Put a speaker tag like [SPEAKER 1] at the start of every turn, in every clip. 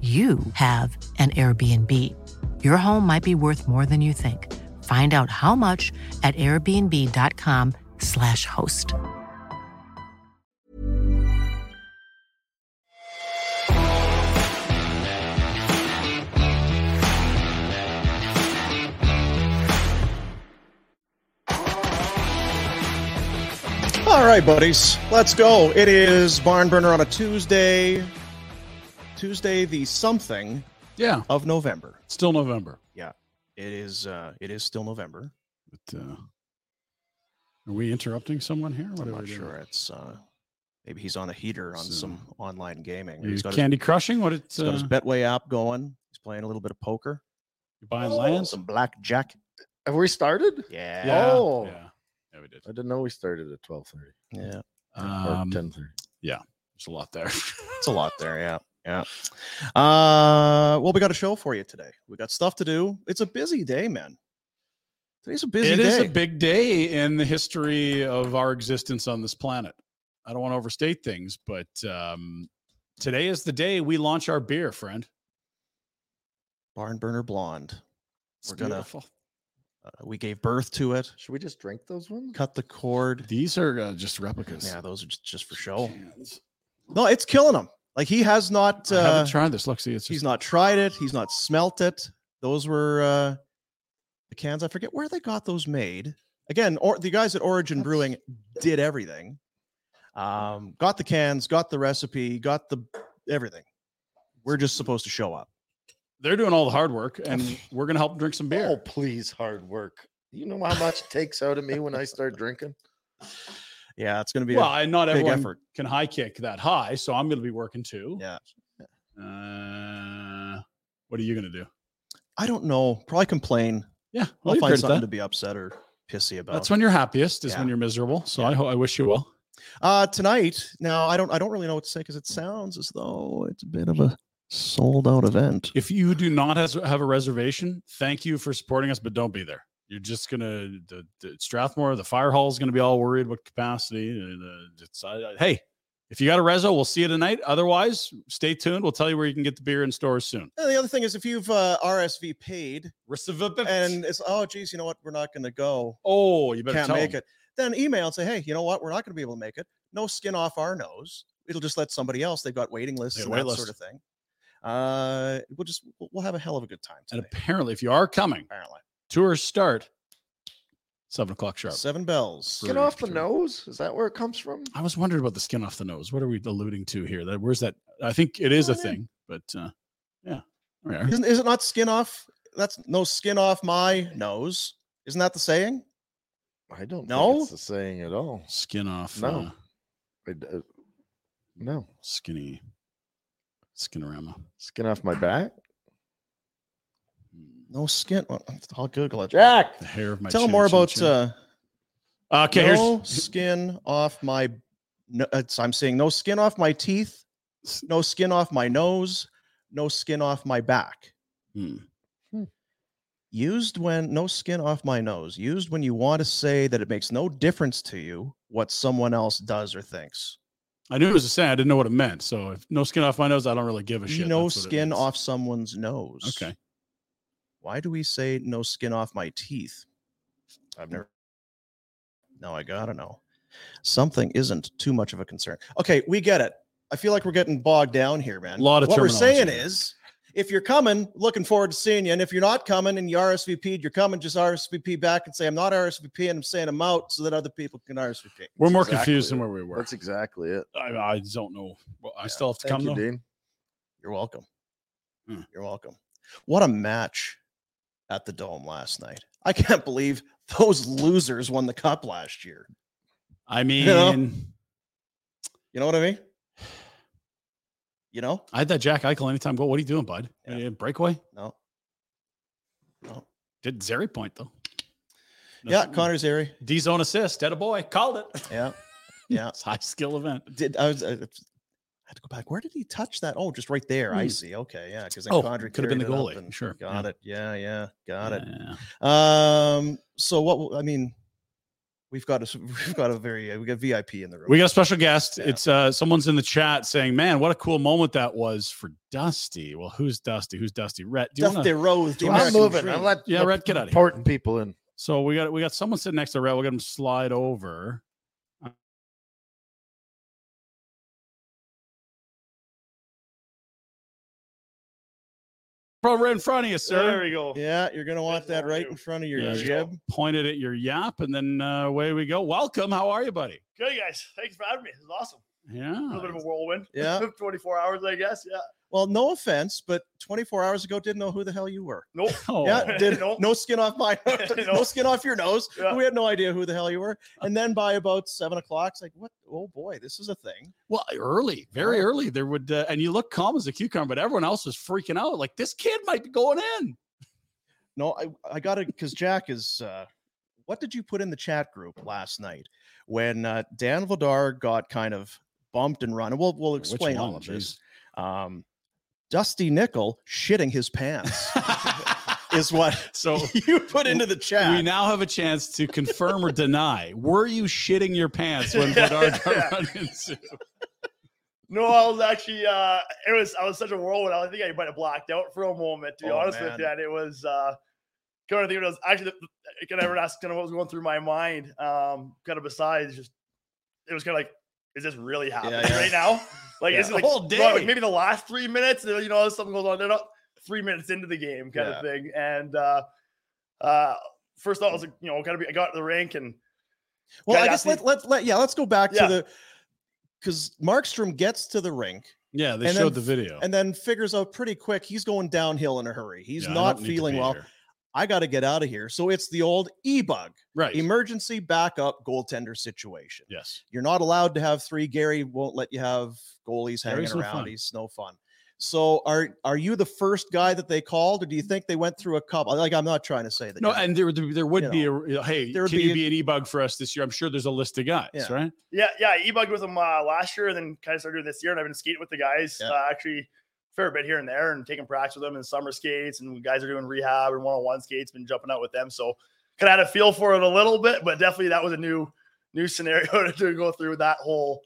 [SPEAKER 1] you have an Airbnb. Your home might be worth more than you think. Find out how much at airbnb.com/slash host.
[SPEAKER 2] All right, buddies, let's go. It is Barn Burner on a Tuesday, Tuesday the something
[SPEAKER 3] Yeah,
[SPEAKER 2] of November.
[SPEAKER 3] still November.
[SPEAKER 2] It is. uh It is still November.
[SPEAKER 3] But uh, are we interrupting someone here? What
[SPEAKER 2] I'm
[SPEAKER 3] are
[SPEAKER 2] not
[SPEAKER 3] we doing?
[SPEAKER 2] sure. It's uh maybe he's on a heater on
[SPEAKER 3] So-
[SPEAKER 2] some online gaming.
[SPEAKER 3] Are you
[SPEAKER 2] He's got,
[SPEAKER 3] candy crushing? What it's
[SPEAKER 2] his, he's got
[SPEAKER 3] uh,
[SPEAKER 2] his Betway app going. He's playing a little bit of poker,
[SPEAKER 3] you buying land?
[SPEAKER 2] some blackjack.
[SPEAKER 4] Have we started?
[SPEAKER 2] Yeah,
[SPEAKER 3] Yeah,
[SPEAKER 4] Oh.
[SPEAKER 3] yeah, yeah, we did.
[SPEAKER 4] I didn't know we started at twelve thirty
[SPEAKER 2] yeah.
[SPEAKER 4] or
[SPEAKER 3] Um,
[SPEAKER 4] ten thirty.
[SPEAKER 3] there's a lot there.
[SPEAKER 2] It's a lot there. Yeah. Yeah. Uh, well, we got a show for you today. We got stuff to do. It's a busy day, man. Today's a busy
[SPEAKER 3] It
[SPEAKER 2] day.
[SPEAKER 3] is a big day in the history of our existence on this planet. I don't want to overstate things, but um, today is the day we launch our beer, friend.
[SPEAKER 2] barn burner blonde.
[SPEAKER 3] It's
[SPEAKER 2] We're gonna-
[SPEAKER 3] beautiful.
[SPEAKER 2] Uh, we gave birth to it.
[SPEAKER 4] Should we just drink those ones?
[SPEAKER 2] Cut the cord.
[SPEAKER 3] These are uh, just replicas.
[SPEAKER 2] Yeah, those are just, just for show.
[SPEAKER 3] Cans.
[SPEAKER 2] No, it's killing him. Like he has not.
[SPEAKER 3] I
[SPEAKER 2] Uh,
[SPEAKER 3] haven't tried this. Look, see, it's
[SPEAKER 2] he's
[SPEAKER 3] just
[SPEAKER 2] not tried it. He's not smelt it. Those were uh, the cans. I forget where they got those made. Again, or the guys at Origin Brewing did everything. Um, got the cans, got the recipe, got the everything. We're just supposed to show up.
[SPEAKER 3] they're doing all the hard work, and we're gonna help them drink some beer.
[SPEAKER 4] Oh, please, hard work. You know how much it takes out of me when I start drinking?
[SPEAKER 2] Yeah, it's gonna be.
[SPEAKER 3] Well, and not
[SPEAKER 2] big
[SPEAKER 3] everyone
[SPEAKER 2] effort.
[SPEAKER 3] can high kick that high, so I'm going to be working too.
[SPEAKER 2] a, yeah,
[SPEAKER 3] Uh, what are you going to do?
[SPEAKER 2] I don't know. Probably complain.
[SPEAKER 3] Yeah,
[SPEAKER 2] I'll
[SPEAKER 3] I'll
[SPEAKER 2] find
[SPEAKER 3] find
[SPEAKER 2] something to
[SPEAKER 3] that.
[SPEAKER 2] be upset or pissy about.
[SPEAKER 3] That's when you're happiest. Is when
[SPEAKER 2] Yeah.
[SPEAKER 3] you're miserable. So
[SPEAKER 2] Yeah.
[SPEAKER 3] I ho- I wish you well.
[SPEAKER 2] Uh, tonight, now I don't I don't really know what to say because it sounds as though it's a bit of a sold out event.
[SPEAKER 3] If you do not has, have a reservation, thank you for supporting us, but don't be there. You're just gonna the, the Strathmore, the fire hall is gonna be all worried what capacity. uh, the- it's- I- I- hey, if you got a reso, we'll see you tonight. Otherwise, stay tuned. We'll tell you where you can get the beer in stores soon.
[SPEAKER 2] And the other thing is if you've uh, RSV paid and it's oh geez, you know what, we're not going to go,
[SPEAKER 3] oh, you better
[SPEAKER 2] can't
[SPEAKER 3] tell
[SPEAKER 2] make
[SPEAKER 3] 'em.
[SPEAKER 2] it. Then email and say, hey, you know what, we're not going to be able to make it. No skin off our nose. It'll just let somebody else. They've got waiting lists
[SPEAKER 3] Yeah,
[SPEAKER 2] and
[SPEAKER 3] wait
[SPEAKER 2] that sort
[SPEAKER 3] list.
[SPEAKER 2] of thing. Uh, we'll just we'll- we'll have a hell of a good time
[SPEAKER 3] And
[SPEAKER 2] today.
[SPEAKER 3] apparently, if you are coming,
[SPEAKER 2] Apparently,
[SPEAKER 3] tours start seven o'clock sharp.
[SPEAKER 2] seven bells.
[SPEAKER 4] Get
[SPEAKER 3] Brewery
[SPEAKER 4] off the
[SPEAKER 3] Patrol.
[SPEAKER 4] nose. Is that where it comes from?
[SPEAKER 3] I was wondering about the skin off the nose. What are we alluding to here? That where's that? I think it is a
[SPEAKER 2] Oh, yeah.
[SPEAKER 3] thing, but uh, yeah, There we are.
[SPEAKER 2] Isn't is it not skin off that's no skin off my nose. Isn't that the saying?
[SPEAKER 4] I don't
[SPEAKER 2] No?
[SPEAKER 4] know. It's the saying at all.
[SPEAKER 3] Skin off.
[SPEAKER 4] No.
[SPEAKER 3] uh,
[SPEAKER 4] I d- uh, no,
[SPEAKER 3] skinny. Skinorama.
[SPEAKER 4] skin off my back.
[SPEAKER 2] No skin. well, I'll Google it.
[SPEAKER 4] Jack.
[SPEAKER 3] The hair of my.
[SPEAKER 2] Tell
[SPEAKER 3] chin,
[SPEAKER 2] more
[SPEAKER 3] chin,
[SPEAKER 2] about
[SPEAKER 3] chin.
[SPEAKER 2] uh,
[SPEAKER 3] okay,
[SPEAKER 2] no
[SPEAKER 3] here's
[SPEAKER 2] skin off my. No, it's, I'm saying no skin off my teeth, no skin off my nose, no skin off my back.
[SPEAKER 3] Hmm.
[SPEAKER 2] Used when no skin off my nose. Used when you want to say that it makes no difference to you what someone else does or thinks.
[SPEAKER 3] I knew it was a saying. I didn't know what it meant. So if no skin off my nose, I don't really give a
[SPEAKER 2] We
[SPEAKER 3] shit.
[SPEAKER 2] no
[SPEAKER 3] That's what it
[SPEAKER 2] skin
[SPEAKER 3] means.
[SPEAKER 2] off someone's nose.
[SPEAKER 3] Okay.
[SPEAKER 2] Why do we say no skin off my teeth? I've never. No, I gotta know. Something isn't too much of a concern. Okay, we get it. I feel like we're getting bogged down here, man.
[SPEAKER 3] Lot of
[SPEAKER 2] what we're saying
[SPEAKER 3] terminology.
[SPEAKER 2] is, if you're coming, looking forward to seeing you, and if you're not coming and you RSVP'd, you're coming, just RSVP back and say I'm not RSVP and I'm saying I'm out, so that other people can RSVP.
[SPEAKER 3] We're
[SPEAKER 4] That's
[SPEAKER 3] more
[SPEAKER 4] exactly
[SPEAKER 3] confused than
[SPEAKER 4] it.
[SPEAKER 3] where we were.
[SPEAKER 4] That's exactly it.
[SPEAKER 3] I, I don't know. Well, I
[SPEAKER 2] Yeah.
[SPEAKER 3] still have to
[SPEAKER 4] Thank
[SPEAKER 3] come
[SPEAKER 4] you,
[SPEAKER 3] though.
[SPEAKER 4] Dean.
[SPEAKER 2] You're welcome.
[SPEAKER 3] Hmm.
[SPEAKER 2] You're welcome. What a match at the dome last night. I can't believe those losers won the cup last year.
[SPEAKER 3] I mean,
[SPEAKER 2] know? You know what I mean? You know?
[SPEAKER 3] I had that Jack Eichel anytime goal. What are you doing, bud?
[SPEAKER 2] Yeah.
[SPEAKER 3] Uh, Breakaway
[SPEAKER 2] No. No.
[SPEAKER 3] did Zeri point though.
[SPEAKER 2] Yeah,
[SPEAKER 3] That's-
[SPEAKER 2] Connor Zary.
[SPEAKER 3] D zone assist. Had a boy. Called it.
[SPEAKER 2] Yeah. Yeah.
[SPEAKER 3] It's a high skill event.
[SPEAKER 2] Did I was I, I had to go back. Where did he touch that? Oh, just right there. I
[SPEAKER 3] Hmm.
[SPEAKER 2] see. Okay. Yeah. Because
[SPEAKER 3] Oh, could have been the goalie,
[SPEAKER 2] And
[SPEAKER 3] sure, yeah.
[SPEAKER 2] Got it. Yeah. Yeah. Got it.
[SPEAKER 3] Yeah.
[SPEAKER 2] Um, so what w- I mean, we've got a s- we've got a very uh, we got VIP in the room.
[SPEAKER 3] We got a special guest.
[SPEAKER 2] Yeah.
[SPEAKER 3] It's uh someone's in the chat saying, "Man, what a cool moment that was for Dusty." Well, who's Dusty? Who's Dusty? Rhett. Do you
[SPEAKER 2] Death
[SPEAKER 3] wanna-
[SPEAKER 2] Day Rose.
[SPEAKER 3] do
[SPEAKER 2] the
[SPEAKER 3] you
[SPEAKER 4] I'm
[SPEAKER 3] wanna-
[SPEAKER 2] American
[SPEAKER 4] moving.
[SPEAKER 2] Dream.
[SPEAKER 4] I'm let
[SPEAKER 3] Yeah,
[SPEAKER 4] let
[SPEAKER 3] Red, get out of here.
[SPEAKER 4] important people in.
[SPEAKER 3] So we got we got someone sitting next to Rhett. We'll get him to slide over. From right in front of you, sir.
[SPEAKER 5] we go.
[SPEAKER 2] Yeah, you're gonna want
[SPEAKER 5] That's
[SPEAKER 2] that
[SPEAKER 5] all
[SPEAKER 2] right
[SPEAKER 5] new.
[SPEAKER 2] in front of your
[SPEAKER 3] Yeah.
[SPEAKER 2] jib.
[SPEAKER 3] Point it at your yap, and then uh, away we go. Welcome. How are you, buddy?
[SPEAKER 5] Good guys. Thanks for having me. This is awesome. A little bit of
[SPEAKER 3] Yeah.
[SPEAKER 5] a whirlwind.
[SPEAKER 2] Yeah.
[SPEAKER 5] 24 hours, I guess. Yeah.
[SPEAKER 2] Well, no offense, but 24 hours ago didn't know who the hell you were.
[SPEAKER 5] Nope.
[SPEAKER 3] Oh,
[SPEAKER 2] Yeah, did
[SPEAKER 5] Nope.
[SPEAKER 2] no skin off my no
[SPEAKER 5] Nope.
[SPEAKER 2] skin off your nose.
[SPEAKER 5] Yeah.
[SPEAKER 2] We had no idea who the hell you were.
[SPEAKER 3] Uh.
[SPEAKER 2] And then by about seven o'clock, it's like, what? Oh boy, this is a thing.
[SPEAKER 3] well, early, very early. There would, uh, and you look calm as a cucumber, but everyone else is freaking out. Like this kid might be going in.
[SPEAKER 2] No, I, I got it because Jack is. Uh, what did you put in the chat group last night when uh, Dan Vladar got kind of bumped and run? And we'll we'll
[SPEAKER 3] Which
[SPEAKER 2] explain all
[SPEAKER 3] one?
[SPEAKER 2] of this. Um, Dusty Nickel shitting his pants
[SPEAKER 3] Jeez.
[SPEAKER 2] is what
[SPEAKER 3] so
[SPEAKER 2] you put into the
[SPEAKER 3] We
[SPEAKER 2] chat.
[SPEAKER 3] now have a chance to confirm or deny. Were you shitting your pants when Bedard got run into?
[SPEAKER 5] No, I was actually uh it was I was such a whirlwind. I think I might have blacked out for a moment, to be
[SPEAKER 2] Oh,
[SPEAKER 5] honest
[SPEAKER 2] man.
[SPEAKER 5] with you. And it was uh kind of think it was actually the, kind of asked kind of what was going through my mind. Um kind of besides just it was kind of like, is this really happening
[SPEAKER 2] yeah.
[SPEAKER 5] right now? Like
[SPEAKER 2] Yeah.
[SPEAKER 5] is it
[SPEAKER 3] The
[SPEAKER 5] like,
[SPEAKER 3] whole
[SPEAKER 5] no, like,
[SPEAKER 3] day.
[SPEAKER 5] maybe the last three minutes, you know, something goes on. They're not three minutes into the game, kind
[SPEAKER 2] Yeah. Hmm.
[SPEAKER 5] of thing. And uh uh first thought was like, you know, gotta be I got to the rink and
[SPEAKER 2] Well, I
[SPEAKER 5] Yeah,
[SPEAKER 2] guess
[SPEAKER 5] that's
[SPEAKER 2] let let let yeah, let's go back
[SPEAKER 5] Yeah.
[SPEAKER 2] to the because Markstrom gets to the rink
[SPEAKER 3] Yeah, they
[SPEAKER 2] And
[SPEAKER 3] showed
[SPEAKER 2] then-
[SPEAKER 3] the video.
[SPEAKER 2] and then figures out pretty quick he's going downhill in a hurry. He's
[SPEAKER 3] Yeah, I
[SPEAKER 2] not
[SPEAKER 3] don't need to
[SPEAKER 2] feeling
[SPEAKER 3] be
[SPEAKER 2] well.
[SPEAKER 3] here.
[SPEAKER 2] I got to get out of here. So it's the old e bug.
[SPEAKER 3] Right.
[SPEAKER 2] emergency backup goaltender situation.
[SPEAKER 3] yes.
[SPEAKER 2] You're not allowed to have three. Gary won't let you have goalies hanging
[SPEAKER 3] Gary's no
[SPEAKER 2] around.
[SPEAKER 3] fun.
[SPEAKER 2] He's no fun. So are are you the first guy that they called, or do you think they went through a couple? Like I'm not trying to say that.
[SPEAKER 3] No,
[SPEAKER 2] you're-
[SPEAKER 3] and there, there there would
[SPEAKER 2] you
[SPEAKER 3] be a hey,
[SPEAKER 2] there would
[SPEAKER 3] can
[SPEAKER 2] be
[SPEAKER 3] you
[SPEAKER 2] an-
[SPEAKER 3] be an e-bug for us this year? I'm sure there's a list of guys,
[SPEAKER 2] Yeah.
[SPEAKER 3] right?
[SPEAKER 5] Yeah, yeah. E bugged with him uh, last year, and then kind of started doing this year. And I've been skating with the guys
[SPEAKER 2] Yeah.
[SPEAKER 5] uh, actually a fair bit here and there, and taking practice with them in summer skates. And guys are doing rehab and one on one skates. Been jumping out with them, so kind of had a feel for it a little bit, but definitely that was a new new scenario to go through that whole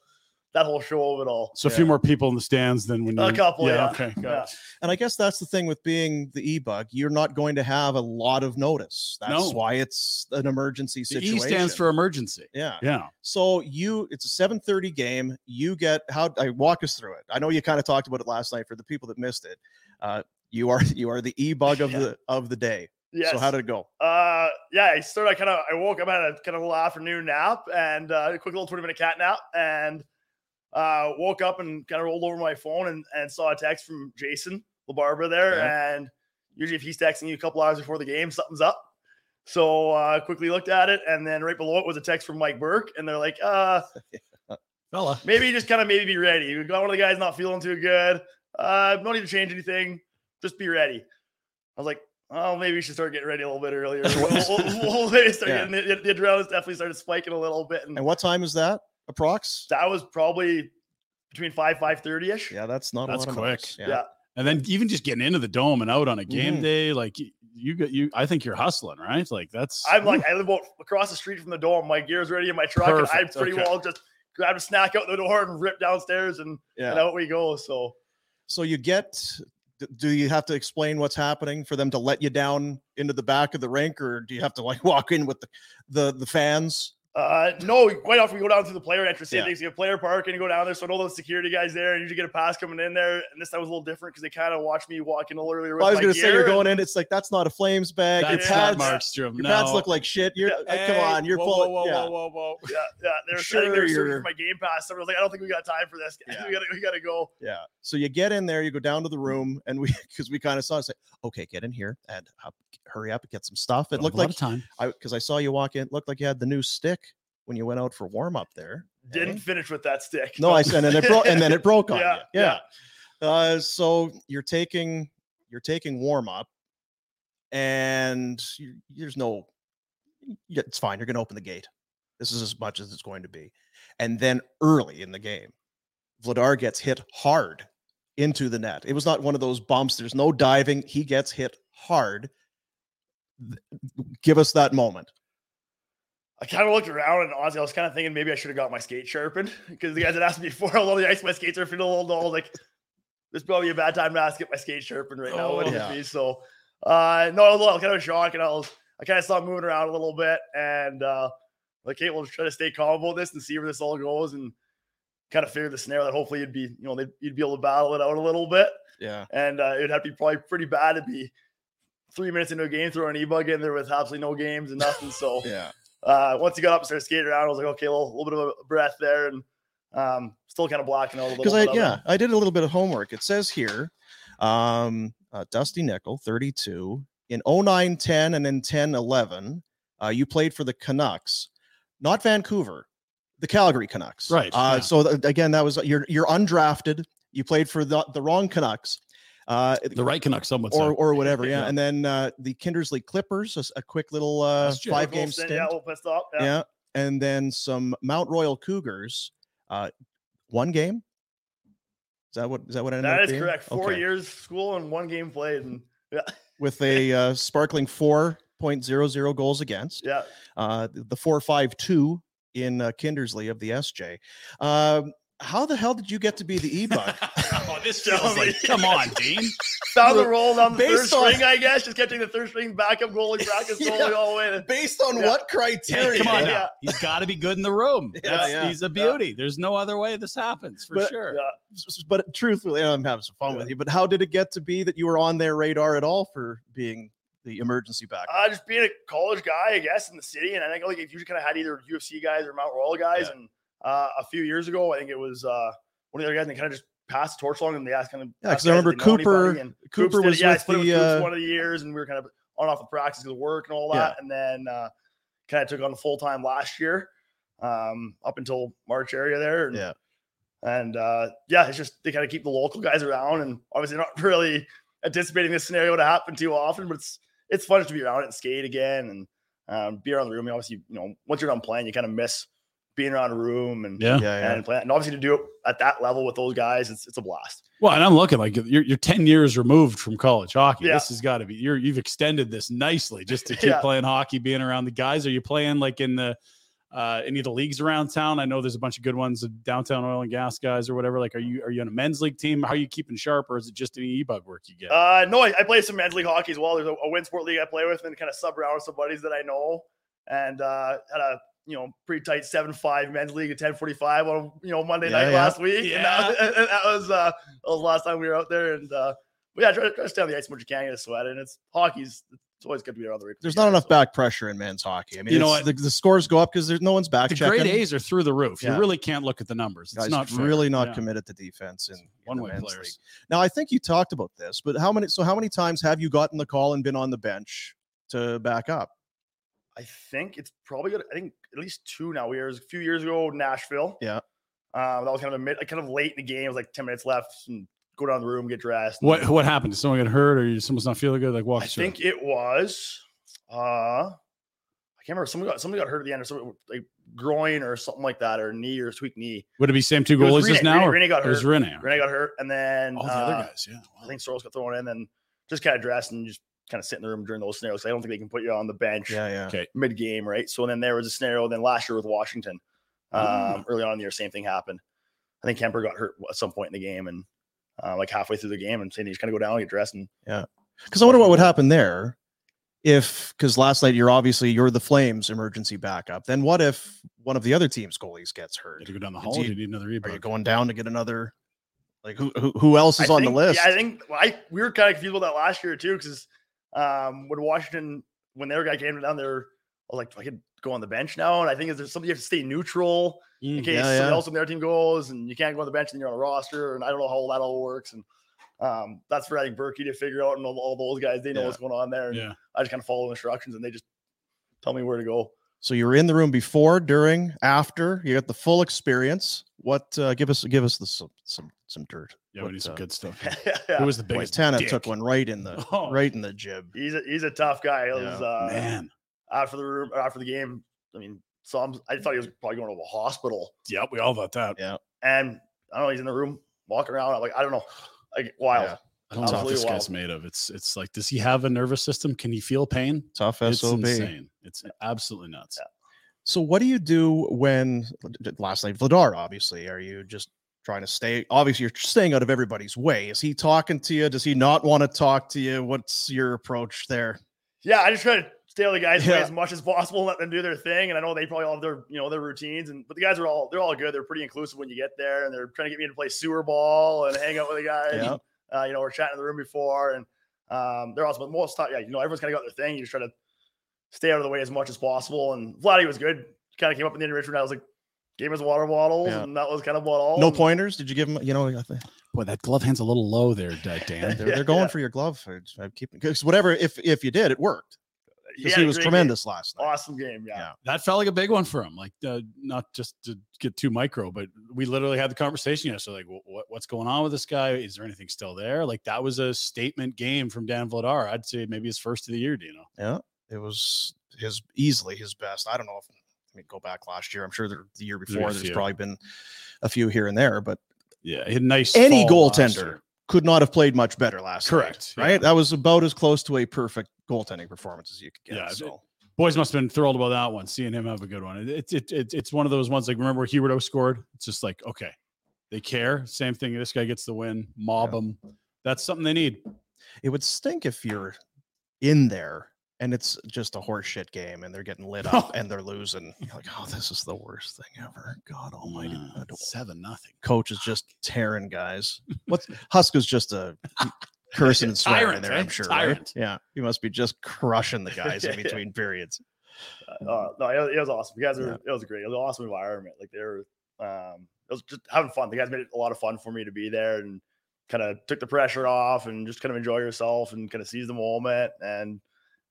[SPEAKER 5] that whole show of it all.
[SPEAKER 3] So a few more people in the stands than when
[SPEAKER 5] A
[SPEAKER 3] you-
[SPEAKER 5] couple, yeah.
[SPEAKER 3] Okay. Got
[SPEAKER 5] Yeah.
[SPEAKER 3] it.
[SPEAKER 2] and I guess that's the thing with being the e bug. You're not going to have a lot of notice. That's
[SPEAKER 3] No.
[SPEAKER 2] why it's an emergency
[SPEAKER 3] The
[SPEAKER 2] situation.
[SPEAKER 3] E stands for emergency.
[SPEAKER 2] yeah.
[SPEAKER 3] Yeah.
[SPEAKER 2] So you, it's a 7:30 game. You get how? I walk us through it. I know you kind of talked about it last night. For the people that missed it, uh, you are you are the e bug of
[SPEAKER 5] Yeah.
[SPEAKER 2] the of the day.
[SPEAKER 5] Yes.
[SPEAKER 2] So how did it go?
[SPEAKER 5] Uh, yeah, I started. I kind of I woke up, I had a kind of little afternoon nap and uh, a quick little twenty minute cat nap, and uh, woke up and kind of rolled over my phone and, and saw a text from Jason LaBarba there,
[SPEAKER 2] Okay.
[SPEAKER 5] and Usually, if he's texting you a couple hours before the game, something's up. So uh, quickly looked at it, and then right below it was a text from Mike Burke, and they're like, uh,
[SPEAKER 3] Fella.
[SPEAKER 5] maybe just kind of maybe be ready. We got one of the guys not feeling too good. Uh, no need to change anything. Just be ready. I was like, oh, maybe we should start getting ready a little bit earlier. we'll, we'll- we'll maybe start
[SPEAKER 2] Yeah.
[SPEAKER 5] getting- the, the adrenaline definitely started spiking a little bit, and
[SPEAKER 2] And what time is that? Approx?
[SPEAKER 5] that was probably between five five thirty ish.
[SPEAKER 2] Yeah, that's not
[SPEAKER 3] That's
[SPEAKER 2] a lot of
[SPEAKER 3] quick.
[SPEAKER 2] miles.
[SPEAKER 5] Yeah.
[SPEAKER 3] And then even just getting into the dome and out on a game
[SPEAKER 2] Mhm.
[SPEAKER 3] day, like y- you get you. I think you're hustling, right? Like that's.
[SPEAKER 5] I'm like, I live about across the street from the dorm. My gear's ready in my truck, and I
[SPEAKER 3] Perfect,
[SPEAKER 5] pretty
[SPEAKER 3] okay.
[SPEAKER 5] well just grab a snack out the door and rip downstairs, and,
[SPEAKER 2] Yeah.
[SPEAKER 5] and out we go. So
[SPEAKER 2] So you get. d- Do you have to explain what's happening for them to let you down into the back of the rink, or do you have to like walk in with the the, the fans?
[SPEAKER 5] Uh, no, quite often we go down through the player entrance. Same
[SPEAKER 2] Yeah.
[SPEAKER 5] things, you have player park and you go down there. So I know those security guys there, and you usually get a pass coming in there. And this time was a little different because they kind of watched me walk in a little earlier. With
[SPEAKER 2] Well, I was
[SPEAKER 5] my
[SPEAKER 2] going to say you're
[SPEAKER 5] gear,
[SPEAKER 2] going in. It's like that's not a Flames bag. Your
[SPEAKER 3] that's
[SPEAKER 2] pads,
[SPEAKER 3] not Mark's Jim.
[SPEAKER 2] your
[SPEAKER 3] no. eh,
[SPEAKER 2] pads look like shit. You're uh, come on. You're
[SPEAKER 3] whoa,
[SPEAKER 2] pulling.
[SPEAKER 3] Whoa, whoa,
[SPEAKER 2] yeah.
[SPEAKER 3] whoa, whoa, whoa.
[SPEAKER 5] and- yeah, yeah. They were sure, they were
[SPEAKER 2] Sure,
[SPEAKER 5] searching
[SPEAKER 2] you're-
[SPEAKER 5] for my game pass. Someone was like, I don't think we got time for this.
[SPEAKER 2] Yeah.
[SPEAKER 5] we gotta, we gotta go.
[SPEAKER 2] Yeah. So you get in there, you go down to the room, and we because we kind of saw it, say, okay, get in here and up, hurry up and get some stuff. It
[SPEAKER 3] Don't
[SPEAKER 2] looked
[SPEAKER 3] have a lot
[SPEAKER 2] like
[SPEAKER 3] of time.
[SPEAKER 2] I because I saw you walk in, it looked like you had the new stick when you went out for warm up there.
[SPEAKER 5] Didn't
[SPEAKER 2] eh?
[SPEAKER 5] finish with that stick.
[SPEAKER 2] no, I said, and it broke, and then it broke on
[SPEAKER 5] Yeah,
[SPEAKER 2] you. Yeah. Uh, so you're taking you're taking warm up, and you, there's no, yeah, it's fine. You're going to open the gate. This is as much as it's going to be, and then early in the game, Vladar gets hit hard into the net. It was not one of those bumps. There's no diving. He gets hit hard. Th- Give us that moment.
[SPEAKER 5] I kind of looked around and honestly, I was kind of thinking maybe I should have got my skate sharpened because the guys had asked me before how long the ice my skates are feeling a little dull. I was Like, this is probably a bad time to ask get my skate sharpened right now. wouldn't
[SPEAKER 2] Oh.
[SPEAKER 5] it be? So, uh, no, I was a little- kind of shocked and I was, I kind of saw moving around a little bit and, uh, like, hey, we'll try to stay calm about this and see where this all goes and kind of figure the snare that hopefully you'd be, you know, they'd, you'd be able to battle it out a little bit
[SPEAKER 2] Yeah.
[SPEAKER 5] and uh, it'd have to be probably pretty bad to be three minutes into a game throwing an e-bug in there with absolutely no games and nothing. So,
[SPEAKER 2] Yeah.
[SPEAKER 5] uh, once he got up and started skating around, I was like, okay, a little, little bit of a breath there, and um, still kind of blocking out a little.
[SPEAKER 2] because I
[SPEAKER 5] bit of it.
[SPEAKER 2] yeah I did a little bit of homework. It says here, um, uh, Dusty Nickel, 32 in 09 10 and in 10 11. Uh, you played for the Canucks, not Vancouver, the Calgary Canucks.
[SPEAKER 3] Right,
[SPEAKER 2] Uh,
[SPEAKER 3] yeah.
[SPEAKER 2] So th- again, that was you're you're undrafted. You played for the the wrong Canucks. Uh,
[SPEAKER 3] The right Canucks, someone
[SPEAKER 2] or, or whatever, yeah.
[SPEAKER 3] Yeah.
[SPEAKER 2] And then uh, the Kindersley Clippers, a, s- a quick little uh,
[SPEAKER 3] That's true.
[SPEAKER 2] five
[SPEAKER 5] Little
[SPEAKER 2] game
[SPEAKER 5] stint,
[SPEAKER 2] stint
[SPEAKER 5] Yeah, a little pissed off.
[SPEAKER 2] yeah.
[SPEAKER 5] Yeah.
[SPEAKER 2] And then some Mount Royal Cougars, uh, one game. Is that what is that what I
[SPEAKER 5] that is correct. Four years school and one game played, and yeah,
[SPEAKER 2] with a uh, sparkling four point zero zero goals against.
[SPEAKER 5] yeah.
[SPEAKER 2] Uh, th- the four five two in uh, Kindersley of the SJ. Um, how the hell did you get to be the e bug?
[SPEAKER 3] oh, this
[SPEAKER 5] Tell
[SPEAKER 3] feels
[SPEAKER 5] me.
[SPEAKER 3] like come on, Dean.
[SPEAKER 5] Found the roll down the third
[SPEAKER 2] Based on-
[SPEAKER 5] string, I guess. Just kept taking the third string backup goalie practice
[SPEAKER 2] Yeah.
[SPEAKER 5] goalie all the way.
[SPEAKER 2] Based on
[SPEAKER 5] Yeah.
[SPEAKER 2] what
[SPEAKER 3] Hey,
[SPEAKER 2] criteria?
[SPEAKER 3] come on
[SPEAKER 5] Yeah.
[SPEAKER 3] now. He's got to be good in the room.
[SPEAKER 2] Yeah,
[SPEAKER 3] That's-
[SPEAKER 2] yeah,
[SPEAKER 3] he's a beauty. There's no other way this happens for
[SPEAKER 2] But-
[SPEAKER 3] sure.
[SPEAKER 5] Yeah.
[SPEAKER 2] S- s- But truthfully, I'm having some fun with you. But how did it get to be that you were on their radar at all for being the emergency backup?
[SPEAKER 5] Uh, just being a college guy, I guess, in the city, and I think like if you kind of had either UFC guys or Mount Royal guys,
[SPEAKER 2] Yeah.
[SPEAKER 5] and uh, a few years ago, I think it was uh, one of the other guys, and they kind of just passed the torch along, and they asked kind of
[SPEAKER 2] Yeah, 'cause I remember Cooper-
[SPEAKER 5] and
[SPEAKER 2] Cooper
[SPEAKER 5] Coops did it.
[SPEAKER 2] was
[SPEAKER 5] yeah, I
[SPEAKER 2] with
[SPEAKER 5] split it
[SPEAKER 2] the,
[SPEAKER 5] with Coops
[SPEAKER 2] uh,
[SPEAKER 5] one of the years, and we were kind of on and off of practice because of work and all
[SPEAKER 2] Yeah.
[SPEAKER 5] that, and then uh, kind of took on full time last year, um, up until March area there, and
[SPEAKER 2] Yeah.
[SPEAKER 5] and uh, yeah, it's just they kind of keep the local guys around, and obviously not really anticipating this scenario to happen too often, but it's it's fun just to be around it and skate again and um, be around the room. And obviously, you know, once you're done playing, you kind of miss being around a room and
[SPEAKER 3] Yeah.
[SPEAKER 5] and playing. And obviously, to do it at that level with those guys, it's it's a blast.
[SPEAKER 3] Well, and I'm looking like you're, you're 10 years removed from college hockey.
[SPEAKER 5] Yeah.
[SPEAKER 3] This has got to be you're, you've extended this nicely just to keep
[SPEAKER 5] Yeah.
[SPEAKER 3] playing hockey, being around the guys. Are you playing like in the uh, any of the leagues around town? I know there's a bunch of good ones, the downtown oil and gas guys or whatever. Like, are you are you on a men's league team? How are you keeping sharp, or is it just any e bug work you get?
[SPEAKER 5] Uh, no, I, I play some men's league hockey as well. There's a, a win sport league I play with, and kind of sub around with some buddies that I know, and uh, had a you know pretty tight seven five men's league at ten forty five on you know Monday
[SPEAKER 2] Yeah,
[SPEAKER 5] night
[SPEAKER 2] yeah.
[SPEAKER 5] last week. And that, was- and that was uh, that was the last time we were out there, and uh, but yeah, try, try to stay on the ice as much as you can, get a sweat, and it's hockey's it's always good to be around the rink. with
[SPEAKER 2] There's
[SPEAKER 5] you
[SPEAKER 2] not
[SPEAKER 5] guys,
[SPEAKER 2] enough
[SPEAKER 5] so.
[SPEAKER 2] back pressure in men's hockey. I mean,
[SPEAKER 3] You know
[SPEAKER 2] it's- the, the scores go up because there's no one's back
[SPEAKER 3] The
[SPEAKER 2] checking.
[SPEAKER 3] grade A's are through the roof.
[SPEAKER 2] Yeah.
[SPEAKER 3] You really can't look at the numbers. It's
[SPEAKER 2] Guys,
[SPEAKER 3] not fair.
[SPEAKER 2] really not
[SPEAKER 3] Yeah.
[SPEAKER 2] committed to defense in, in
[SPEAKER 3] One
[SPEAKER 2] the
[SPEAKER 3] way
[SPEAKER 2] men's
[SPEAKER 3] players.
[SPEAKER 2] league. Now, I think you talked about this, but how many? So, how many times have you gotten the call and been on the bench to back up?
[SPEAKER 5] I think it's probably good. I think at least two now. Years a few years ago, Nashville.
[SPEAKER 2] Yeah.
[SPEAKER 5] Um, that was kind of a mid, like, kind of late in the game. It was like ten minutes left, and go down to the room, get dressed. and-
[SPEAKER 3] What what happened? Did someone get hurt, or you someone's not feeling good? Like walk
[SPEAKER 5] I
[SPEAKER 3] us through it.
[SPEAKER 5] think it was. uh I can't remember. Somebody got somebody got hurt at the end, or something like groin or something like that, or knee or tweaked knee.
[SPEAKER 3] Would it be same two
[SPEAKER 5] It was
[SPEAKER 3] goalies as
[SPEAKER 5] Rene-
[SPEAKER 3] now?
[SPEAKER 5] Rene-
[SPEAKER 3] or-
[SPEAKER 5] Rene got
[SPEAKER 3] It was
[SPEAKER 5] hurt.
[SPEAKER 3] Rene.
[SPEAKER 5] Renee got hurt, and then
[SPEAKER 3] All the other
[SPEAKER 5] uh,
[SPEAKER 3] guys. Yeah.
[SPEAKER 5] I think Soros got thrown in, and just kind of dressed and just kind of sit in the room during those scenarios. I don't think they can put you on the bench
[SPEAKER 2] Yeah, yeah.
[SPEAKER 3] Okay.
[SPEAKER 5] mid game, right? So then there was a scenario. Then last year with Washington, um,
[SPEAKER 3] Ah.
[SPEAKER 5] early on in the year, same thing happened. I think Kemper got hurt at some point in the game, and uh, like halfway through the game, and saying he just kind of go down, get dressed, and
[SPEAKER 2] Because I wonder what would happen there if, because last night you're obviously you're the Flames' emergency backup. Then what if one of the other team's goalies gets
[SPEAKER 3] You
[SPEAKER 2] hurt?
[SPEAKER 3] had to go down the
[SPEAKER 2] Do
[SPEAKER 3] hall.
[SPEAKER 2] you-
[SPEAKER 3] You need another
[SPEAKER 2] Are you
[SPEAKER 3] rebound.
[SPEAKER 2] going down to get another? Like who who, who else is
[SPEAKER 5] I
[SPEAKER 2] on
[SPEAKER 5] think-
[SPEAKER 2] the list?
[SPEAKER 5] Yeah, I think well, I we were kind of confused about that last year too, because um, when Washington, when their guy came down there, I was like, do I could go on the bench now? And I think is there something you have to stay neutral in
[SPEAKER 3] Mm,
[SPEAKER 5] case
[SPEAKER 2] yeah,
[SPEAKER 5] somebody
[SPEAKER 2] yeah.
[SPEAKER 5] else on their team goes, and you can't go on the bench and you're on the roster, and I don't know how all that all works. And um, that's for I think Berkey to figure out, and all, all those guys they know
[SPEAKER 2] Yeah.
[SPEAKER 5] what's going on there. And
[SPEAKER 3] Yeah.
[SPEAKER 5] I just kind of follow instructions, and they just tell me where to go.
[SPEAKER 2] so you were in the room before, during, after. You got the full experience. What? Uh, give us give us the, some some some dirt.
[SPEAKER 3] Yeah, we
[SPEAKER 2] What,
[SPEAKER 3] need some
[SPEAKER 2] uh,
[SPEAKER 3] good stuff. here.
[SPEAKER 5] yeah.
[SPEAKER 3] Who was the
[SPEAKER 2] Boy,
[SPEAKER 3] biggest?
[SPEAKER 2] Tana
[SPEAKER 3] dick?
[SPEAKER 2] took one right in the
[SPEAKER 3] Oh.
[SPEAKER 2] right in the jib.
[SPEAKER 5] he's a, he's a tough guy. It was,
[SPEAKER 2] Yeah.
[SPEAKER 5] uh,
[SPEAKER 3] Man.
[SPEAKER 5] after the room or after the game, I mean, saw him. I thought he was probably going to the hospital.
[SPEAKER 3] Yep. We all thought that.
[SPEAKER 2] Yeah.
[SPEAKER 5] and I don't know, he's in the room walking around. I'm like, I don't know, like wild.
[SPEAKER 2] Yeah.
[SPEAKER 3] I don't know what this
[SPEAKER 5] Unbelievable.
[SPEAKER 3] guy's made of. It's it's like, does he have a nervous system? Can he feel pain?
[SPEAKER 2] Tough
[SPEAKER 3] It's
[SPEAKER 2] sob.
[SPEAKER 3] insane. It's absolutely nuts.
[SPEAKER 2] So what do you do when d- last night Vladar? Obviously, are you just trying to stay? Obviously, you're staying out of everybody's way. Is he talking to you? Does he not want to talk to you? What's your approach there?
[SPEAKER 5] Yeah, I just try to stay on the guys away
[SPEAKER 2] Yeah.
[SPEAKER 5] as much as possible, let them do their thing. And I know they probably all have their you know their routines, and but the guys are all they're all good. They're pretty inclusive when you get there, and they're trying to get me to play sewer ball and hang out with the guys.
[SPEAKER 2] Yeah.
[SPEAKER 5] Uh, you know, we're chatting in the room before, and um, they're awesome. But most time, yeah, you know, everyone's kind of got their thing. You just try to stay out of the way as much as possible. And Vladdy was good. Kind of came up in the intermission. I was like, gave his water bottles,
[SPEAKER 2] Yeah.
[SPEAKER 5] and that was kind of what all.
[SPEAKER 2] No
[SPEAKER 3] Um,
[SPEAKER 5] and-
[SPEAKER 2] pointers? Did you give him? Oh, You know, I think
[SPEAKER 3] Boy, that glove hand's a little low there, Da- Dan.
[SPEAKER 2] they're,
[SPEAKER 5] Yeah,
[SPEAKER 2] they're going
[SPEAKER 5] yeah.
[SPEAKER 2] for your glove. I just- I keep because whatever. If if you did, it worked
[SPEAKER 5] He
[SPEAKER 2] because
[SPEAKER 5] had
[SPEAKER 2] he
[SPEAKER 5] a
[SPEAKER 2] was
[SPEAKER 5] great game.
[SPEAKER 2] tremendous last night.
[SPEAKER 5] Awesome game, yeah.
[SPEAKER 2] Yeah.
[SPEAKER 3] that felt like a big one for him. Like, uh, not just to get too micro, but we literally had the conversation yesterday. Like, wh- what, what's going on with this guy? Is there anything still there? Like, that was a statement game from Dan Vladar. I'd say maybe his first of the year, Dino.
[SPEAKER 2] It was his easily his best. I don't know if I mean go back last year. I'm sure there, the year
[SPEAKER 3] There's been a
[SPEAKER 2] before. There's
[SPEAKER 3] few.
[SPEAKER 2] probably been a few here and there, but
[SPEAKER 3] Yeah, he had a nice
[SPEAKER 2] any
[SPEAKER 3] fall last
[SPEAKER 2] goaltender
[SPEAKER 3] year.
[SPEAKER 2] could not have played much better last night,
[SPEAKER 3] Correct, yeah.
[SPEAKER 2] right? That was about as close to a perfect goaltending performance as you could get.
[SPEAKER 3] Yeah,
[SPEAKER 2] so
[SPEAKER 3] Boys must have been thrilled about that one, seeing him have a good one. It, it, it, it's one of those ones like remember where Huberto scored? It's just like, okay, they care. Same thing. This guy gets the win, mob
[SPEAKER 2] Yeah.
[SPEAKER 3] him. That's something they need.
[SPEAKER 2] it would stink if you're in there and it's just a horseshit game and they're getting lit up and they're losing. You're like, oh, this is the worst thing ever. God almighty. I don't-
[SPEAKER 3] Seven nothing.
[SPEAKER 2] Coach is just tearing guys. What's Huska's just a cursing and swearing in
[SPEAKER 3] Tyrant,
[SPEAKER 2] there, I'm
[SPEAKER 3] eh?
[SPEAKER 2] sure. right?
[SPEAKER 3] Tyrant.
[SPEAKER 2] Yeah. He must be just crushing the guys in
[SPEAKER 5] Yeah.
[SPEAKER 2] between periods.
[SPEAKER 5] uh, no, it, it was awesome. You guys were,
[SPEAKER 2] Yeah.
[SPEAKER 5] it was great. It was an awesome environment. Like they were, um, it was just having fun. The guys made it a lot of fun for me to be there and kind of took the pressure off and just kind of enjoy yourself and kind of seize the moment and,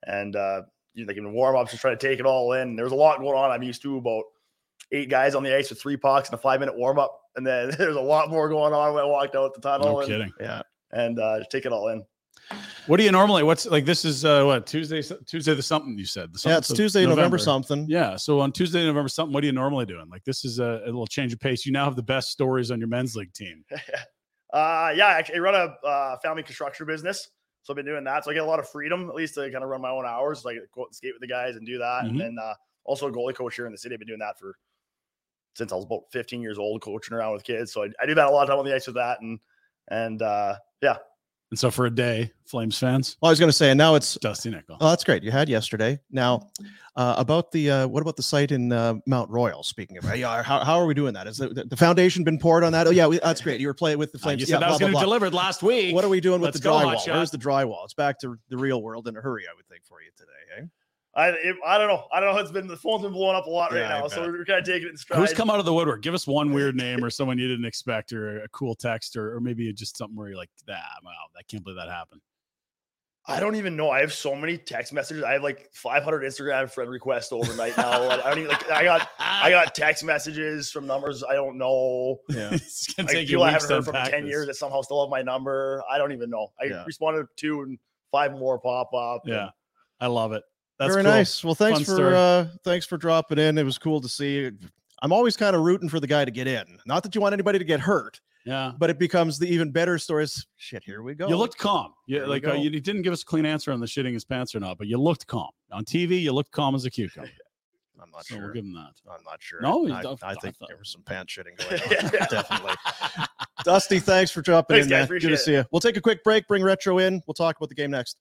[SPEAKER 5] and, uh, you know, like in the warm ups, just try to take it all in. There's a lot going on. I'm used to about eight guys on the ice with three pucks and a five minute warm up. And then there's a lot more going on when I walked out the tunnel
[SPEAKER 3] No
[SPEAKER 5] and,
[SPEAKER 3] kidding.
[SPEAKER 2] Yeah.
[SPEAKER 5] and, uh, just take it all in.
[SPEAKER 3] What do you normally? What's like? This is uh, what Tuesday? Tuesday the something you said. The
[SPEAKER 2] yeah,
[SPEAKER 3] something-
[SPEAKER 2] it's Tuesday, November, something.
[SPEAKER 3] Yeah. So on Tuesday, November something. What are you normally doing? Like this is a, a little change of pace. You now have the best stories on your men's league team.
[SPEAKER 5] Uh, yeah, actually, I run a uh, family construction business, so I've been doing that. So I get a lot of freedom, at least to kind of run my own hours, like go out and skate with the guys and do that.
[SPEAKER 2] Mm-hmm.
[SPEAKER 3] Mhm.
[SPEAKER 5] And then uh, also a goalie coach here in the city. I've been doing that for since I was about 15 years old, coaching around with kids. So I, I do that a lot of time on the ice with that, and and uh, yeah,
[SPEAKER 3] And so for a day, Flames fans,
[SPEAKER 2] Well, I was going to say, and now it's
[SPEAKER 3] Dusty Nickel.
[SPEAKER 2] Oh, that's great. You had yesterday. Now, uh, about the uh, what about the site in uh, Mount Royal? Speaking of, yeah, how, how are we doing that? Is the, the foundation been poured on that? Oh yeah, we, that's great. You were playing with the
[SPEAKER 3] Uh,
[SPEAKER 2] flames.
[SPEAKER 3] you said
[SPEAKER 2] yeah,
[SPEAKER 3] that was
[SPEAKER 2] blah,
[SPEAKER 3] going to
[SPEAKER 2] blah,
[SPEAKER 3] be
[SPEAKER 2] blah.
[SPEAKER 3] delivered last week.
[SPEAKER 2] What are we doing
[SPEAKER 3] Let's
[SPEAKER 2] with the
[SPEAKER 3] go,
[SPEAKER 2] drywall?
[SPEAKER 3] Hotshot.
[SPEAKER 2] Where's the drywall? It's back to the real world in a hurry. I would think for you today. Eh?
[SPEAKER 5] I, it, I don't know. I don't know. It's been the phone's been blowing up a lot right
[SPEAKER 2] Yeah, I
[SPEAKER 5] now, so
[SPEAKER 2] bet.
[SPEAKER 5] we're, we're kind of taking it in stride.
[SPEAKER 3] Who's come out of the woodwork? Give us one weird name or someone you didn't expect, or a cool text, or, or maybe just something where you're like, "Ah, wow, I can't believe that happened."
[SPEAKER 5] I don't even know. I have so many text messages. I have like 500 Instagram friend requests overnight now. I don't even like. I got I got text messages from numbers I don't know.
[SPEAKER 2] Yeah.
[SPEAKER 3] it's gonna
[SPEAKER 5] Like,
[SPEAKER 3] take you
[SPEAKER 5] people I
[SPEAKER 3] weeks
[SPEAKER 5] haven't
[SPEAKER 3] to
[SPEAKER 5] heard from in
[SPEAKER 3] unpack
[SPEAKER 5] 10
[SPEAKER 3] this.
[SPEAKER 5] years that somehow still have my number. I don't even know. I
[SPEAKER 2] Yeah.
[SPEAKER 5] responded to two and five more pop up. and
[SPEAKER 3] Yeah, I love it. That's
[SPEAKER 2] Very
[SPEAKER 3] cool.
[SPEAKER 2] nice. Well, thanks
[SPEAKER 3] Fun
[SPEAKER 2] for
[SPEAKER 3] story.
[SPEAKER 2] uh, thanks for dropping in. It was cool to see. you. I'm always kind of rooting for the guy to get in. Not that you want anybody to get hurt,
[SPEAKER 3] Yeah,
[SPEAKER 2] but it becomes the even better stories. Shit, here we go.
[SPEAKER 3] you looked calm. Yeah,
[SPEAKER 2] There we
[SPEAKER 3] like uh,
[SPEAKER 2] go.
[SPEAKER 3] you, you didn't give us a clean answer on the shitting his pants or not, but you looked calm on TV. You looked calm as a cucumber.
[SPEAKER 2] I'm not
[SPEAKER 3] so
[SPEAKER 2] sure.
[SPEAKER 3] we'll give him that.
[SPEAKER 2] I'm not sure.
[SPEAKER 3] No,
[SPEAKER 2] I,
[SPEAKER 3] I-
[SPEAKER 2] I
[SPEAKER 3] I
[SPEAKER 2] think
[SPEAKER 3] thought-
[SPEAKER 2] there was some pants shitting going on.
[SPEAKER 5] Yeah.
[SPEAKER 2] Definitely. Dusty, thanks for dropping
[SPEAKER 5] Thanks,
[SPEAKER 2] in,
[SPEAKER 5] guys.
[SPEAKER 2] man. Good
[SPEAKER 5] Appreciate
[SPEAKER 2] to
[SPEAKER 5] it.
[SPEAKER 2] see you. We'll take a quick break, bring Retro in. We'll talk about the game next.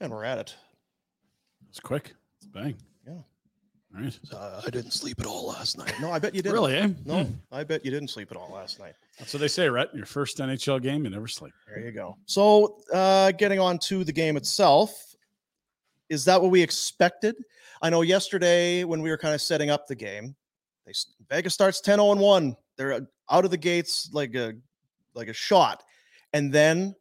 [SPEAKER 2] And we're at it.
[SPEAKER 3] It's quick. It's bang.
[SPEAKER 2] Yeah.
[SPEAKER 3] All right.
[SPEAKER 2] Uh, I didn't sleep at all last night. No, I bet you didn't.
[SPEAKER 3] Really? Eh?
[SPEAKER 2] No,
[SPEAKER 3] Hmm.
[SPEAKER 2] I bet you didn't sleep at all last night.
[SPEAKER 3] That's what they say, right? Your first NHL game, you never sleep.
[SPEAKER 2] There you go. So, uh, getting on to the game itself, is that what we expected? I know yesterday when we were kind of setting up the game, they s- Vegas starts 10 0 1. They're uh, out of the gates like a like a shot. And then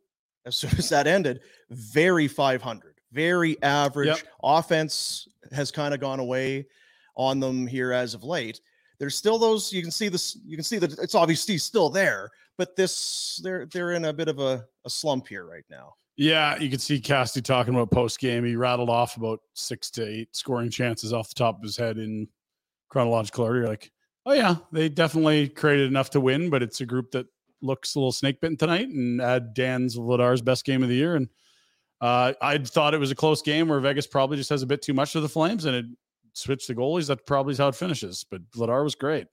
[SPEAKER 2] as soon as that ended, very 500, very average. Offense has kind of gone away on them here as of late. There's still those you can see this you can see that it's obviously still there, but this they're they're in a bit of a, a slump here right now.
[SPEAKER 3] Yeah, you could see Cassidy talking about post game. He rattled off about six to eight scoring chances off the top of his head in chronological order. You're like, oh yeah, they definitely created enough to win, but it's a group that looks a little snake bitten tonight. And add Dan's Vladar's best game of the year, and uh, I thought it was a close game where Vegas probably just has a bit too much of the Flames, and it switched the goalies. That probably is how it finishes. But Vladar was great.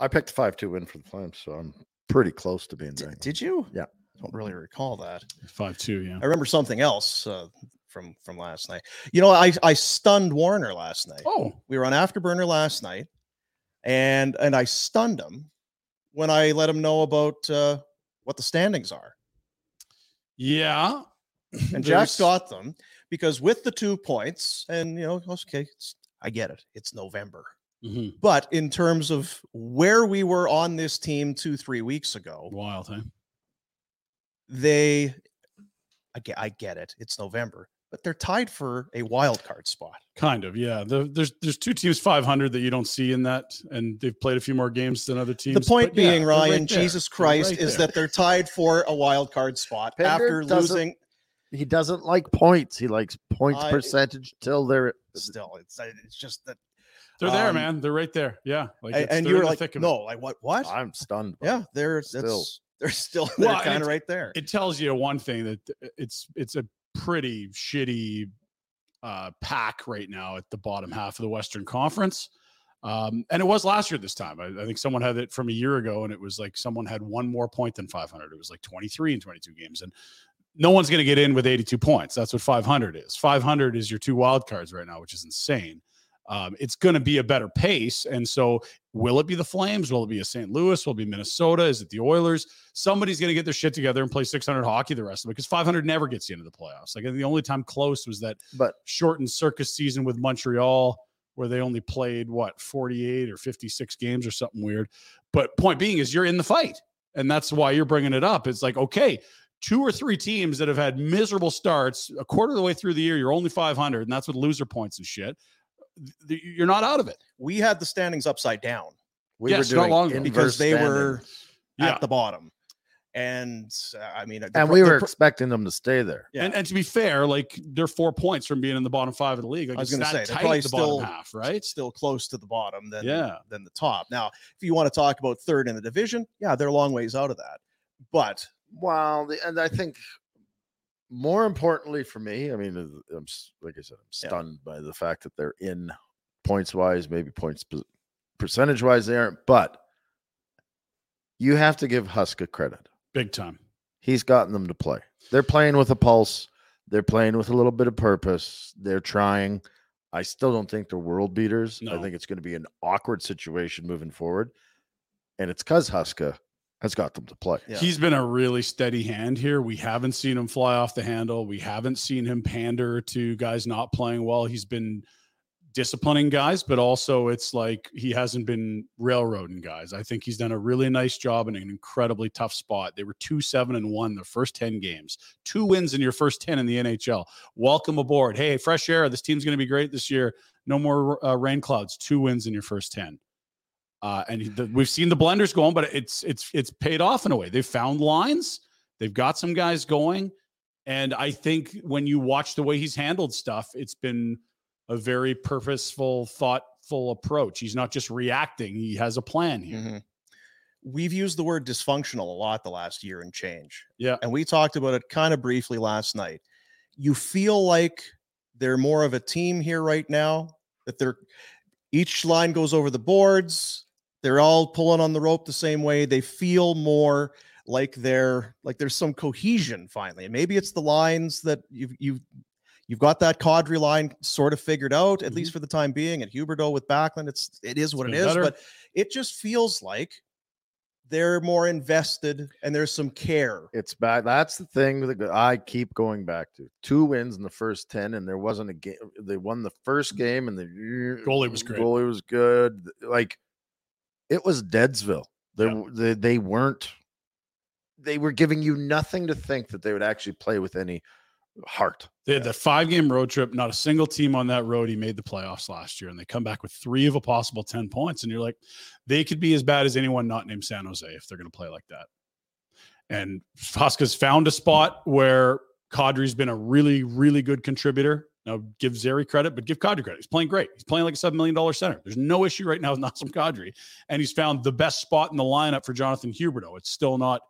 [SPEAKER 4] I picked a five-two win for the Flames, so I'm pretty close to being right.
[SPEAKER 2] did you?
[SPEAKER 4] Yeah.
[SPEAKER 2] Don't really recall that.
[SPEAKER 3] Five two, yeah.
[SPEAKER 2] I remember something else uh, from from last night. You know, I I stunned Warner last night.
[SPEAKER 3] Oh,
[SPEAKER 2] We were on Afterburner last night, and and I stunned him when I let him know about uh, what the standings are.
[SPEAKER 3] yeah.
[SPEAKER 2] And
[SPEAKER 3] There's-
[SPEAKER 2] Jack's got them because with the two points, and you know, okay, it's, I get it. It's November,
[SPEAKER 3] Mhm.
[SPEAKER 2] but in terms of where we were on this team two three weeks ago,
[SPEAKER 3] wild, huh?
[SPEAKER 2] they I get, I get it. It's November, but they're tied for a wild card spot.
[SPEAKER 3] Kind of, yeah. The, there's there's two teams 500 that you don't see in that, and they've played a few more games than other teams.
[SPEAKER 2] The point
[SPEAKER 3] but yeah,
[SPEAKER 2] being,
[SPEAKER 3] they're right
[SPEAKER 2] Ryan,
[SPEAKER 3] there.
[SPEAKER 2] Jesus
[SPEAKER 3] They're
[SPEAKER 2] Christ,
[SPEAKER 3] right
[SPEAKER 2] is
[SPEAKER 3] there.
[SPEAKER 2] that they're tied for a wild card spot
[SPEAKER 4] Pender
[SPEAKER 2] after
[SPEAKER 4] doesn't-
[SPEAKER 2] losing.
[SPEAKER 4] He doesn't like points. He likes points
[SPEAKER 2] I-
[SPEAKER 4] percentage till they're
[SPEAKER 2] Still, it's it's just that.
[SPEAKER 3] they're there,
[SPEAKER 2] um,
[SPEAKER 3] man. They're right there. Yeah, like
[SPEAKER 2] and-
[SPEAKER 3] it's-
[SPEAKER 2] and
[SPEAKER 3] they're
[SPEAKER 2] you were
[SPEAKER 3] in the
[SPEAKER 2] like,
[SPEAKER 3] thick of it.
[SPEAKER 2] no, like what? What?
[SPEAKER 4] I'm stunned. by
[SPEAKER 2] yeah,
[SPEAKER 4] it.
[SPEAKER 2] they're
[SPEAKER 4] Still.
[SPEAKER 2] that's they're still they're
[SPEAKER 3] Well, and
[SPEAKER 2] kind of
[SPEAKER 3] it's-
[SPEAKER 2] right there.
[SPEAKER 3] it tells you one thing that uh, it's it's a pretty shitty uh, pack right now at the bottom half of the Western Conference. Um, and it was last year this time. I, I think someone had it from a year ago, and it was like someone had one more point than 500. It was like 23 and 22 games, and no one's going to get in with 82 points. That's what 500 is. 500 is your two wild cards right now, which is insane. Um, it's going to be a better pace, and so will it be the Flames? Will it be a St. Louis? Will it be Minnesota? Is it the Oilers? somebody's going to get their shit together and play 600 hockey the rest of it because 500 never gets you into the playoffs. Like the only time close was that
[SPEAKER 4] But
[SPEAKER 3] shortened circus season with Montreal where they only played what 48 or 56 games or something weird. But point being is you're in the fight. And that's why you're bringing it up. It's like, okay, two or three teams that have had miserable starts a quarter of the way through the year, you're only 500 and that's with loser points and shit. Th- You're not out of it.
[SPEAKER 2] We had the standings upside down
[SPEAKER 4] we
[SPEAKER 3] Yes,
[SPEAKER 4] were
[SPEAKER 3] not
[SPEAKER 4] doing
[SPEAKER 3] long ago.
[SPEAKER 2] because
[SPEAKER 4] inverse
[SPEAKER 2] they
[SPEAKER 4] standing,
[SPEAKER 2] were
[SPEAKER 3] Yeah.
[SPEAKER 2] at the bottom, and uh, I mean,
[SPEAKER 4] and we were expecting them to stay there.
[SPEAKER 2] Yeah.
[SPEAKER 3] And, and to be fair, like they're four points from being in the bottom five of the league. Like
[SPEAKER 2] I was
[SPEAKER 3] it's
[SPEAKER 2] gonna
[SPEAKER 3] that
[SPEAKER 2] say, they're
[SPEAKER 3] tight
[SPEAKER 2] probably
[SPEAKER 3] at the bottom
[SPEAKER 2] still-
[SPEAKER 3] half, right?
[SPEAKER 2] still close to the bottom than
[SPEAKER 3] Yeah.
[SPEAKER 2] than the top. Now, if you want to talk about third in the division, yeah, they're a long ways out of that. But
[SPEAKER 4] Well, the, and I think more importantly for me, I mean, uh, I'm s- like I said, I'm
[SPEAKER 2] Yeah.
[SPEAKER 4] stunned by the fact that they're in points wise, maybe points percentage wise, they aren't. But you have to give Huska credit.
[SPEAKER 3] Big time.
[SPEAKER 4] He's gotten them to play. They're playing with a pulse. They're playing with a little bit of purpose. They're trying. I still don't think they're world beaters. I
[SPEAKER 3] No.
[SPEAKER 4] think it's going to be an awkward situation moving forward, and it's because Huska has got them to play.
[SPEAKER 2] Yeah.
[SPEAKER 3] He's been a really steady hand here. We haven't seen him fly off the handle. We haven't seen him pander to guys not playing well. He's been disciplining guys, but also it's like he hasn't been railroading guys. I think he's done a really nice job in an incredibly tough spot. They were two, seven, and one their first 10 games. Two wins in your first 10 in the NHL. Welcome aboard. Hey, fresh air. This team's going to be great this year. No more uh, rain clouds. Two wins in your first 10. Uh, and he- the, we've seen the blenders going, but it's it's it's paid off in a way. They've found lines. They've got some guys going, and I think when you watch the way he's handled stuff, it's been a very purposeful, thoughtful approach. He's not just reacting; he has a plan here.
[SPEAKER 2] Mhm. we've used the word dysfunctional a lot the last year and change.
[SPEAKER 3] Yeah.
[SPEAKER 2] And we talked about it kind of briefly last night. You feel like they're more of a team here right now, that they're each line goes over the boards, they're all pulling on the rope the same way. They feel more like they're like there's some cohesion finally. And maybe it's the lines that you've you've you've got that cadre line sort of figured out, at
[SPEAKER 3] Mhm.
[SPEAKER 2] least for the time being. And Huberto with Backlund, it's it is what it
[SPEAKER 3] been
[SPEAKER 2] is,
[SPEAKER 3] better.
[SPEAKER 2] but it just feels like they're more invested and there's some care.
[SPEAKER 4] It's bad. That's the thing that go- I keep going back to. Two wins in the first ten, and there wasn't a game. They won the first
[SPEAKER 2] Mm-hmm.
[SPEAKER 4] game, and the
[SPEAKER 3] Goalie was great.
[SPEAKER 4] Goalie was good. Like it was Deadsville. They
[SPEAKER 3] Yeah.
[SPEAKER 4] w- they, they weren't. They were giving you nothing to think that they would actually play with any heart.
[SPEAKER 3] They had that five game road trip. Not a single team on that road. He made the playoffs last year, and they come back with three of a possible 10 points. And you're like, they could be as bad as anyone not named San Jose if they're going to play like that. And Fosca's found a spot where Kadri's been a really, really good contributor. Now give Zeri credit, but give Kadri credit. He's playing great. He's playing like a $7 million center. There's no issue right now with Nassim Kadri. And he's found the best spot in the lineup for Jonathan Huberto. It's still not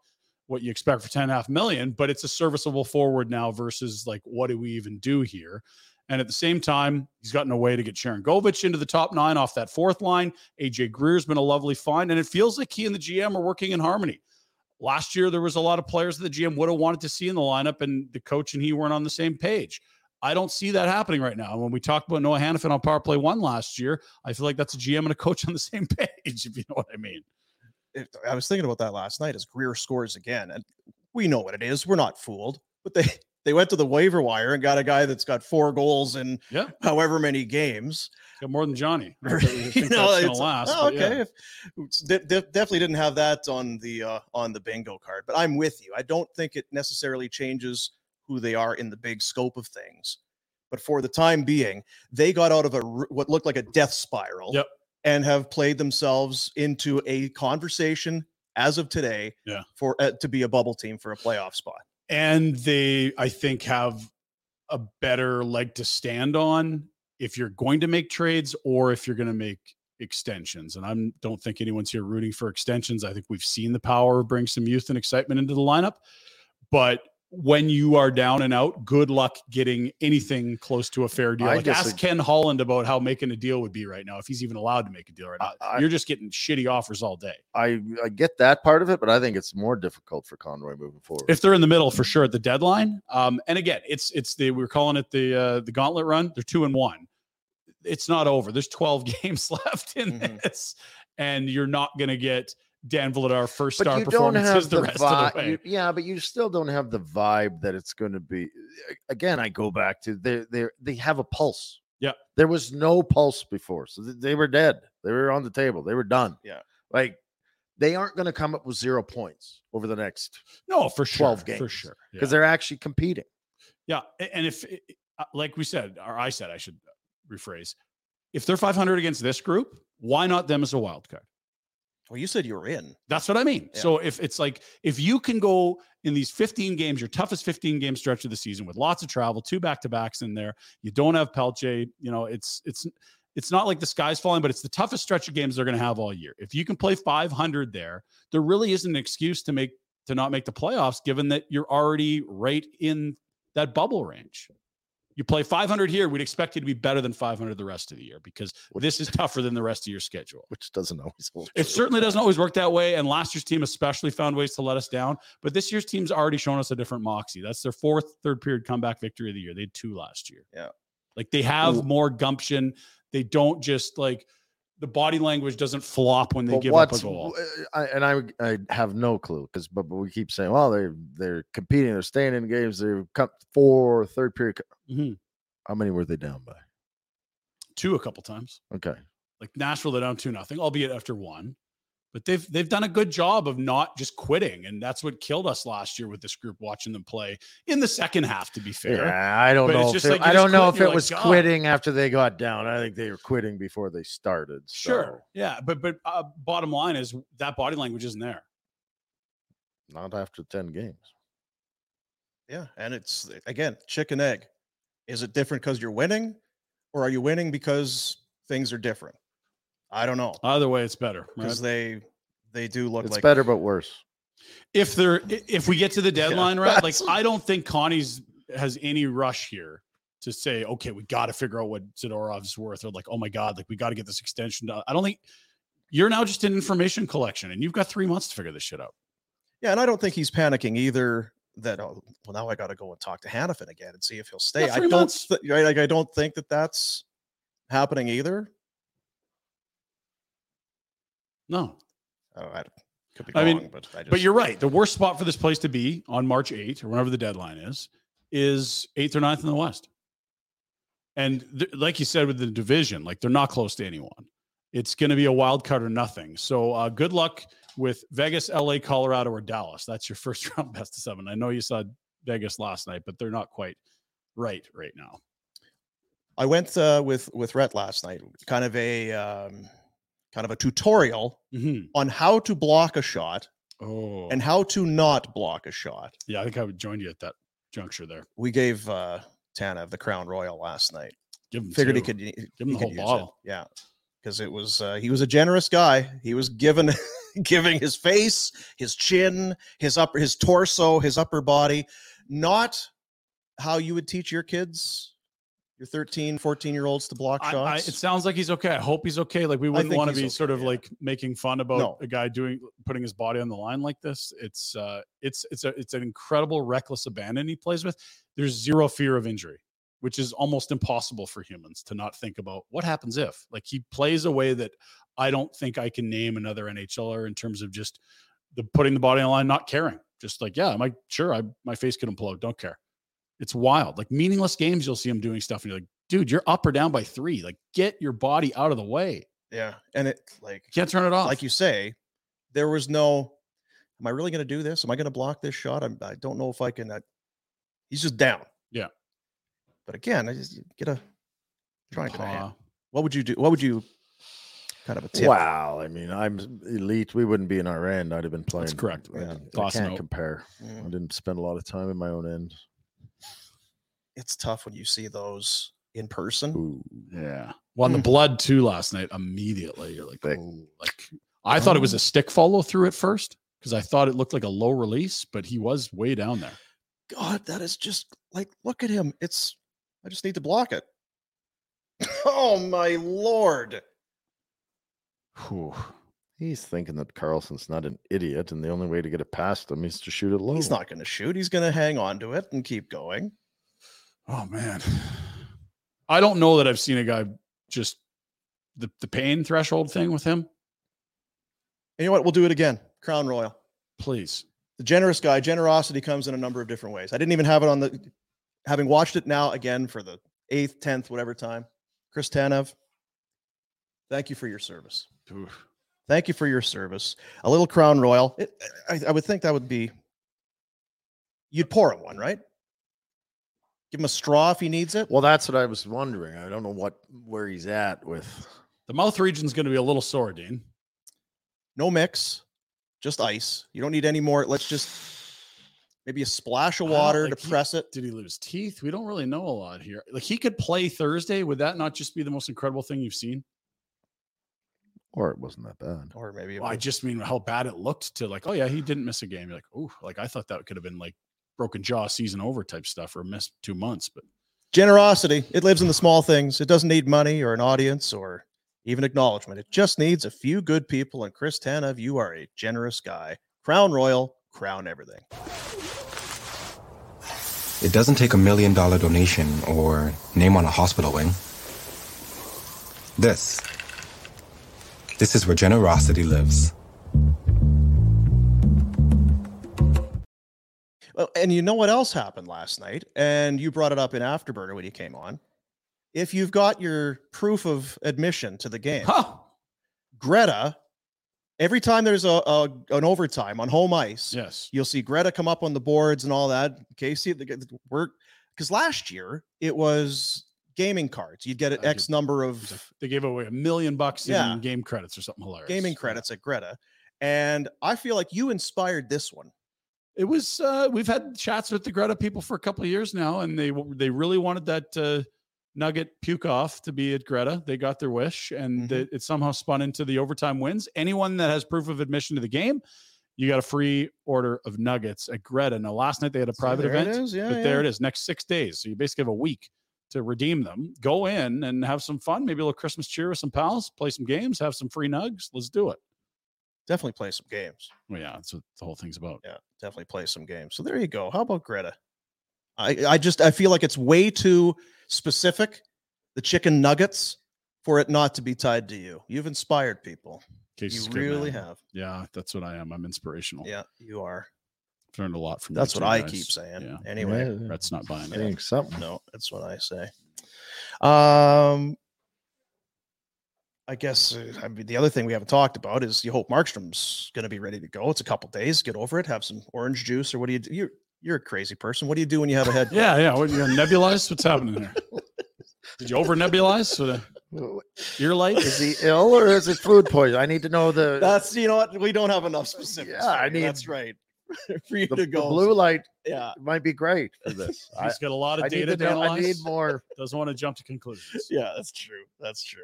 [SPEAKER 3] what you expect for 10 and a half million, but it's a serviceable forward now versus like, what do we even do here? And at the same time, he's gotten a way to get Sharon Govich into the top nine off that fourth line. AJ Greer's been a lovely find, and it feels like he and the GM are working in harmony. Last year, there was a lot of players that the GM would have wanted to see in the lineup, and the coach and he weren't on the same page. I don't see that happening right now. And when we talked about Noah Hannafin on Power Play One last year, I feel like that's a GM and a coach on the same page, if you know what I mean.
[SPEAKER 2] It- I was thinking about that last night as Greer scores again. And we know what it is. We're not fooled, but they they went to the waiver wire and got a guy that's got four goals in
[SPEAKER 3] Yeah.
[SPEAKER 2] however many games.
[SPEAKER 3] Got more than Johnny. I
[SPEAKER 2] you
[SPEAKER 3] think that's
[SPEAKER 2] know,
[SPEAKER 3] gonna
[SPEAKER 2] it's-
[SPEAKER 3] last,
[SPEAKER 2] oh,
[SPEAKER 3] but yeah.
[SPEAKER 2] okay. If- it's de- de- definitely didn't have that on the uh, on the bingo card, but I'm with you. I don't think it necessarily changes who they are in the big scope of things. But for the time being, they got out of a r- what looked like a death spiral
[SPEAKER 3] Yep.
[SPEAKER 2] and have played themselves into a conversation as of today
[SPEAKER 3] Yeah.
[SPEAKER 2] for uh, to be a bubble team for a playoff spot.
[SPEAKER 3] and they i think have a better leg to stand on if you're going to make trades or if you're going to make extensions and i don't think anyone's here rooting for extensions i think we've seen the power of bring some youth and excitement into the lineup but when you are down and out good luck getting anything close to a fair deal
[SPEAKER 4] I
[SPEAKER 3] like ask
[SPEAKER 4] disag-
[SPEAKER 3] ken holland about how making a deal would be right now if he's even allowed to make a deal right now
[SPEAKER 4] I- I-
[SPEAKER 3] you're just getting shitty offers all day
[SPEAKER 4] I I get that part of it, but I think it's more difficult for Conroy moving forward.
[SPEAKER 3] if they're in the middle for sure at the deadline. Um, and again, it's it's the we're calling it the uh, the gauntlet run. They're two and one. It's not over. There's 12 games left in
[SPEAKER 4] Mm-hmm.
[SPEAKER 2] Mhm.
[SPEAKER 3] this, and you're not going to get Dan Vladar first
[SPEAKER 4] but
[SPEAKER 3] star
[SPEAKER 4] you don't have
[SPEAKER 3] performances
[SPEAKER 4] the,
[SPEAKER 3] the, rest of
[SPEAKER 4] vibe.
[SPEAKER 3] the way.
[SPEAKER 4] yeah, but you still don't have the vibe that it's going to be. Again, I go back to they they they have a pulse.
[SPEAKER 3] Yep.
[SPEAKER 4] there was no pulse before, so th- they were dead. They were on the table. They were done.
[SPEAKER 2] Yeah.
[SPEAKER 4] like they aren't going to come up with zero points over the next
[SPEAKER 3] no, for sure,
[SPEAKER 4] 12
[SPEAKER 3] for
[SPEAKER 4] games.
[SPEAKER 3] sure,
[SPEAKER 4] because
[SPEAKER 3] yeah.
[SPEAKER 4] they're actually competing.
[SPEAKER 3] yeah. a- And if uh, like we said, or I said, I should uh, rephrase. If they're 500 against this group, why not them as a wild card?
[SPEAKER 2] Well, you said you were in.
[SPEAKER 3] That's what I mean.
[SPEAKER 2] Yeah.
[SPEAKER 3] So if it's like if you can go in these 15 games, your toughest 15 game stretch of the season with lots of travel, two back to backs in there, you don't have Pelche, you know, it's it's it's not like the sky's falling, but it's the toughest stretch of games they're going to have all year. If you can play 500 there, there really isn't an excuse to make to not make the playoffs given that you're already right in that bubble range. You play 500 here, we'd expect you to be better than 500 the rest of the year because this is tougher than the rest of your schedule.
[SPEAKER 4] Which doesn't always hold.
[SPEAKER 3] It
[SPEAKER 4] true.
[SPEAKER 3] certainly doesn't always work that way. And last year's team especially found ways to let us down. But this year's team's already shown us a different moxie. That's their fourth third period comeback victory of the year. They had two last year.
[SPEAKER 2] Yeah.
[SPEAKER 3] Like they have more gumption. They don't just like the body language doesn't flop when they
[SPEAKER 4] But
[SPEAKER 3] give up a
[SPEAKER 4] what's- uh,
[SPEAKER 3] goal.
[SPEAKER 4] I, and I, I have no clue because, but, but we keep saying, well, they're they're competing, they're staying in games, they've come four third period. co-"
[SPEAKER 3] Mhm.
[SPEAKER 4] How many were they down by?
[SPEAKER 3] Two a couple times.
[SPEAKER 4] Okay,
[SPEAKER 3] Like Nashville, they're down two nothing, albeit after one. But they've they've done a good job of not just quitting, and that's what killed us last year with this group watching them play in the second half. To be fair,
[SPEAKER 4] yeah, I don't
[SPEAKER 3] But it's
[SPEAKER 4] know. If
[SPEAKER 3] just
[SPEAKER 4] it,
[SPEAKER 3] like you
[SPEAKER 4] I
[SPEAKER 3] just
[SPEAKER 4] don't know
[SPEAKER 3] quit
[SPEAKER 4] if
[SPEAKER 3] and you're
[SPEAKER 4] it
[SPEAKER 3] like,
[SPEAKER 4] was
[SPEAKER 3] "God."
[SPEAKER 4] quitting after they got down. I think they were quitting before they started.
[SPEAKER 3] Sure. Yeah. But but uh, bottom line is that body language isn't there.
[SPEAKER 4] so not after ten games.
[SPEAKER 2] Yeah, and it's again chicken egg. Is it different because you're winning, or are you winning because things are different? I don't know
[SPEAKER 3] Either way, it's better. right?
[SPEAKER 2] because they they do look
[SPEAKER 4] It's
[SPEAKER 2] like
[SPEAKER 4] better but worse.
[SPEAKER 3] If they're i- if we get to the deadline, right? Like
[SPEAKER 4] that's-
[SPEAKER 3] I don't think Connie's has any rush here to say, okay, we got to figure out what Zadorov's worth, or like, oh my god, like we got to get this extension done. I don't think you're now just in information collection, and you've got three months to figure this shit out.
[SPEAKER 2] Yeah, and I don't think he's panicking either. That oh, well, now I got to go and talk to Hannafin again and see if he'll stay. I
[SPEAKER 3] three
[SPEAKER 2] don't,
[SPEAKER 3] months.
[SPEAKER 2] th- right, like, I don't think that that's happening either.
[SPEAKER 3] No,
[SPEAKER 2] Oh, I could be wrong,
[SPEAKER 3] I mean,
[SPEAKER 2] but I just,
[SPEAKER 3] But you're right. The worst spot for this place to be on March 8th or whenever the deadline is, is eighth or ninth in the West. And th- like you said with the division, like they're not close to anyone. It's going to be a wild card or nothing. So uh, good luck with Vegas, LA, Colorado, or Dallas. That's your first round best of seven. I know you saw Vegas last night, but they're not quite right right now.
[SPEAKER 2] I went uh, with with Rhett last night, kind of a um, kind of a tutorial
[SPEAKER 3] Mhm.
[SPEAKER 2] on how to block a shot
[SPEAKER 3] Oh,
[SPEAKER 2] and how to not block a shot.
[SPEAKER 3] yeah, I think I would join you at that juncture there.
[SPEAKER 2] We gave uh, Tanev the Crown Royal last night.
[SPEAKER 3] Give them
[SPEAKER 2] Figured he
[SPEAKER 3] two.
[SPEAKER 2] could give
[SPEAKER 3] him the whole bottle.
[SPEAKER 2] Yeah, because it was uh, he was a generous guy. He was given giving his face, his chin, his upper his torso, his upper body, not how you would teach your kids, your 13, 14 year olds to block
[SPEAKER 3] I, I, it
[SPEAKER 2] shots.
[SPEAKER 3] sounds like he's okay. I hope he's okay. Like we wouldn't
[SPEAKER 2] think
[SPEAKER 3] want to
[SPEAKER 2] he's
[SPEAKER 3] be
[SPEAKER 2] okay,
[SPEAKER 3] sort of
[SPEAKER 2] yeah.
[SPEAKER 3] like making fun about
[SPEAKER 2] No.
[SPEAKER 3] a guy doing putting his body on the line like this. It's uh it's it's a it's an incredible reckless abandon he plays with. There's zero fear of injury, which is almost impossible for humans to not think about what happens if. Like he plays a way that I don't think I can name another NHLer er in terms of just the putting the body on the line, not caring. Just like, yeah, am I sure I my face could implode? Don't care. It's wild. Like meaningless games, you'll see him doing stuff, and you're like, dude, you're up or down by three. Like, get your body out of the way.
[SPEAKER 2] yeah, and it like
[SPEAKER 3] Can't turn it off.
[SPEAKER 2] like you say, there was no. Am I really going to do uh" this? Am I going to block this shot? I'm, I don't know if I can. I, he's just down.
[SPEAKER 3] Yeah.
[SPEAKER 2] But again, I just get a try and kinda
[SPEAKER 3] Paw.
[SPEAKER 2] hand- What would you do? What would you kind of a tip?
[SPEAKER 4] Wow. I mean, I'm s- elite. We wouldn't be in our end. I'd have been playing.
[SPEAKER 3] correct.
[SPEAKER 4] I,
[SPEAKER 2] Yeah.
[SPEAKER 4] didn't- I
[SPEAKER 3] Boss
[SPEAKER 4] can't
[SPEAKER 3] note.
[SPEAKER 4] compare. I
[SPEAKER 2] Mm,
[SPEAKER 4] didn't spend a lot of time in my own end.
[SPEAKER 2] It's tough when you see those in person.
[SPEAKER 4] Ooh.
[SPEAKER 3] Yeah. Well, and the
[SPEAKER 2] Mm.
[SPEAKER 3] blood too last night. Immediately, you're like,
[SPEAKER 4] Thick.
[SPEAKER 3] "Oh," like I thought it
[SPEAKER 2] Oh.
[SPEAKER 3] was a stick follow through at first because I thought it looked like a low release, but he was way down there.
[SPEAKER 2] God, that is just like look at him. It's I just need to block it. oh my lord.
[SPEAKER 3] Whew.
[SPEAKER 4] He's thinking that Carlson's not an idiot, and the only way to get it past him is to shoot it low.
[SPEAKER 2] He's not gonna shoot. He's gonna hang on to it and keep going.
[SPEAKER 3] Oh man, I don't know that I've seen a guy just the the pain threshold thing with him.
[SPEAKER 2] And you know what? We'll do it again. Crown Royal.
[SPEAKER 3] Please,
[SPEAKER 2] the generous guy generosity comes in a number of different ways i didn't even have it on the having watched it now again for the eighth tenth whatever time chris tanev thank you for your service
[SPEAKER 3] Oof.
[SPEAKER 2] thank you for your service a little crown royal it, I, I would think that would be you'd pour him one right give him a straw if he needs it
[SPEAKER 4] Well, that's what I was wondering. I don't know what where he's at with.
[SPEAKER 3] the mouth region's going to be a little sore, Dean.
[SPEAKER 2] no mix just ice you don't need any more let's just maybe a splash of
[SPEAKER 3] I don't-
[SPEAKER 2] water
[SPEAKER 3] like,
[SPEAKER 2] to
[SPEAKER 3] he-
[SPEAKER 2] press it
[SPEAKER 3] Did he lose teeth? We don't really know a lot here. Like he could play Thursday. Would that not just be the most incredible thing you've seen?
[SPEAKER 4] Or it wasn't that bad.
[SPEAKER 2] or maybe it
[SPEAKER 3] Well, I
[SPEAKER 2] was-
[SPEAKER 3] just mean how bad it looked to like, oh yeah, he didn't miss a game. You're like, oh, like I thought that could have been like broken jaw season over type stuff or missed two months. But
[SPEAKER 2] generosity it lives in the small things it doesn't need money or an audience or even acknowledgement it just needs a few good people and chris tanev you are a generous guy crown royal crown everything
[SPEAKER 6] It doesn't take a million dollar donation or name on a hospital wing. This. This is where generosity lives.
[SPEAKER 2] Well, Oh, and you know what else happened last night and you brought it up in afterburner when you came on if you've got your proof of admission to the game
[SPEAKER 3] huh,
[SPEAKER 2] greta every time there's a, a an overtime on home ice
[SPEAKER 3] yes,
[SPEAKER 2] You'll see Greta come up on the boards and all that. Casey, the, the work because last year it was gaming cards. You'd get an
[SPEAKER 3] I
[SPEAKER 2] X number of
[SPEAKER 3] It's like they gave away a million bucks
[SPEAKER 2] Yeah.
[SPEAKER 3] in game credits or something hilarious.
[SPEAKER 2] gaming
[SPEAKER 3] Yeah.
[SPEAKER 2] credits at Greta, and I feel like you inspired this one.
[SPEAKER 3] It was. uh We've had chats with the Greta people for a couple of years now, and they w- they really wanted that uh, Nugget puke off to be at Greta. They got their wish, and
[SPEAKER 2] Mhm.
[SPEAKER 3] it, it somehow spun into the overtime wins. Anyone that has proof of admission to the game, you got a free order of nuggets at Greta. Now, last night they had a
[SPEAKER 2] So
[SPEAKER 3] private
[SPEAKER 2] there
[SPEAKER 3] event.
[SPEAKER 2] It is. Yeah,
[SPEAKER 3] but there it is next six days so you basically have a week to redeem them go in and have some fun maybe a little christmas cheer with some pals play some games have some free nugs let's do it
[SPEAKER 2] Definitely play some games.
[SPEAKER 3] well yeah that's what the whole thing's about
[SPEAKER 2] Yeah, definitely play some games. So there you go. How about Greta? I I just I feel like it's way too specific. The chicken nuggets for it not to be tied to you. You've inspired people.
[SPEAKER 3] Casey's a
[SPEAKER 2] you
[SPEAKER 3] good
[SPEAKER 2] really
[SPEAKER 3] man.
[SPEAKER 2] have.
[SPEAKER 3] yeah that's what i am i'm inspirational
[SPEAKER 2] Yeah, you are.
[SPEAKER 3] i've learned a lot from you
[SPEAKER 2] That's what
[SPEAKER 3] two
[SPEAKER 2] I
[SPEAKER 3] guys.
[SPEAKER 2] keep saying.
[SPEAKER 3] yeah
[SPEAKER 2] Anyway,
[SPEAKER 4] Yeah,
[SPEAKER 3] brett's not buying
[SPEAKER 4] I
[SPEAKER 3] it
[SPEAKER 4] think something.
[SPEAKER 2] No, that's what I say. Um, I guess uh, I mean, the other thing we haven't talked about is you hope Markstrom's going to be ready to go. It's a couple days. Get over it. Have some orange juice, or what do you do? You're you're a crazy person. What do you do when you have a head?
[SPEAKER 3] yeah yeah what you gonna nebulize what's happening here did you over nebulize with a
[SPEAKER 4] Well,
[SPEAKER 3] ear light
[SPEAKER 4] Is he ill or is it food poison? I need to know the
[SPEAKER 2] that's you know what we don't have enough specifics.
[SPEAKER 4] Yeah, I
[SPEAKER 2] for you.
[SPEAKER 4] need-
[SPEAKER 2] that's right for you
[SPEAKER 4] the,
[SPEAKER 2] to
[SPEAKER 4] the
[SPEAKER 2] go.
[SPEAKER 4] blue light
[SPEAKER 2] Yeah,
[SPEAKER 4] might be great for this. I,
[SPEAKER 3] he's got a lot of
[SPEAKER 4] I need
[SPEAKER 3] data
[SPEAKER 4] to
[SPEAKER 3] to,
[SPEAKER 4] know- I
[SPEAKER 3] analyze
[SPEAKER 4] need more.
[SPEAKER 3] doesn't want to jump to conclusions
[SPEAKER 2] yeah, that's true. That's true.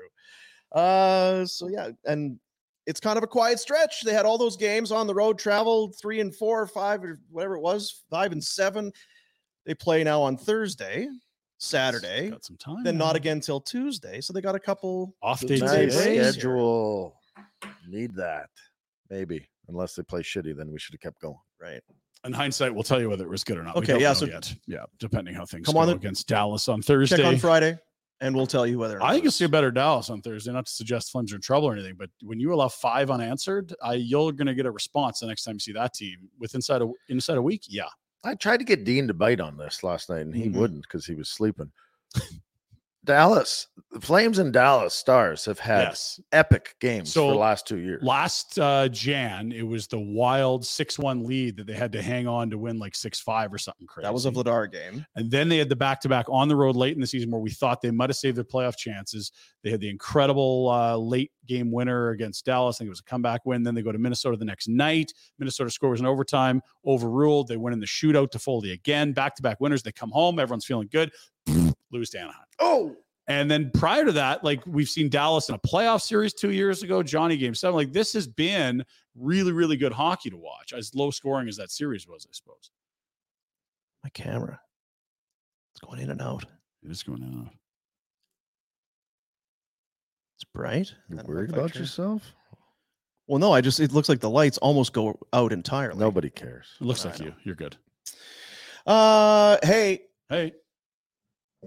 [SPEAKER 2] Uh, so yeah, and it's kind of a quiet stretch. They had all those games on the road, travel three and four, five or whatever it was, five and seven. They play now on Thursday, Saturday,
[SPEAKER 3] got some time
[SPEAKER 2] then
[SPEAKER 3] now.
[SPEAKER 2] not again till Tuesday. So they got a couple.
[SPEAKER 3] off day
[SPEAKER 2] It's
[SPEAKER 4] Nice
[SPEAKER 2] days.
[SPEAKER 3] today.
[SPEAKER 2] days.
[SPEAKER 4] eh? schedule. Need that. Maybe. Unless they play shitty, then we should have kept going.
[SPEAKER 2] Right.
[SPEAKER 3] In hindsight, we'll tell you whether it was good or not. We
[SPEAKER 2] Okay,
[SPEAKER 3] don't
[SPEAKER 2] yeah,
[SPEAKER 3] know
[SPEAKER 2] so-
[SPEAKER 3] yet. yeah, depending how things
[SPEAKER 2] Come
[SPEAKER 3] go
[SPEAKER 2] on then.
[SPEAKER 3] against Dallas on Thursday.
[SPEAKER 2] Check on Friday, and we'll tell you whether. Or not
[SPEAKER 3] I
[SPEAKER 2] it
[SPEAKER 3] think you'll
[SPEAKER 2] was-
[SPEAKER 3] see a better Dallas on Thursday. Not to suggest Flames are in trouble or anything, but when you allow five unanswered, I, you're going to get a response the next time you see that team with inside a inside a week. Yeah,
[SPEAKER 4] I tried to get Dean to bite on this last night and he
[SPEAKER 2] Mhm.
[SPEAKER 4] wouldn't because he was sleeping. Dallas, the Flames and Dallas Stars have had
[SPEAKER 3] Yes.
[SPEAKER 4] epic games
[SPEAKER 3] So,
[SPEAKER 4] for the last two years.
[SPEAKER 3] Last uh, Jan, it was the wild 6 1 lead that they had to hang on to win like 6 5 or something crazy.
[SPEAKER 2] That was a Vladar game.
[SPEAKER 3] And then they had the back to back on the road late in the season where we thought they might have saved their playoff chances. They had the incredible uh, late game winner against Dallas. I think it was a comeback win. Then they go to Minnesota the next night. Minnesota scores in overtime, overruled. They win in the shootout to Foley again. Back to back winners. They come home. Everyone's feeling good. Lose to Anaheim.
[SPEAKER 4] oh,
[SPEAKER 3] And then prior to that, like we've seen Dallas in a playoff series two years ago, Johnny game seven. Like this has been really, really good hockey to watch, as low scoring as that series was, I suppose.
[SPEAKER 2] My camera. It's going in and out.
[SPEAKER 3] It is going on.
[SPEAKER 2] It's bright. I
[SPEAKER 4] you're
[SPEAKER 2] don't know
[SPEAKER 4] worried
[SPEAKER 2] if I
[SPEAKER 4] about
[SPEAKER 2] turn-
[SPEAKER 4] yourself?
[SPEAKER 2] Well, no, I just it looks like the lights almost go out entirely.
[SPEAKER 4] Nobody cares.
[SPEAKER 3] It looks
[SPEAKER 2] I
[SPEAKER 3] like
[SPEAKER 2] know.
[SPEAKER 3] you. You're good.
[SPEAKER 2] Uh hey,
[SPEAKER 3] Hey,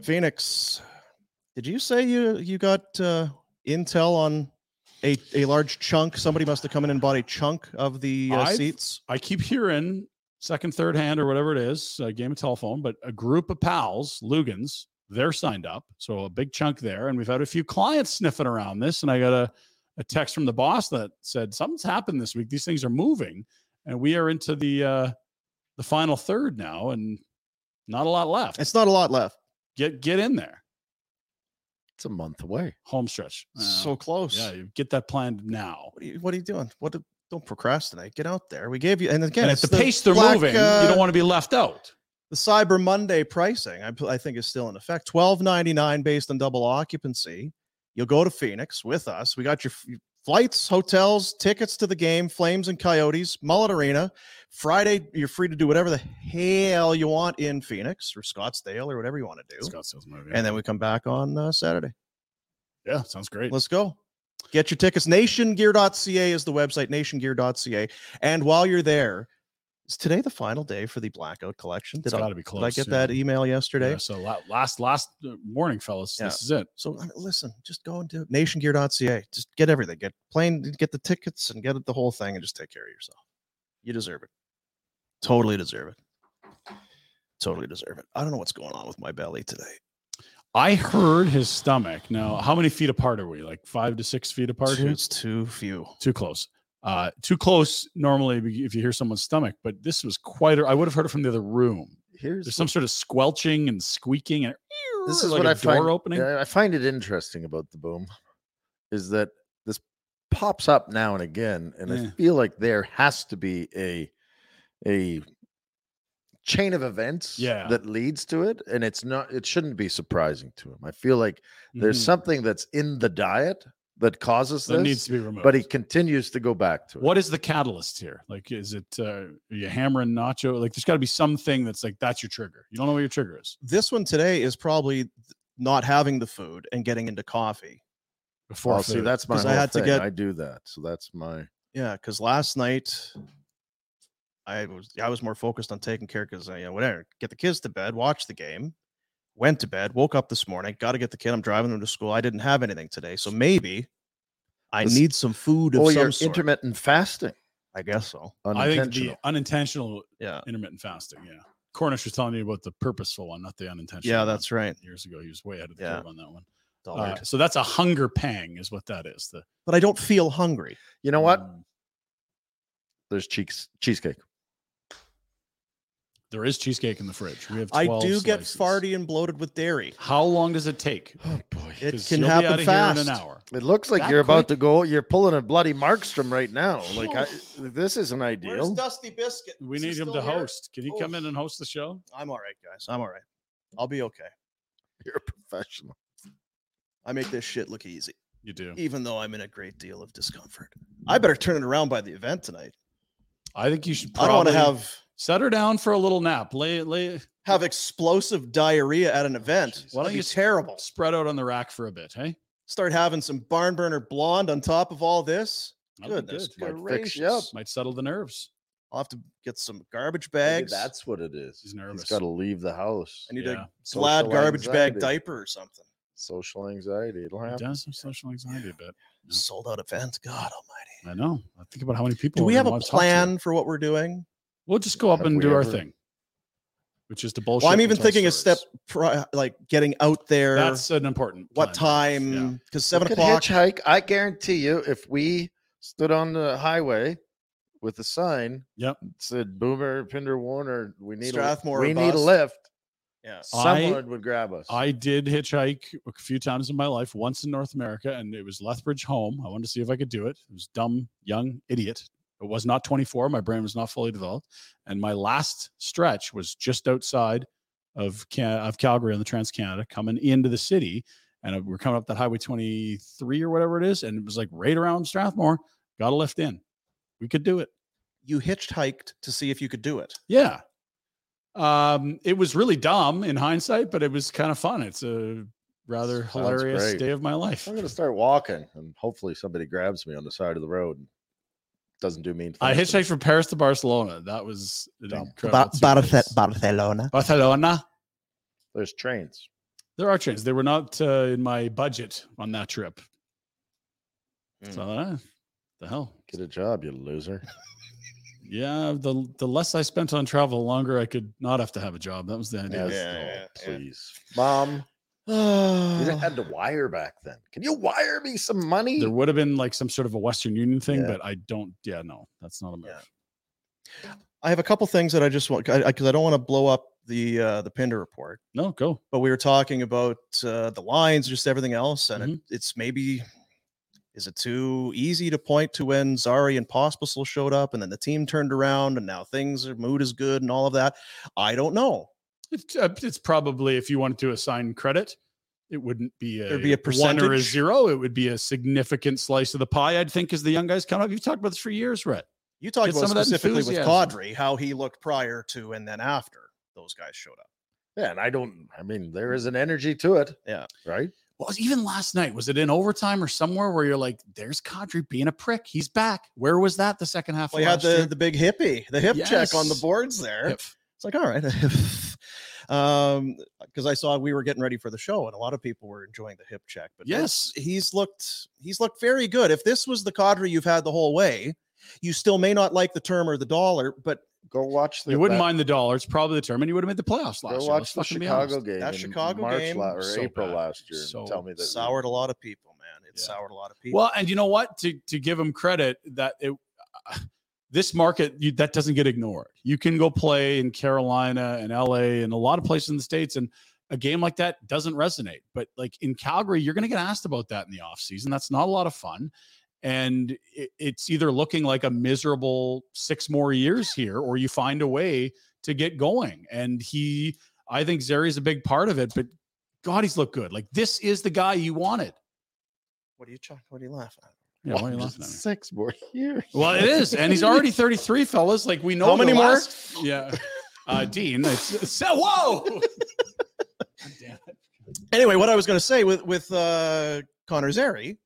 [SPEAKER 2] Phoenix. Did you say you you got uh intel on a a large chunk? Somebody must have come in and bought a chunk of the uh,
[SPEAKER 3] I've-
[SPEAKER 2] seats.
[SPEAKER 3] I keep hearing second, third hand, or whatever it is, a game of telephone, but a group of pals, Lugans, they're signed up. So a big chunk there. And we've had a few clients sniffing around this. And I got a, a text from the boss that said, Something's happened this week. These things are moving. And we are into the uh the final third now and not a lot left.
[SPEAKER 2] It's not a lot left.
[SPEAKER 3] Get get in there.
[SPEAKER 4] It's a month away.
[SPEAKER 3] Home stretch. Uh,
[SPEAKER 2] so close.
[SPEAKER 3] yeah, you get that planned now.
[SPEAKER 2] What are you what are you doing? What do- don't procrastinate. Get out there. We gave you and again
[SPEAKER 3] and
[SPEAKER 2] it's
[SPEAKER 3] at the, pace they're
[SPEAKER 2] black,
[SPEAKER 3] moving, you
[SPEAKER 2] uh,
[SPEAKER 3] don't want to be left out.
[SPEAKER 2] the Cyber Monday pricing, I, I think, is still in effect. Twelve ninety nine based on double occupancy. You'll go to Phoenix with us. We got your f- flights, hotels, tickets to the game, Flames and Coyotes, Mullet Arena. Friday, you're free to do whatever the hell you want in Phoenix or Scottsdale or whatever you want to do.
[SPEAKER 3] Scottsdale's moving.
[SPEAKER 2] And then we come back on uh, Saturday.
[SPEAKER 3] yeah, sounds great.
[SPEAKER 2] Let's go. Get your tickets. Nationgear.ca is the website, nationgear.ca. And while you're there, is today the final day for the Blackout Collection?
[SPEAKER 3] It's
[SPEAKER 2] Did I,
[SPEAKER 3] gotta be
[SPEAKER 2] did I
[SPEAKER 3] close,
[SPEAKER 2] get
[SPEAKER 3] yeah.
[SPEAKER 2] that email yesterday?
[SPEAKER 3] Yeah, so la- last last uh, morning, fellas,
[SPEAKER 2] Yeah.
[SPEAKER 3] this is it.
[SPEAKER 2] So I mean, listen, just go and do it. nationgear.ca. Just get everything. Get plane, get the tickets and get the whole thing and just take care of yourself. You deserve it. Totally deserve it. Totally deserve it. I don't know what's going on with my belly today.
[SPEAKER 3] I heard his stomach. Now, how many feet apart are we? Like five to six feet apart?
[SPEAKER 2] Too-
[SPEAKER 3] here?
[SPEAKER 2] It's too few.
[SPEAKER 3] Too close. Uh, too close. Normally, be- if you hear someone's stomach, but this was quite. A, I would have heard it from the other room.
[SPEAKER 4] Here's
[SPEAKER 3] There's some sort of squelching and squeaking, and
[SPEAKER 4] this is
[SPEAKER 3] like
[SPEAKER 4] what
[SPEAKER 3] a
[SPEAKER 4] I
[SPEAKER 3] door
[SPEAKER 4] find,
[SPEAKER 3] opening.
[SPEAKER 4] yeah, I find it interesting about the boom is that this pops up now and again, and
[SPEAKER 3] Yeah.
[SPEAKER 4] I feel like there has to be a a chain of events
[SPEAKER 3] Yeah.
[SPEAKER 4] that leads to it, and it's not it shouldn't be surprising to him. I feel like there's
[SPEAKER 3] Mhm.
[SPEAKER 4] something that's in the diet that causes
[SPEAKER 3] that
[SPEAKER 4] this,
[SPEAKER 3] needs to be removed.
[SPEAKER 4] but he continues to go back to it.
[SPEAKER 3] what is the catalyst here? Like, is it uh, are you hammering nacho? Like, there's got to be something that's like that's your trigger. You don't know what your trigger is
[SPEAKER 2] This one today is probably th- not having the food and getting into coffee.
[SPEAKER 3] before.
[SPEAKER 4] Well, Oh, see,
[SPEAKER 3] food.
[SPEAKER 4] that's my
[SPEAKER 2] 'Cause
[SPEAKER 4] whole
[SPEAKER 2] I had to
[SPEAKER 4] thing.
[SPEAKER 2] get-
[SPEAKER 4] I do that, so that's my.
[SPEAKER 2] Yeah, because last night I was I was more focused on taking care because you know whatever get the kids to bed, watch the game, went to bed, woke up this morning, got to get the kid. I'm driving them to school. I didn't have anything today, so maybe I
[SPEAKER 4] This-
[SPEAKER 2] need some food of
[SPEAKER 4] Oh,
[SPEAKER 2] some
[SPEAKER 4] you're
[SPEAKER 2] sort.
[SPEAKER 4] intermittent fasting.
[SPEAKER 2] I guess so.
[SPEAKER 3] I
[SPEAKER 4] Unintentional.
[SPEAKER 3] think the unintentional
[SPEAKER 2] Yeah,
[SPEAKER 3] intermittent fasting. Yeah, Cornish was telling you about the purposeful one, not the unintentional.
[SPEAKER 2] yeah,
[SPEAKER 3] one
[SPEAKER 2] that's right.
[SPEAKER 3] years ago. He was way ahead of the
[SPEAKER 2] Yeah.
[SPEAKER 3] curve on that one. Uh,
[SPEAKER 2] Dollard.
[SPEAKER 3] so that's a hunger pang, is what that is. The Mm,
[SPEAKER 2] but I don't feel hungry.
[SPEAKER 4] you know what? There's cheeks cheesecake.
[SPEAKER 3] There is cheesecake in the fridge. We have.
[SPEAKER 2] I
[SPEAKER 3] 12
[SPEAKER 2] do get
[SPEAKER 3] slices.
[SPEAKER 2] farty and bloated with dairy.
[SPEAKER 3] How long does it take?
[SPEAKER 4] Oh boy. It,
[SPEAKER 2] It
[SPEAKER 3] 'Cause
[SPEAKER 2] can
[SPEAKER 3] you'll be
[SPEAKER 2] happen
[SPEAKER 3] outta
[SPEAKER 2] fast.
[SPEAKER 3] Here in an hour.
[SPEAKER 4] looks like
[SPEAKER 3] That
[SPEAKER 4] you're
[SPEAKER 3] quick?
[SPEAKER 4] about to go. You're pulling a bloody Markstrom right now. Like I, this isn't ideal.
[SPEAKER 2] Dusty Biscuit?
[SPEAKER 3] We need him to host. Can he come in and host the show?
[SPEAKER 2] I'm all right, guys. I'm all right. I'll be okay.
[SPEAKER 4] You're a professional.
[SPEAKER 2] I make this shit look easy.
[SPEAKER 3] You do.
[SPEAKER 2] even though I'm in a great deal of discomfort. I better turn it around by the event tonight.
[SPEAKER 3] I think you should.
[SPEAKER 2] I don't want
[SPEAKER 3] probably
[SPEAKER 2] to have
[SPEAKER 3] set her down for a little nap. Lay lay.
[SPEAKER 2] have explosive diarrhea at an event.
[SPEAKER 3] Why don't
[SPEAKER 2] That'd
[SPEAKER 3] you
[SPEAKER 2] be
[SPEAKER 3] s-
[SPEAKER 2] terrible?
[SPEAKER 3] Spread out on the rack for a bit. Hey,
[SPEAKER 2] Start having some barn burner blonde on top of all this.
[SPEAKER 3] That'd be
[SPEAKER 2] Goodness
[SPEAKER 3] good.
[SPEAKER 4] Might fix you up.
[SPEAKER 2] gracious.
[SPEAKER 3] might settle the nerves.
[SPEAKER 2] I'll have to get some garbage
[SPEAKER 4] Maybe
[SPEAKER 2] bags.
[SPEAKER 4] That's what it is.
[SPEAKER 3] He's nervous.
[SPEAKER 4] He's got to leave the house.
[SPEAKER 2] I need a
[SPEAKER 3] Yeah.
[SPEAKER 2] glad
[SPEAKER 4] Social
[SPEAKER 2] garbage
[SPEAKER 4] anxiety.
[SPEAKER 2] bag diaper or something.
[SPEAKER 4] Social anxiety. It'll
[SPEAKER 3] It
[SPEAKER 4] happen.
[SPEAKER 3] does have social anxiety a bit. Yeah.
[SPEAKER 2] Sold out event. God almighty.
[SPEAKER 3] I know. I think about how many people
[SPEAKER 2] Do we
[SPEAKER 3] are
[SPEAKER 2] have
[SPEAKER 3] gonna
[SPEAKER 2] a
[SPEAKER 3] want to talk to.
[SPEAKER 2] plan for what we're doing?
[SPEAKER 3] We'll just go up
[SPEAKER 4] Have
[SPEAKER 3] and
[SPEAKER 4] we
[SPEAKER 3] do our
[SPEAKER 4] ever-
[SPEAKER 3] thing. which is to bullshit.
[SPEAKER 2] Well, I'm even
[SPEAKER 3] and tell
[SPEAKER 2] thinking a step pri-
[SPEAKER 3] stories.
[SPEAKER 2] like getting out there.
[SPEAKER 3] That's an important.
[SPEAKER 2] what
[SPEAKER 3] time. Yeah.
[SPEAKER 2] time? Because seven
[SPEAKER 4] Look at
[SPEAKER 2] o'clock.
[SPEAKER 4] Hitchhike. I guarantee you, if we stood on the highway with a sign,
[SPEAKER 3] Yep.
[SPEAKER 4] that said Boomer, Pinder, Warner, we need
[SPEAKER 2] Strathmore
[SPEAKER 4] a, we need a
[SPEAKER 2] bus."
[SPEAKER 4] lift.
[SPEAKER 2] Yeah.
[SPEAKER 3] I-
[SPEAKER 4] Someone would grab us.
[SPEAKER 3] I did hitchhike a few times in my life, once in North America, and it was Lethbridge home. I wanted to see if I could do it. I was dumb, young, idiot. It was not 24. My brain was not fully developed. And my last stretch was just outside of Can- of Calgary on the Trans Canada, coming into the city. And I- we're coming up that Highway 23 or whatever it is. And it was like right around Strathmore. Got a lift in. We could do it.
[SPEAKER 2] You hitchhiked to see if you could do it.
[SPEAKER 3] Yeah. Um, it was really dumb in hindsight, but it was kind of fun. It's a rather
[SPEAKER 4] Sounds
[SPEAKER 3] hilarious
[SPEAKER 4] great.
[SPEAKER 3] day of my life.
[SPEAKER 4] I'm gonna start walking, and hopefully somebody grabs me on the side of the road. and Doesn't do mean.
[SPEAKER 3] I
[SPEAKER 4] things to me.
[SPEAKER 3] hitchhiked from Paris to Barcelona. That was an incredible. two days.
[SPEAKER 2] Barcelona.
[SPEAKER 3] Barcelona.
[SPEAKER 4] There's trains.
[SPEAKER 3] There are trains. They were not uh, in my budget on that trip.
[SPEAKER 4] Hmm.
[SPEAKER 3] So uh, the hell.
[SPEAKER 4] Get a job, you loser.
[SPEAKER 3] Yeah, the the less I spent on travel, the longer I could not have to have a job. That was the idea.
[SPEAKER 4] Yes,
[SPEAKER 2] yeah,
[SPEAKER 4] oh,
[SPEAKER 2] yeah, yeah.
[SPEAKER 4] please, mom. You didn't have to wire back then. Can you wire me some money?
[SPEAKER 3] There would have been like some sort of a Western Union thing,
[SPEAKER 4] Yeah.
[SPEAKER 3] but I don't. Yeah, no, that's not a move.
[SPEAKER 2] Yeah. I have a couple things that I just want because I, 'cause I don't want to blow up the uh, the Pinder report.
[SPEAKER 3] No, go.
[SPEAKER 2] But we were talking about uh, the lines, just everything else, and it,
[SPEAKER 3] Mm-hmm.
[SPEAKER 2] it's maybe is it too easy to point to when Zari and Pospisil showed up, and then the team turned around, and now things are mood is good and all of that. I don't know.
[SPEAKER 3] It's, uh, it's probably if you wanted to assign credit, it wouldn't be a,
[SPEAKER 2] There'd be a
[SPEAKER 3] one or a
[SPEAKER 2] percentage?
[SPEAKER 3] zero. It would be a significant slice of the pie. I'd think as the young guys come up, you've talked about this for years, Rhett.
[SPEAKER 2] You talked
[SPEAKER 3] Get
[SPEAKER 2] about
[SPEAKER 3] some of that
[SPEAKER 2] specifically with
[SPEAKER 3] enthusiasm.
[SPEAKER 2] Cadre how he looked prior to and then after those guys showed up.
[SPEAKER 4] yeah, and I don't. I mean, there is an energy to it.
[SPEAKER 2] Yeah.
[SPEAKER 4] Right.
[SPEAKER 3] Well, even last night was it in overtime or somewhere where you're like, "There's Kadri being a prick. He's back." Where was that the second half?
[SPEAKER 2] Well, you
[SPEAKER 3] of
[SPEAKER 2] had
[SPEAKER 3] last
[SPEAKER 2] the,
[SPEAKER 3] year?
[SPEAKER 2] the big hippie, the hip check on the
[SPEAKER 3] Yes.
[SPEAKER 2] boards there.
[SPEAKER 3] Yep.
[SPEAKER 2] It's like, all right. um, because I saw we were getting ready for the show and a lot of people were enjoying the hip check. But
[SPEAKER 3] Yes.
[SPEAKER 2] it's- he's looked he's looked very good. If this was the cadre you've had the whole way, you still may not like the term or the dollar, but
[SPEAKER 4] Go watch the.
[SPEAKER 3] You wouldn't
[SPEAKER 4] that-
[SPEAKER 3] mind the dollar. It's probably the term, and you would have made the playoffs last
[SPEAKER 4] Go
[SPEAKER 3] year.
[SPEAKER 4] watch
[SPEAKER 3] let's
[SPEAKER 4] the
[SPEAKER 3] fucking be
[SPEAKER 4] Chicago
[SPEAKER 3] honest.
[SPEAKER 4] game.
[SPEAKER 2] That
[SPEAKER 4] in
[SPEAKER 2] Chicago
[SPEAKER 4] March
[SPEAKER 2] game,
[SPEAKER 4] la- or
[SPEAKER 3] so
[SPEAKER 4] April
[SPEAKER 3] bad.
[SPEAKER 4] last year. and
[SPEAKER 3] So
[SPEAKER 4] tell me that
[SPEAKER 2] soured a lot of people, man. It
[SPEAKER 3] Yeah.
[SPEAKER 2] soured a lot of people.
[SPEAKER 3] Well, and you know what? To to give them credit, that it, uh, this market you, that doesn't get ignored. You can go play in Carolina and LA and a lot of places in the states, and a game like that doesn't resonate. But like in Calgary, you're going to get asked about that in the offseason. That's not a lot of fun. And it, it's either looking like a miserable six more years here, or you find a way to get going. And he, I think Zeri's a big part of it, but God, he's looked good. Like this is the guy you wanted.
[SPEAKER 2] what are you chuck? What are you laughing at?
[SPEAKER 3] Yeah, why are you laughing at me?
[SPEAKER 4] Six more years.
[SPEAKER 3] Well, it is, and he's already 33, fellas. Like we know
[SPEAKER 2] How many
[SPEAKER 3] the
[SPEAKER 2] more?
[SPEAKER 3] last- Yeah, uh, Dean. It's, it's- whoa. God damn it.
[SPEAKER 2] Anyway, what I was going to say with with uh, Connor Zary,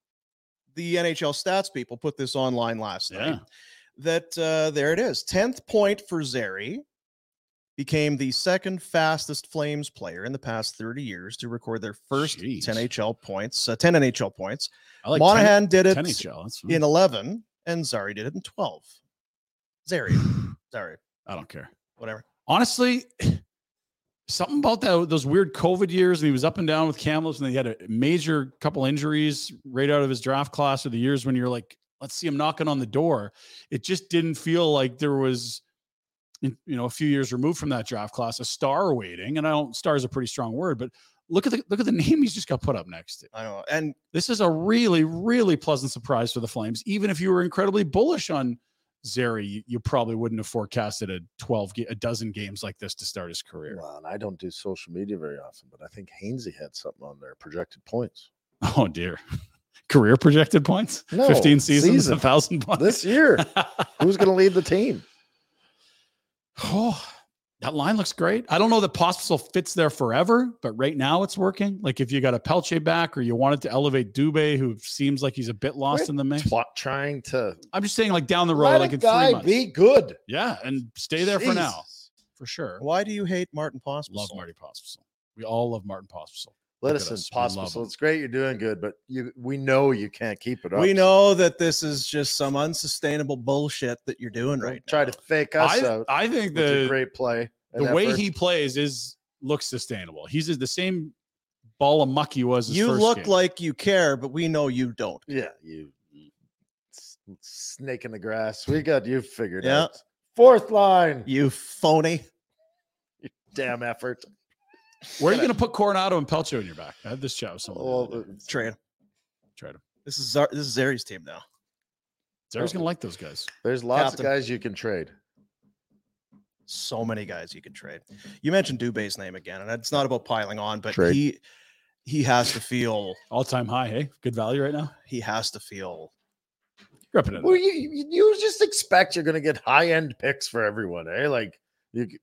[SPEAKER 2] the NHL stats people put this online last
[SPEAKER 3] Yeah.
[SPEAKER 2] night. That uh, there it is, tenth point for Zary, became the second fastest Flames player in the past thirty years to record their first
[SPEAKER 3] Jeez.
[SPEAKER 2] ten NHL points, uh, ten NHL points.
[SPEAKER 3] I like Monahan
[SPEAKER 2] Monahan did it
[SPEAKER 3] 10, NHL. That's fine.
[SPEAKER 2] in eleven, and Zary did it in twelve. Zary, Zary,
[SPEAKER 3] I don't care.
[SPEAKER 2] whatever.
[SPEAKER 3] Honestly, something about that those weird COVID years, and he was up and down with Kamloops, and then he had a major couple injuries right out of his draft class, or the years when you're like, let's see him knocking on the door. It just didn't feel like there was. in- You know, a few years removed from that draft class, a star waiting, and I don't. Star is a pretty strong word, but look at the look at the name he's just got put up next to.
[SPEAKER 2] I know, and
[SPEAKER 3] This is a really, really pleasant surprise for the Flames. Even if you were incredibly bullish on Zary, you, you probably wouldn't have forecasted a twelve, ga- a dozen games like this to start his career.
[SPEAKER 4] Well, and I don't do social media very often, but I think Hainsey had something on there projected points
[SPEAKER 3] Oh dear, career projected points,
[SPEAKER 4] No,
[SPEAKER 3] fifteen seasons,
[SPEAKER 4] season.
[SPEAKER 3] a thousand points
[SPEAKER 4] this year. Who's going to lead the team?
[SPEAKER 3] oh, that line looks great. I don't know that Pospisil fits there forever, but right now it's working. Like if you got a Pelche back, or you wanted to elevate Dube, who seems like he's a bit lost
[SPEAKER 4] Quit
[SPEAKER 3] in the mix.
[SPEAKER 4] Twa- trying to
[SPEAKER 3] I'm just saying, like down the road,
[SPEAKER 4] let
[SPEAKER 3] like
[SPEAKER 4] a
[SPEAKER 3] in three
[SPEAKER 4] guy
[SPEAKER 3] months.
[SPEAKER 4] be good.
[SPEAKER 3] yeah, and stay there for now,
[SPEAKER 4] Jesus.
[SPEAKER 3] for sure.
[SPEAKER 2] why do you hate Martin Pospisil?
[SPEAKER 3] love Marty Pospisil. We all love Martin Pospisil. Look at
[SPEAKER 4] Listen,
[SPEAKER 3] us. We love
[SPEAKER 4] possible. So
[SPEAKER 3] him.
[SPEAKER 4] it's great you're doing good, but you we know you can't keep it up.
[SPEAKER 2] We
[SPEAKER 4] so
[SPEAKER 2] know that this is just some unsustainable bullshit that you're doing
[SPEAKER 4] don't
[SPEAKER 2] right
[SPEAKER 4] try
[SPEAKER 2] now.
[SPEAKER 4] to fake us
[SPEAKER 3] I,
[SPEAKER 4] out.
[SPEAKER 3] I think
[SPEAKER 4] with your
[SPEAKER 3] the
[SPEAKER 4] great play in
[SPEAKER 3] the
[SPEAKER 4] that
[SPEAKER 3] way
[SPEAKER 4] first-
[SPEAKER 3] he plays is looks sustainable. He's the same ball of muck he was. His
[SPEAKER 2] You
[SPEAKER 3] first
[SPEAKER 2] look
[SPEAKER 3] game.
[SPEAKER 2] like you care, but we know you don't.
[SPEAKER 4] yeah, you s- snake in the grass. We got you figured
[SPEAKER 2] Yeah.
[SPEAKER 4] out. Fourth line,
[SPEAKER 2] You phony.
[SPEAKER 4] damn effort.
[SPEAKER 3] Where are you going to put Coronado and Pelcho in your back? I had this chat with someone.
[SPEAKER 4] Well,
[SPEAKER 2] Trade. him.
[SPEAKER 3] Tried him.
[SPEAKER 2] This is our, this is Zary's team now.
[SPEAKER 3] Zare's going to like those guys.
[SPEAKER 4] there's lots
[SPEAKER 2] Captain.
[SPEAKER 4] of guys you can trade.
[SPEAKER 2] So many guys you can trade. You mentioned Dubé's name again, and it's not about piling on, but
[SPEAKER 4] Trade.
[SPEAKER 2] he he has to feel
[SPEAKER 3] All time high. Hey, good value right now.
[SPEAKER 2] he has to feel
[SPEAKER 3] You're up in it.
[SPEAKER 4] Well, you you- you just expect you're going to get high end picks for everyone, eh? Like you, c-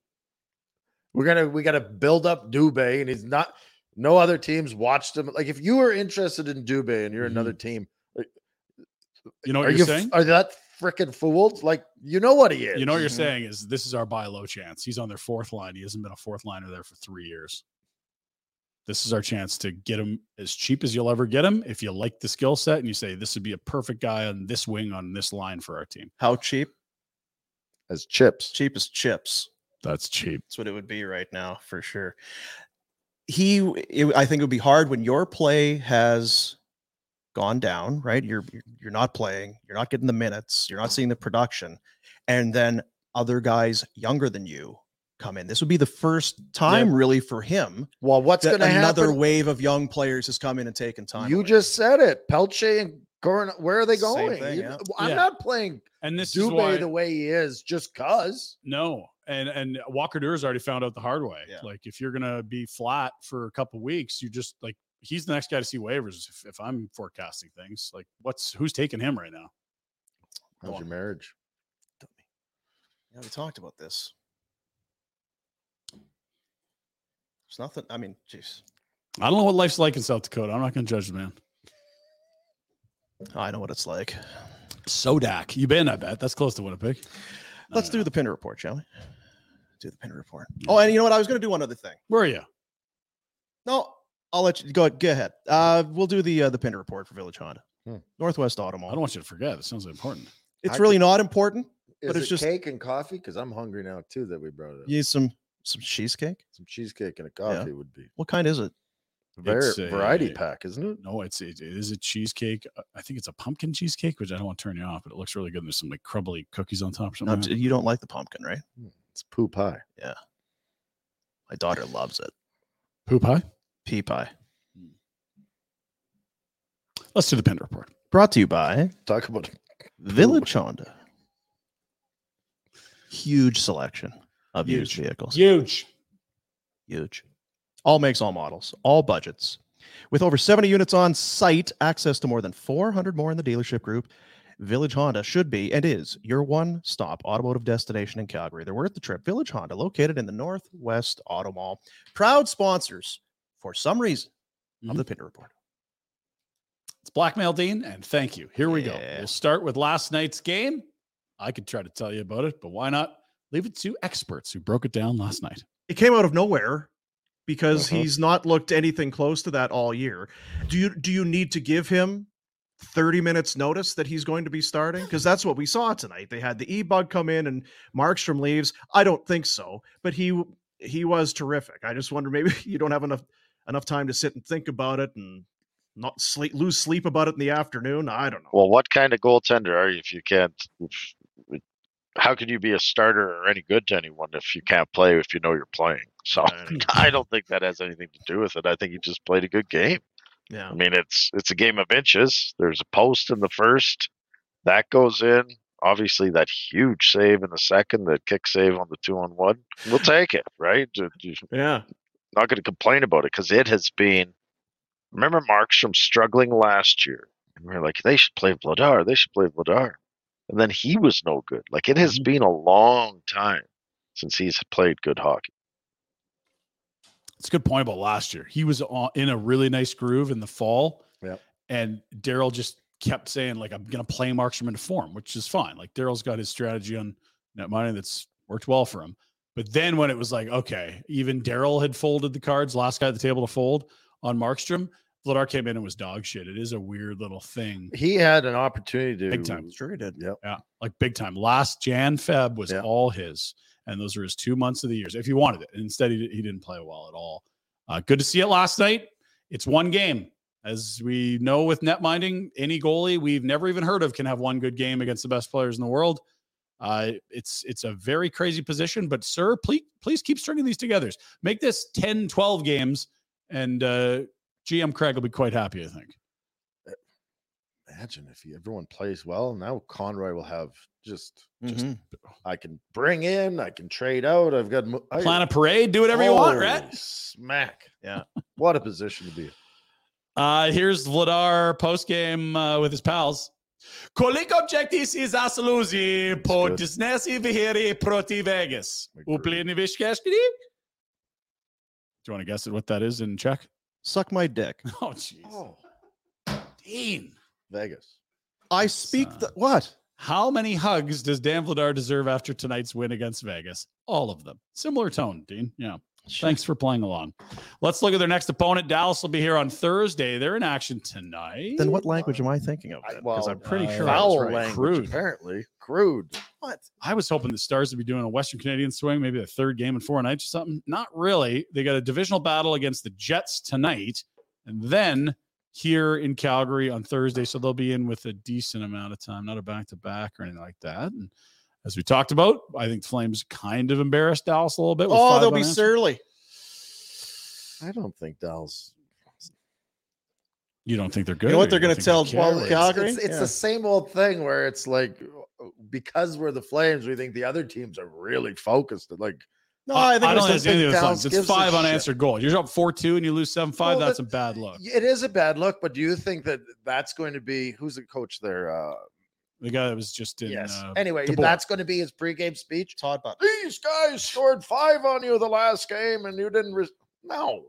[SPEAKER 4] we're gonna we got to build up Dubé, and he's not. No other teams watched him. Like if you were interested in Dubé and you're
[SPEAKER 3] Mhm.
[SPEAKER 4] another team, uh,
[SPEAKER 3] You know what
[SPEAKER 4] are
[SPEAKER 3] you're
[SPEAKER 4] you f-
[SPEAKER 3] saying?
[SPEAKER 4] are that freaking fooled? Like you know what he is.
[SPEAKER 3] You know what you're
[SPEAKER 2] Mhm.
[SPEAKER 3] saying is this is our buy low chance. He's on their fourth line. He hasn't been a fourth liner there for three years. This is our chance to get him as cheap as you'll ever get him. If you like the skill set and you say this would be a perfect guy on this wing on this line for our team,
[SPEAKER 2] how cheap
[SPEAKER 4] as chips.
[SPEAKER 2] cheap as chips.
[SPEAKER 3] that's cheap.
[SPEAKER 2] That's what it would be right now for sure. He, it, I think it would be hard when your play has gone down, right? You're you're- you're not playing, you're not getting the minutes, you're not seeing the production, and then other guys younger than you come in. This would be the first time, really, for him
[SPEAKER 4] Well, what's
[SPEAKER 2] that
[SPEAKER 4] going to
[SPEAKER 2] another
[SPEAKER 4] happen?
[SPEAKER 2] wave of young players has come in and taken time.
[SPEAKER 4] You
[SPEAKER 2] away.
[SPEAKER 4] just said it. Pelche and Coron. Where are they
[SPEAKER 2] Same
[SPEAKER 4] going?
[SPEAKER 2] thing,
[SPEAKER 4] You-
[SPEAKER 2] yeah.
[SPEAKER 4] I'm
[SPEAKER 3] Yeah.
[SPEAKER 4] not playing
[SPEAKER 3] And this is why
[SPEAKER 4] Dubé the way he is just cause.
[SPEAKER 3] No, and and Walker Deer's already found out the hard way.
[SPEAKER 2] Yeah.
[SPEAKER 3] Like if you're gonna be flat for a couple weeks, you just like he's the next guy to see waivers. If, if I'm forecasting things, like what's who's taking him right now?
[SPEAKER 4] How's your marriage?
[SPEAKER 2] Yeah, we talked about this. There's nothing. I mean, jeez,
[SPEAKER 3] I don't know what life's like in South Dakota. I'm not gonna judge the man.
[SPEAKER 2] Oh, I know what it's like.
[SPEAKER 3] Sodak, you been? I bet that's close to Winnipeg.
[SPEAKER 2] Let's do the pin report, shall we? Do the pin report. Oh, and you know what? I was going to do one other thing.
[SPEAKER 3] Where are you?
[SPEAKER 2] No, I'll let you go. Go ahead. Uh, we'll do the uh, the pin report for Village Honda,
[SPEAKER 4] Hmm.
[SPEAKER 2] Northwest
[SPEAKER 3] I
[SPEAKER 2] Automall.
[SPEAKER 3] don't want you to forget. It sounds important.
[SPEAKER 2] It's
[SPEAKER 4] I
[SPEAKER 2] really
[SPEAKER 4] could-
[SPEAKER 2] not important.
[SPEAKER 4] Is
[SPEAKER 2] But it's
[SPEAKER 4] it
[SPEAKER 2] just-
[SPEAKER 4] cake and coffee because I'm hungry now too. That we brought it up.
[SPEAKER 2] You need some some cheesecake.
[SPEAKER 4] Some cheesecake and a coffee would be
[SPEAKER 2] What kind is it?
[SPEAKER 4] Var-
[SPEAKER 3] It's a-
[SPEAKER 4] variety pack, isn't it?
[SPEAKER 3] No, it's it, it is a cheesecake. Uh, I think it's a pumpkin cheesecake, which I don't want to turn you off, but it looks really good. And there's some like crumbly cookies on top. Or
[SPEAKER 2] No,
[SPEAKER 3] something. like
[SPEAKER 2] d- you don't like the pumpkin, right?
[SPEAKER 3] Hmm,
[SPEAKER 4] It's poo pie.
[SPEAKER 2] My daughter loves it.
[SPEAKER 3] that. Poo pie.
[SPEAKER 2] Pea pie.
[SPEAKER 3] Let's do the pin report.
[SPEAKER 2] Brought to you by
[SPEAKER 4] Talk about
[SPEAKER 2] Village Honda. Huge selection of used
[SPEAKER 3] Huge.
[SPEAKER 2] vehicles.
[SPEAKER 3] Huge.
[SPEAKER 2] Huge. All makes, all models, all budgets. With over 70 units on site, access to more than 400 more in the dealership group, Village Honda should be and is your one stop automotive destination in Calgary. They're worth the trip. Village Honda, located in the Northwest Auto Mall. Proud sponsors, for some reason, of
[SPEAKER 3] Mhm.
[SPEAKER 2] the Pinder Report.
[SPEAKER 3] It's blackmail, Dean, and thank you. Here we go.
[SPEAKER 2] Yeah.
[SPEAKER 3] We'll start with last night's game. I could try to tell you about it, but why not leave it to experts who broke it down last night?
[SPEAKER 2] It came out of nowhere because
[SPEAKER 4] Uh-huh.
[SPEAKER 2] he's not looked anything close to that all year. Do you do you need to give him 30 minutes notice that he's going to be starting? Because that's what we saw tonight. They had the e-bug come in and Markstrom leaves. I don't think so, but he w- he was terrific. I just wonder maybe you don't have enough enough time to sit and think about it and not sleep lose sleep about it in the afternoon. I don't know.
[SPEAKER 7] Well, what kind of goaltender are you if you can't? If, how can you be a starter or any good to anyone if you can't play if you know you're playing? So
[SPEAKER 2] I don't know.
[SPEAKER 7] I don't think that has anything to do with it. I think he just played a good game.
[SPEAKER 2] yeah.
[SPEAKER 7] I mean, it's it's a game of inches. There's a post in the first that goes in. Obviously, that huge save in the second, that kick save on the two on one. We'll take it, right? You- you-
[SPEAKER 2] Yeah.
[SPEAKER 7] not going to complain about it because it has been. Remember Markstrom struggling last year, and we are like, they should play Vladar, they should play Vladar, and then he was no good. Like it has been a long time since he's played good hockey.
[SPEAKER 3] It's a good point about last year. He was on, in a really nice groove in the fall,
[SPEAKER 4] Yep.
[SPEAKER 3] and Daryl just kept saying like, "I'm going to play Markstrom into form," which is fine. Like Daryl's got his strategy on net mining that's worked well for him. But then when it was like, okay, even Daryl had folded the cards, last guy at the table to fold on Markstrom. Vladar came in and was dog shit. It is a weird little thing.
[SPEAKER 4] He had an opportunity to
[SPEAKER 3] Big time.
[SPEAKER 2] Sure he did.
[SPEAKER 4] Yep.
[SPEAKER 3] Yeah, like big time. Last Jan Feb was
[SPEAKER 4] Yeah.
[SPEAKER 3] all his. and those are his two months of the years if he wanted it. And instead, he, he didn't play well at all. Uh, good to see it last night. It's one game. As we know with net minding, any goalie we've never even heard of can have one good game against the best players in the world. Uh, it's it's a very crazy position, but sir, please please keep stringing these together. Make this 10, 12 games, and uh, GM Craig will be quite happy, I think.
[SPEAKER 4] Imagine if he, everyone plays well. Now Conroy will have just, just
[SPEAKER 2] Mhm.
[SPEAKER 3] Mm-hmm.
[SPEAKER 4] I can bring in, I can trade out. I've got mo- I- Oh,
[SPEAKER 3] Plan a parade, do whatever you want,
[SPEAKER 4] Holy
[SPEAKER 3] Rhett.
[SPEAKER 4] Smack.
[SPEAKER 2] Yeah.
[SPEAKER 4] What a position to be. in.
[SPEAKER 3] Uh, here's Vladar post game uh, with his pals. Kolik objektis is asluzi po
[SPEAKER 4] good.
[SPEAKER 3] disnesi vihiri proti Vegas.
[SPEAKER 4] Agree.
[SPEAKER 3] Uplini vishkashkini. Do you want to guess at what that is in Czech?
[SPEAKER 2] Suck my dick.
[SPEAKER 3] Oh, jeez.
[SPEAKER 4] Oh,
[SPEAKER 3] Dean.
[SPEAKER 4] Vegas.
[SPEAKER 2] I
[SPEAKER 3] That's,
[SPEAKER 2] speak
[SPEAKER 3] uh,
[SPEAKER 2] the what?
[SPEAKER 3] How many hugs does Dan Vladar deserve after tonight's win against Vegas? All of them. Similar tone, Dean. Yeah. Thanks for playing along. Let's look at their next opponent. Dallas will be here on Thursday. They're in action tonight.
[SPEAKER 2] Then what language am I thinking of?
[SPEAKER 4] I-
[SPEAKER 2] Because I'm
[SPEAKER 4] well,
[SPEAKER 2] pretty
[SPEAKER 3] uh,
[SPEAKER 2] sure I was
[SPEAKER 4] Foul
[SPEAKER 2] right.
[SPEAKER 4] language,
[SPEAKER 3] Crude.
[SPEAKER 4] apparently. Crude. What?
[SPEAKER 3] I was hoping the Stars would be doing a Western Canadian swing, maybe the third game in four nights or something. Not really. They got a divisional battle against the Jets tonight, and then here in Calgary on Thursday. So they'll be in with a decent amount of time, not a back to back or anything like that. And as we talked about, I think the Flames kind of embarrassed Dallas a little bit. with
[SPEAKER 2] Oh,
[SPEAKER 3] five
[SPEAKER 2] they'll be
[SPEAKER 3] unanswered.
[SPEAKER 2] surly.
[SPEAKER 4] I don't think Dallas.
[SPEAKER 3] You don't think they're good?
[SPEAKER 2] You know what
[SPEAKER 3] or
[SPEAKER 2] they're
[SPEAKER 3] don't
[SPEAKER 2] going to
[SPEAKER 3] think
[SPEAKER 2] tell
[SPEAKER 3] they care,
[SPEAKER 2] well,
[SPEAKER 3] or-
[SPEAKER 2] Calgary?
[SPEAKER 4] It's, it's
[SPEAKER 2] Yeah.
[SPEAKER 4] the same old thing where it's like uh, because we're the Flames, we think the other teams are really focused. Like
[SPEAKER 2] no, I think
[SPEAKER 3] I
[SPEAKER 2] it was
[SPEAKER 3] don't think it's
[SPEAKER 4] think
[SPEAKER 3] any of the
[SPEAKER 4] Dallas
[SPEAKER 3] Flames. It's
[SPEAKER 4] gives a
[SPEAKER 3] five
[SPEAKER 4] shit.
[SPEAKER 3] unanswered goals. You're up four two and you lose seven five.
[SPEAKER 4] Well,
[SPEAKER 3] That's a
[SPEAKER 4] but-
[SPEAKER 3] bad look.
[SPEAKER 4] it is a bad look, but do you think that that's going to be who's the coach there? Uh,
[SPEAKER 3] The guy that was just in.
[SPEAKER 4] yes.
[SPEAKER 3] uh,
[SPEAKER 4] anyway,
[SPEAKER 3] DeBoer.
[SPEAKER 4] that's going to be his pregame speech.
[SPEAKER 2] Todd Button.
[SPEAKER 4] These guys scored five on you the last game, and you didn't. Re- no,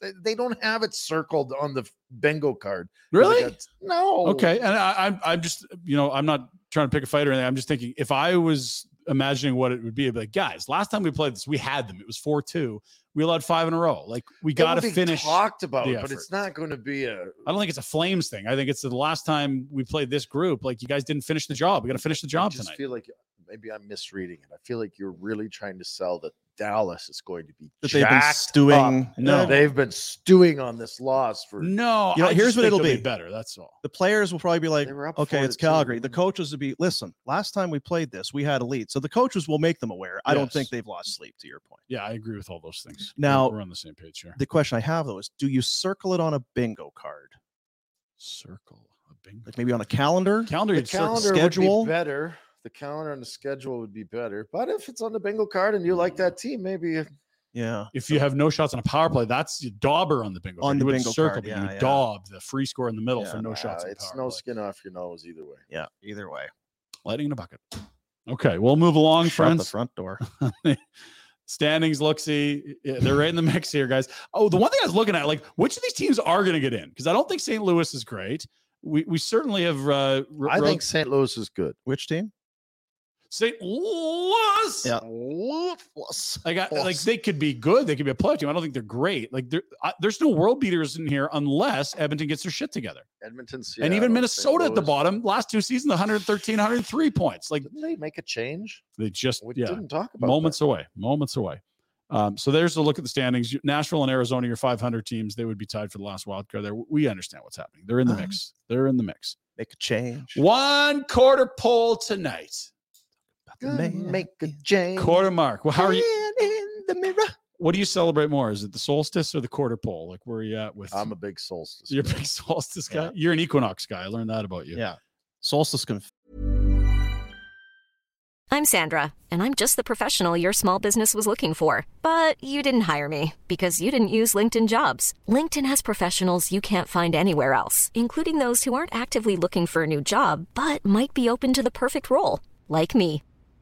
[SPEAKER 4] they, they don't have it circled on the bingo card.
[SPEAKER 3] really?
[SPEAKER 4] That's- No.
[SPEAKER 3] Okay, and I, I'm I'm just you know I'm not trying to pick a fight or anything. I'm just thinking if I was imagining what it would be, I'd be like, guys, last time we played this, we had them. It was four two. We allowed five in a row. Like we
[SPEAKER 4] It will
[SPEAKER 3] got to
[SPEAKER 4] be
[SPEAKER 3] finish.
[SPEAKER 4] Talked about,
[SPEAKER 3] the
[SPEAKER 4] but it's not going to be a.
[SPEAKER 3] I don't think it's a Flames thing. I think it's the last time we played this group. Like you guys didn't finish the job. We got to finish the
[SPEAKER 4] I
[SPEAKER 3] job
[SPEAKER 4] just
[SPEAKER 3] tonight.
[SPEAKER 4] feel like uh, maybe I'm misreading it. I feel like you're really trying to sell that Dallas is going to be
[SPEAKER 2] That they've been
[SPEAKER 4] jacked up.
[SPEAKER 2] stewing.
[SPEAKER 3] No.
[SPEAKER 4] they've been stewing on this loss for.
[SPEAKER 3] no,
[SPEAKER 2] You know,
[SPEAKER 3] I just
[SPEAKER 2] here's what
[SPEAKER 3] think
[SPEAKER 2] it'll
[SPEAKER 3] they'll
[SPEAKER 2] be.
[SPEAKER 3] better. That's all.
[SPEAKER 2] The players will probably be like,
[SPEAKER 4] They were up
[SPEAKER 2] okay,
[SPEAKER 4] four to
[SPEAKER 2] it's
[SPEAKER 4] two.
[SPEAKER 2] Calgary. The coaches would be, listen, last time we played this, we had a lead. So the coaches will make them aware. I don't
[SPEAKER 3] Yes.
[SPEAKER 2] think they've lost sleep, to your point.
[SPEAKER 3] Yeah, I agree with all those things. We're-
[SPEAKER 2] Now-
[SPEAKER 3] we're on the same page here.
[SPEAKER 2] The question I have, though, is do you circle it on a bingo card?
[SPEAKER 3] Circle a bingo.
[SPEAKER 2] Like maybe on a calendar?
[SPEAKER 3] Calendar,
[SPEAKER 4] The
[SPEAKER 3] you'd circle.
[SPEAKER 4] calendar
[SPEAKER 2] schedule.
[SPEAKER 4] would be better. The calendar and the schedule would be better. But if it's on the bingo card and you like that team, maybe
[SPEAKER 2] Yeah.
[SPEAKER 3] if you have no shots on a power play, that's you dauber on the bingo.
[SPEAKER 2] On
[SPEAKER 3] card.
[SPEAKER 2] the
[SPEAKER 3] you wouldn't
[SPEAKER 2] bingo
[SPEAKER 3] circle,
[SPEAKER 2] card,
[SPEAKER 3] but
[SPEAKER 2] yeah,
[SPEAKER 3] you
[SPEAKER 2] yeah.
[SPEAKER 3] daub the free score in the middle for
[SPEAKER 2] Yeah,
[SPEAKER 3] no
[SPEAKER 4] uh,
[SPEAKER 3] shots. on
[SPEAKER 4] it's
[SPEAKER 3] power
[SPEAKER 4] no
[SPEAKER 3] play.
[SPEAKER 4] skin off your nose either way.
[SPEAKER 2] Yeah. Either way.
[SPEAKER 3] Lightning in a bucket. Okay, we'll move along,
[SPEAKER 2] Shut the
[SPEAKER 3] friends.
[SPEAKER 2] front door.
[SPEAKER 3] Standings look see, yeah, they're right in the mix here, guys. Oh, the one thing I was looking at, like, which of these teams are going to get in? Because I don't think St. Louis is great. We we certainly have. Uh, r-
[SPEAKER 4] I
[SPEAKER 3] wrote-
[SPEAKER 4] think St. Louis is good.
[SPEAKER 2] Which team?
[SPEAKER 3] St. Louis.
[SPEAKER 2] Yeah.
[SPEAKER 3] Like, I, like
[SPEAKER 4] Awesome.
[SPEAKER 3] they could be good. They could be a playoff team. I don't think they're great. Like, they're, I, there's no world beaters in here unless Edmonton gets their shit together.
[SPEAKER 4] Edmonton,
[SPEAKER 3] and even
[SPEAKER 4] Seattle, St.
[SPEAKER 3] Minnesota at the
[SPEAKER 4] Louis.
[SPEAKER 3] bottom, last two seasons, 113, 103 points. Like
[SPEAKER 4] Didn't they make a change?
[SPEAKER 3] they just,
[SPEAKER 4] We
[SPEAKER 3] yeah,
[SPEAKER 4] didn't talk about
[SPEAKER 3] moments
[SPEAKER 4] that.
[SPEAKER 3] away, moments away. Um, so there's a look at the standings. You- Nashville and Arizona, your 500 teams, they would be tied for the last wild card. There, we understand what's happening. They're in the
[SPEAKER 2] Uh-huh.
[SPEAKER 3] mix. They're in the mix.
[SPEAKER 2] Make a change.
[SPEAKER 3] One quarter poll tonight,
[SPEAKER 2] Gonna
[SPEAKER 4] Gonna Make a
[SPEAKER 2] in-
[SPEAKER 4] change.
[SPEAKER 3] quarter mark. Well, how are you?
[SPEAKER 2] Man in the mirror.
[SPEAKER 3] What do you celebrate more? Is it the solstice or the quarter poll? Like where are you at with?
[SPEAKER 4] I'm a big solstice.
[SPEAKER 3] you're a
[SPEAKER 4] guy.
[SPEAKER 3] big solstice guy. You're an equinox guy. I learned that about you.
[SPEAKER 2] Yeah. Solstice conf-
[SPEAKER 8] I'm Sandra, and I'm just the professional your small business was looking for. But you didn't hire me because you didn't use LinkedIn jobs. LinkedIn has professionals you can't find anywhere else, including those who aren't actively looking for a new job but might be open to the perfect role, like me.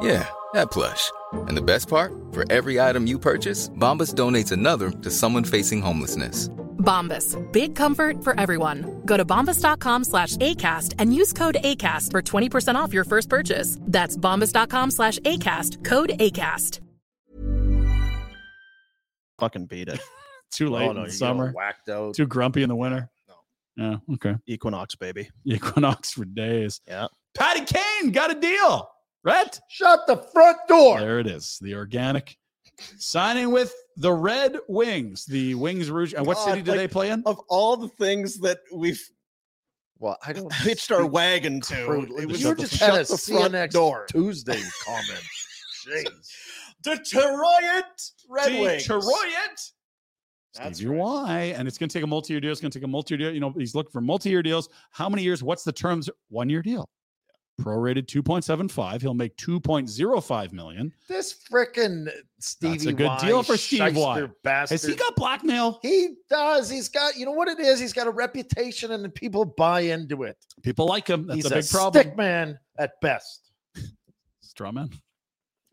[SPEAKER 9] Yeah, that plush. And the best part? For every item you purchase, Bombas donates another to someone facing homelessness.
[SPEAKER 10] Bombas, big comfort for everyone. Go to bombas.com slash ACAST and use code ACAST for 20% off your first purchase. That's bombas.com slash ACAST, code ACAST.
[SPEAKER 2] Fucking beat it.
[SPEAKER 3] Too late in the
[SPEAKER 2] you
[SPEAKER 3] summer.
[SPEAKER 2] got Whacked out.
[SPEAKER 3] Too grumpy in the winter. Yeah. Okay.
[SPEAKER 2] Equinox, baby.
[SPEAKER 3] Equinox for days.
[SPEAKER 2] Yeah.
[SPEAKER 3] Patty Kane got a deal. Rhett,
[SPEAKER 4] shut the front door.
[SPEAKER 3] There it is. The organic signing with the Red Wings. The Wings Rouge. And what
[SPEAKER 2] God,
[SPEAKER 3] city do
[SPEAKER 2] like,
[SPEAKER 3] they play in?
[SPEAKER 2] Of all the things that we've
[SPEAKER 4] Well, I don't
[SPEAKER 2] hitched our wagon to,
[SPEAKER 4] crudely.
[SPEAKER 2] it was
[SPEAKER 4] you were
[SPEAKER 2] shut
[SPEAKER 4] just
[SPEAKER 2] the
[SPEAKER 4] had a
[SPEAKER 2] front
[SPEAKER 4] CNX
[SPEAKER 2] door.
[SPEAKER 4] Tuesday comment. Jeez.
[SPEAKER 2] Detroit Red Wings.
[SPEAKER 3] Detroit.
[SPEAKER 2] That's
[SPEAKER 3] Stevie Y. And it's going to take a multi year deal. It's going to take a multi year deal. You know, he's looking for multi year deals. How many years? What's the terms? One year deal. Prorated 2.75. He'll make 2.05 million.
[SPEAKER 4] This frickin' Stevie
[SPEAKER 3] a good
[SPEAKER 4] Y,
[SPEAKER 3] deal for Steve Y.
[SPEAKER 4] shyster Bastard.
[SPEAKER 3] Has he got blackmail?
[SPEAKER 4] He does. He's got, you know what it is? He's got a reputation and people buy into it.
[SPEAKER 3] People like him. That's
[SPEAKER 4] He's
[SPEAKER 3] a big problem.
[SPEAKER 4] stick man at best.
[SPEAKER 3] Strawman.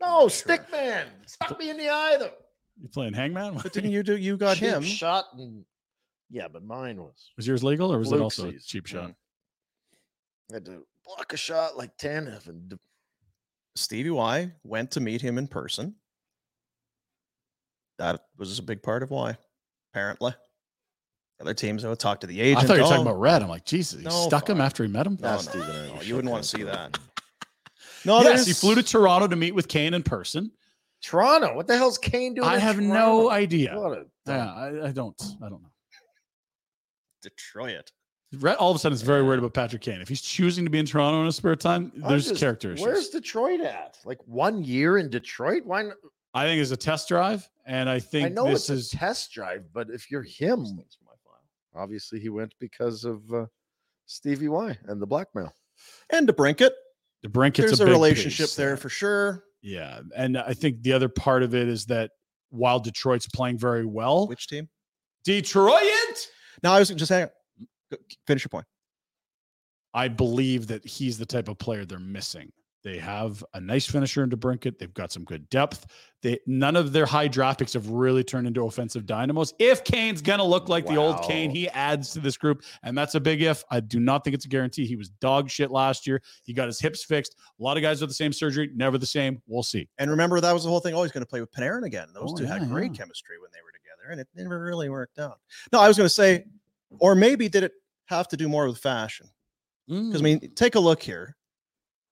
[SPEAKER 3] Oh,
[SPEAKER 4] No, stick man. Stop me in the eye though.
[SPEAKER 3] You playing hangman?
[SPEAKER 2] But didn't you do? You got
[SPEAKER 4] Cheap
[SPEAKER 2] him.
[SPEAKER 4] shot and yeah, but mine was
[SPEAKER 3] Was yours legal or was it also a
[SPEAKER 4] Fluxies.
[SPEAKER 3] cheap shot?
[SPEAKER 4] Mm. I had to block a shot like 10 of and d-
[SPEAKER 2] Stevie Y went to meet him in person. That was a big part of why, apparently. Other teams, I would talk to the agent.
[SPEAKER 3] I thought you were
[SPEAKER 2] Oh,
[SPEAKER 3] talking about Red. I'm like, Jesus, he
[SPEAKER 2] No,
[SPEAKER 3] stuck him
[SPEAKER 2] fuck.
[SPEAKER 3] after he met him.
[SPEAKER 2] No,
[SPEAKER 4] Ah,
[SPEAKER 2] no,
[SPEAKER 4] Steven, I
[SPEAKER 2] no,
[SPEAKER 4] don't
[SPEAKER 2] you wouldn't
[SPEAKER 4] fucking
[SPEAKER 2] want to see
[SPEAKER 4] know.
[SPEAKER 2] that. No,
[SPEAKER 3] yes, he
[SPEAKER 2] there's-
[SPEAKER 3] flew to Toronto to meet with Kane in person.
[SPEAKER 4] Toronto. What the hell's Kane doing?
[SPEAKER 3] I
[SPEAKER 4] in
[SPEAKER 3] have
[SPEAKER 4] Toronto?
[SPEAKER 3] no idea.
[SPEAKER 4] What a
[SPEAKER 3] Yeah, I, I don't. I don't know.
[SPEAKER 2] Detroit.
[SPEAKER 3] Red, all of a sudden, is very worried about Patrick Kane. If he's choosing to be in Toronto in his spare time,
[SPEAKER 4] I'm
[SPEAKER 3] there's
[SPEAKER 4] just-
[SPEAKER 3] character issues.
[SPEAKER 4] Where's Detroit at? Like one year in Detroit? Why? Not?
[SPEAKER 3] I think it's a test drive, and I
[SPEAKER 4] I
[SPEAKER 3] think
[SPEAKER 4] know
[SPEAKER 3] this
[SPEAKER 4] it's
[SPEAKER 3] is
[SPEAKER 4] a test drive, but if you're him, obviously he went because of uh, Stevie Y and the blackmail.
[SPEAKER 2] And to Brinkett,
[SPEAKER 3] the brink.
[SPEAKER 2] there's
[SPEAKER 3] a,
[SPEAKER 2] a,
[SPEAKER 3] big
[SPEAKER 2] relationship
[SPEAKER 3] piece
[SPEAKER 2] there for sure.
[SPEAKER 3] Yeah, and I think the other part of it is that while Detroit's playing very well,
[SPEAKER 2] Which team?
[SPEAKER 3] Detroit,
[SPEAKER 2] No, I was just saying. go- Finish your point.
[SPEAKER 3] I believe that he's the type of player they're missing. They have a nice finisher in DeBrinket. They've got some good depth. They none of their high draft picks have really turned into offensive dynamos. If Kane's gonna look like the old Kane,
[SPEAKER 4] Wow.
[SPEAKER 3] he adds to this group, and that's a big if. I do not think it's a guarantee. He was dog shit last year. He got his hips fixed. A lot of guys with the same surgery, never the same. We'll see.
[SPEAKER 2] And remember, that was the whole thing. Oh, he's going to play with Panarin again. Those
[SPEAKER 3] Oh,
[SPEAKER 2] two
[SPEAKER 3] yeah,
[SPEAKER 2] had great
[SPEAKER 3] yeah.
[SPEAKER 2] chemistry when they were together, and it never really worked out. No, I was going to say, or maybe did it have to do more with fashion?
[SPEAKER 3] Mm.
[SPEAKER 2] Because I mean, take a look here.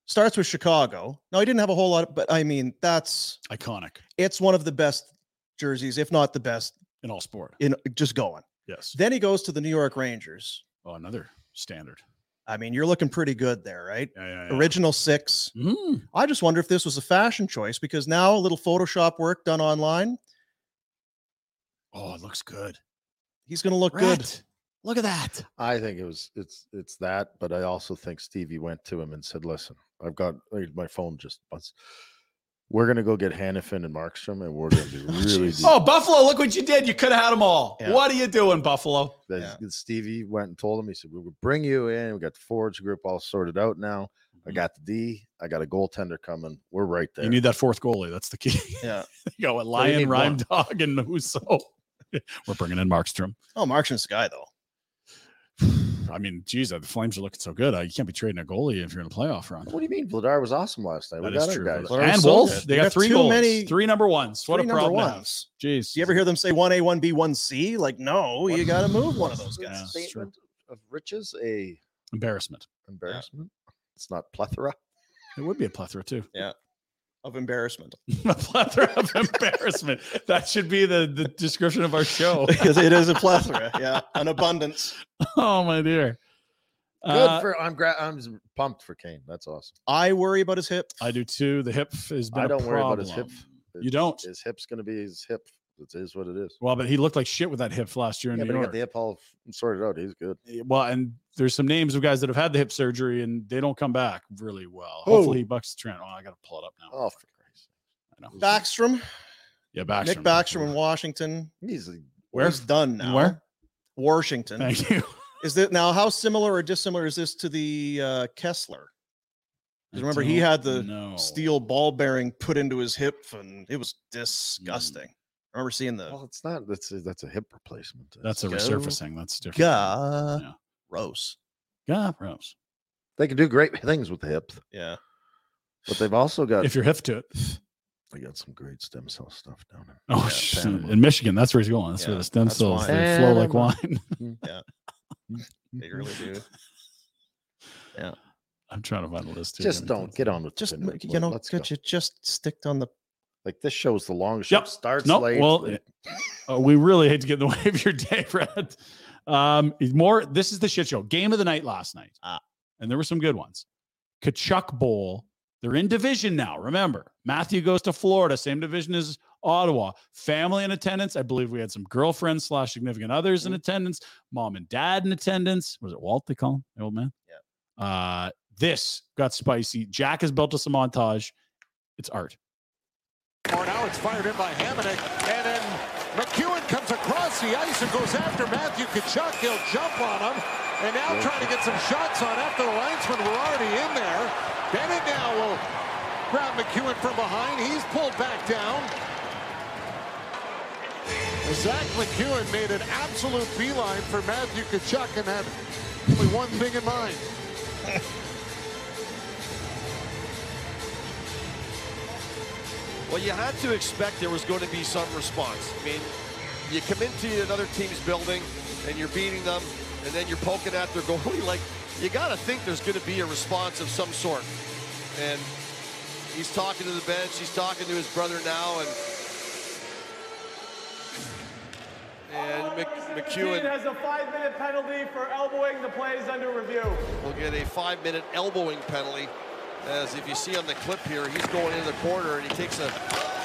[SPEAKER 2] Starts with Chicago. No, he didn't have a whole lot, but I mean, that's
[SPEAKER 3] Iconic
[SPEAKER 2] it's one of the best jerseys, if not the best,
[SPEAKER 3] in all sport.
[SPEAKER 2] in just going.
[SPEAKER 3] Yes.
[SPEAKER 2] Then he goes to the New York Rangers.
[SPEAKER 3] oh, another standard.
[SPEAKER 2] I mean, you're looking pretty good there, right?
[SPEAKER 3] Yeah, yeah, yeah.
[SPEAKER 2] Original six.
[SPEAKER 3] Mm.
[SPEAKER 2] I just wonder if this was a fashion choice because now a little Photoshop work done online,
[SPEAKER 3] Oh, it looks good.
[SPEAKER 2] he's going to look good.
[SPEAKER 3] Rat, Look at that.
[SPEAKER 4] I think it was it's it's that, but I also think Stevie went to him and said, "Listen, I've got like, my phone just buzzed. We're gonna go get Hannafin and Markstrom, and we're gonna be really deep."
[SPEAKER 3] Oh, Buffalo, look what you did. You could have had them all.
[SPEAKER 2] Yeah.
[SPEAKER 3] What are you doing, Buffalo?
[SPEAKER 4] Oh, That
[SPEAKER 2] Yeah.
[SPEAKER 4] that Stevie went and told him, he said, We will bring you in. We got the forge group all sorted out now. I
[SPEAKER 3] Mhm.
[SPEAKER 4] got the D. I got a goaltender coming. We're right there.
[SPEAKER 3] You need that fourth goalie. That's the key.
[SPEAKER 2] Yeah.
[SPEAKER 3] you got what,
[SPEAKER 4] we need
[SPEAKER 3] Lion, Rhyme
[SPEAKER 4] one.
[SPEAKER 3] Dog, and Huso. We're bringing in Markstrom.
[SPEAKER 2] Oh, Markstrom's the guy though.
[SPEAKER 3] I mean, geez, the Flames are looking so good. Uh, You can't be trading a goalie if you're in a playoff run.
[SPEAKER 4] What do you mean? Vladar was awesome last night.
[SPEAKER 3] That
[SPEAKER 4] we
[SPEAKER 3] is
[SPEAKER 4] got our
[SPEAKER 3] true.
[SPEAKER 4] guys.
[SPEAKER 3] Vladar And was so Wolf. good. They got three goals. Three number ones. What a problem to have. Jeez.
[SPEAKER 2] Do you ever hear them say one A, one B, one C? Like, no, you got to move one of those
[SPEAKER 4] Isn't
[SPEAKER 2] guys.
[SPEAKER 4] Statement of riches, a
[SPEAKER 3] Embarrassment.
[SPEAKER 4] embarrassment. It's not plethora.
[SPEAKER 3] It would be a plethora too.
[SPEAKER 2] Yeah. Of embarrassment.
[SPEAKER 3] a plethora of embarrassment. That should be the, the description of our show.
[SPEAKER 2] Because it is a plethora. Yeah.
[SPEAKER 3] Uh,
[SPEAKER 2] An abundance.
[SPEAKER 3] Oh my dear.
[SPEAKER 4] Good
[SPEAKER 3] Uh,
[SPEAKER 4] for I'm gra- I'm s- pumped for Kane. That's awesome.
[SPEAKER 2] I worry about his hip.
[SPEAKER 3] I do too. The hip has been.
[SPEAKER 4] I
[SPEAKER 3] a
[SPEAKER 4] don't worry about his hip.
[SPEAKER 3] problem. You don't.
[SPEAKER 4] His hip's gonna be his hip. It is what it is.
[SPEAKER 3] Well, but he looked like shit with that hip last year in
[SPEAKER 4] Yeah,
[SPEAKER 3] New
[SPEAKER 4] but he
[SPEAKER 3] York.
[SPEAKER 4] got the hip all f- sorted out. He's good.
[SPEAKER 3] well, and there's some names of guys that have had the hip surgery and they don't come back really well.
[SPEAKER 4] Who?
[SPEAKER 3] Hopefully, he bucks the trend. Oh, I got to pull it up now.
[SPEAKER 4] Oh, for Christ's
[SPEAKER 3] I know.
[SPEAKER 2] Backstrom.
[SPEAKER 3] Yeah, Backstrom.
[SPEAKER 2] Nick Backstrom in Washington.
[SPEAKER 4] He's
[SPEAKER 3] Where?
[SPEAKER 2] he's done now.
[SPEAKER 3] Where?
[SPEAKER 2] Washington.
[SPEAKER 3] Thank you.
[SPEAKER 2] Is that now? How similar or dissimilar is this to the uh, Kessler? 'Cause
[SPEAKER 3] I
[SPEAKER 2] remember, he
[SPEAKER 3] don't
[SPEAKER 2] had the
[SPEAKER 3] know.
[SPEAKER 2] steel ball bearing put into his hip, and it was disgusting. I remember seeing the
[SPEAKER 4] Well, it's not. That's a, that's a hip replacement.
[SPEAKER 3] Hmm. That's a
[SPEAKER 2] Go-
[SPEAKER 3] resurfacing. That's different.
[SPEAKER 2] guy
[SPEAKER 3] Yeah.
[SPEAKER 2] Rose.
[SPEAKER 3] Yeah, perhaps.
[SPEAKER 4] They can do great things with the hip,
[SPEAKER 2] Yeah.
[SPEAKER 4] but they've also got
[SPEAKER 3] If you're hip to it.
[SPEAKER 4] they got some great stem cell stuff down there.
[SPEAKER 3] Oh, shit. in Michigan, that's where he's going. That's where
[SPEAKER 2] Yeah,
[SPEAKER 3] the stem
[SPEAKER 2] that's
[SPEAKER 3] cells
[SPEAKER 2] why.
[SPEAKER 3] they flow like
[SPEAKER 4] Panama.
[SPEAKER 3] wine.
[SPEAKER 2] Mm, Yeah. They really do. Yeah.
[SPEAKER 3] I'm trying to find a list. Here.
[SPEAKER 4] Just don't get on with
[SPEAKER 2] Just
[SPEAKER 4] Finland.
[SPEAKER 2] m- you
[SPEAKER 4] Let-
[SPEAKER 2] know,
[SPEAKER 4] let's
[SPEAKER 2] could
[SPEAKER 4] go.
[SPEAKER 2] you just stick on the
[SPEAKER 4] like this show's the longest. show.
[SPEAKER 3] Yep.
[SPEAKER 4] It Starts
[SPEAKER 3] No,
[SPEAKER 4] late.
[SPEAKER 3] well,
[SPEAKER 4] like-
[SPEAKER 3] uh, we really hate to get in the way of your day, Brad. Um, more. This is the shit show. Game of the night last night,
[SPEAKER 4] Ah.
[SPEAKER 3] and there were some good ones. Kachuk Bowl. They're in division now. Remember, Matthew goes to Florida, same division as Ottawa. Family in attendance. I believe we had some girlfriends slash significant others
[SPEAKER 4] Mm-hmm.
[SPEAKER 3] in attendance. Mom and dad in attendance. Was it Walt? They call him the old man. Yeah. Uh, this got spicy. Jack has built us a montage. It's art.
[SPEAKER 11] Now it's fired in by Hamonic, and then McEwen comes across the ice and goes after Matthew Kachuk. He'll jump on him, and now trying to get some shots on after the linesmen were already in there. Bennett now will grab McEwen from behind. He's pulled back down. Zach McEwen made an absolute beeline for Matthew Kachuk and had only one thing in mind.
[SPEAKER 12] Well, you had to expect there was going to be some response. I mean, you come into another team's building and you're beating them, and then you're poking at their goalie. Like, you got to think there's going to be a response of some sort. And he's talking to the bench, he's talking to his brother now, and and Mc,
[SPEAKER 13] Team
[SPEAKER 12] McEwen
[SPEAKER 13] has a five-minute penalty for elbowing the plays under review.
[SPEAKER 12] will get a five-minute elbowing penalty. As if you see on the clip here, he's going into the corner and he takes a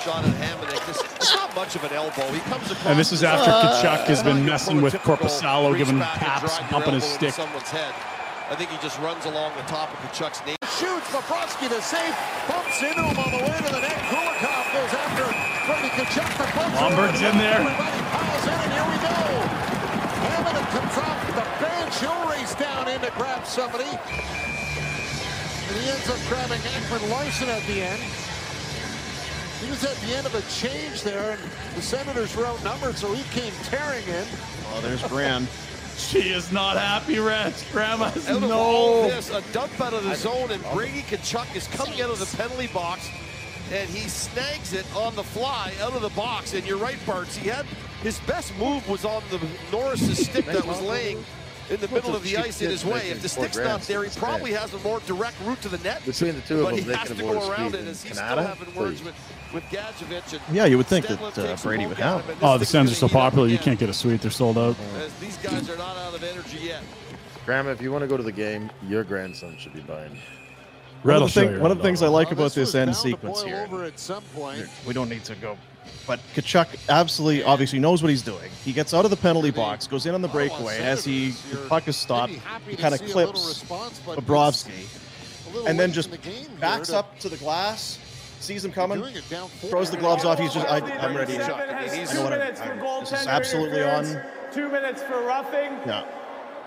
[SPEAKER 12] shot at Hamannik. This- It's not much of an elbow. He comes across.
[SPEAKER 3] And this is after
[SPEAKER 12] Uh,
[SPEAKER 3] Kachuk has been
[SPEAKER 12] not your
[SPEAKER 3] messing with
[SPEAKER 12] prototypical
[SPEAKER 3] Corpusalo,
[SPEAKER 12] reach
[SPEAKER 3] giving him
[SPEAKER 12] back and
[SPEAKER 3] taps,
[SPEAKER 12] drive your
[SPEAKER 3] bumping his
[SPEAKER 12] elbow into
[SPEAKER 3] stick.
[SPEAKER 12] Someone's head. I think he just runs along the top of Kachuk's knee.
[SPEAKER 11] Shoots Bobrovsky to save, bumps into him on the way to the net. Kulikov goes after Brady Kachuk. The bumps
[SPEAKER 3] Lumbert's in there.
[SPEAKER 11] Everybody piles in, and here we go. Hammond comes off the bench. He'll race down in to grab somebody. And he ends up grabbing Ekman Larson at the end. He was at the end of a change there, and the Senators were outnumbered, so he came tearing in.
[SPEAKER 2] Oh, there's Bram.
[SPEAKER 3] She is not happy, Reg. Grandma's
[SPEAKER 12] Out of all
[SPEAKER 3] no.
[SPEAKER 12] this, a dump out of the zone, and Brady Kachuk is coming out of the penalty box, and he snags it on the fly out of the box. And you're right, Bartz. He had his best move was on the Norris's stick that was laying in the middle of the ice in his way. If the stick's not there, he probably has a more direct route to the net.
[SPEAKER 4] Between the two of
[SPEAKER 12] but
[SPEAKER 4] them,
[SPEAKER 12] he
[SPEAKER 4] they
[SPEAKER 12] has
[SPEAKER 4] can
[SPEAKER 12] to
[SPEAKER 4] have more
[SPEAKER 12] go around
[SPEAKER 4] speed
[SPEAKER 12] it
[SPEAKER 4] than
[SPEAKER 12] as he's still
[SPEAKER 4] Kanata.
[SPEAKER 12] having words with, with Gadjevich. And
[SPEAKER 2] Yeah, you would think
[SPEAKER 12] Stedler
[SPEAKER 2] that uh,
[SPEAKER 12] takes a
[SPEAKER 2] Brady
[SPEAKER 12] poke
[SPEAKER 2] would
[SPEAKER 12] at
[SPEAKER 2] have.
[SPEAKER 12] him, and
[SPEAKER 3] Oh, the
[SPEAKER 12] this
[SPEAKER 3] Sens are
[SPEAKER 12] thing's
[SPEAKER 3] so
[SPEAKER 12] gonna heat up
[SPEAKER 3] popular, you
[SPEAKER 12] again,
[SPEAKER 3] can't get a suite. They're sold out.
[SPEAKER 12] As these guys are not out of energy yet.
[SPEAKER 4] Grandma, if you want to go to the game, your grandson should be buying.
[SPEAKER 2] One of the,
[SPEAKER 3] will show
[SPEAKER 2] thing,
[SPEAKER 3] you
[SPEAKER 2] one of
[SPEAKER 3] how
[SPEAKER 2] the things
[SPEAKER 3] that
[SPEAKER 2] I like
[SPEAKER 3] works.
[SPEAKER 2] about this end sequence
[SPEAKER 11] Boil
[SPEAKER 2] here,
[SPEAKER 11] over at some point.
[SPEAKER 2] we don't need to go, but Kachuk absolutely, obviously knows what he's doing. He gets out of the penalty box, goes in on the breakaway, and as he the puck is stopped, he kind of clips Bobrovsky, and then just backs up to the glass, sees him coming, throws the gloves off. He's just, I, I'm ready.
[SPEAKER 13] Seven
[SPEAKER 2] I
[SPEAKER 13] has
[SPEAKER 2] know
[SPEAKER 13] two
[SPEAKER 2] what I'm-
[SPEAKER 13] minutes for
[SPEAKER 2] I'm- This
[SPEAKER 13] goaltender
[SPEAKER 2] is absolutely on.
[SPEAKER 13] interference, Two minutes for roughing.
[SPEAKER 2] Yeah.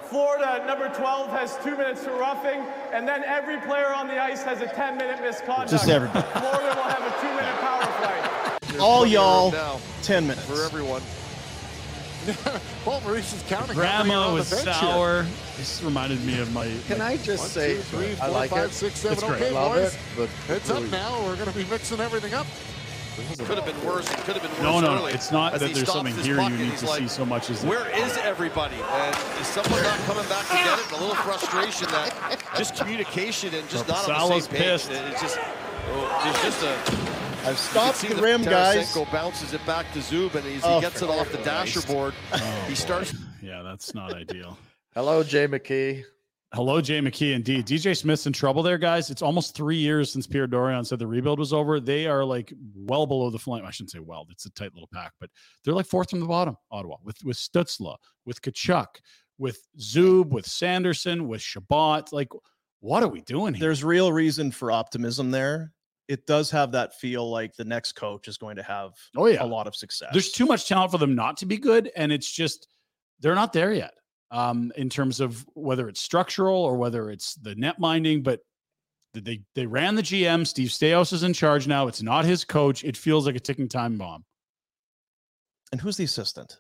[SPEAKER 13] Florida, number 12, has two minutes for roughing, and then every player on the ice has a 10-minute misconduct.
[SPEAKER 2] Just everybody.
[SPEAKER 13] Florida will have a two-minute power play.
[SPEAKER 2] All y'all,
[SPEAKER 12] now
[SPEAKER 2] 10 minutes.
[SPEAKER 12] for everyone.
[SPEAKER 11] Paul Maurice is counting.
[SPEAKER 3] Grandma
[SPEAKER 11] everyone on
[SPEAKER 3] was
[SPEAKER 11] the bench
[SPEAKER 3] sour.
[SPEAKER 11] Here.
[SPEAKER 3] This reminded me of my.
[SPEAKER 11] Can I just
[SPEAKER 3] One,
[SPEAKER 11] say
[SPEAKER 3] two,
[SPEAKER 11] three,
[SPEAKER 3] three,
[SPEAKER 11] four,
[SPEAKER 3] I like
[SPEAKER 11] five,
[SPEAKER 3] it.
[SPEAKER 11] six, seven.
[SPEAKER 3] It's
[SPEAKER 11] Okay,
[SPEAKER 3] great.
[SPEAKER 11] boys.
[SPEAKER 3] but
[SPEAKER 11] It's up now. We're going to be mixing everything up.
[SPEAKER 12] Could have been worse. It could have been worse.
[SPEAKER 3] No, no, no,
[SPEAKER 12] early.
[SPEAKER 3] it's not
[SPEAKER 12] As
[SPEAKER 3] that
[SPEAKER 12] he
[SPEAKER 3] there's
[SPEAKER 12] stops
[SPEAKER 3] something
[SPEAKER 12] his
[SPEAKER 3] here you
[SPEAKER 12] puck and
[SPEAKER 3] need
[SPEAKER 12] he's
[SPEAKER 3] to
[SPEAKER 12] like,
[SPEAKER 3] see so much as that.
[SPEAKER 12] Where is everybody? And is someone not coming back to get it? A little frustration that just communication and just not on the
[SPEAKER 3] Salah's
[SPEAKER 12] same page.
[SPEAKER 3] pissed.
[SPEAKER 12] It's just, oh, there's just a. I've
[SPEAKER 2] stopped the rim, guys.
[SPEAKER 12] bounces it back to Zub, and as he
[SPEAKER 2] Oh,
[SPEAKER 12] gets
[SPEAKER 2] for
[SPEAKER 12] it off the dasher
[SPEAKER 2] Christ.
[SPEAKER 12] board,
[SPEAKER 3] Oh,
[SPEAKER 12] he starts.
[SPEAKER 3] Yeah, that's not ideal.
[SPEAKER 4] Hello, Jay McKee.
[SPEAKER 3] Hello, Jay McKee. Indeed, DJ Smith's in trouble there, guys. It's almost three years since Pierre Dorian said the rebuild was over. They are like well below the flame. I shouldn't say well; it's a tight little pack, but they're like fourth from the bottom. Ottawa with with Stutzla, with Kachuk, with Zub, with Sanderson, with Shabbat. Like, what are we doing here?
[SPEAKER 2] There's real reason for optimism there. It does have that feel like the next coach is going to have
[SPEAKER 3] Oh, yeah.
[SPEAKER 2] a lot of success.
[SPEAKER 3] There's too much talent for them not to be good, and it's just they're not there yet. Um, in terms of whether it's structural or whether it's the net minding, but they they ran the GM. Steve Stais is in charge now. It's not his coach. It feels like a ticking time bomb.
[SPEAKER 2] and who's the assistant?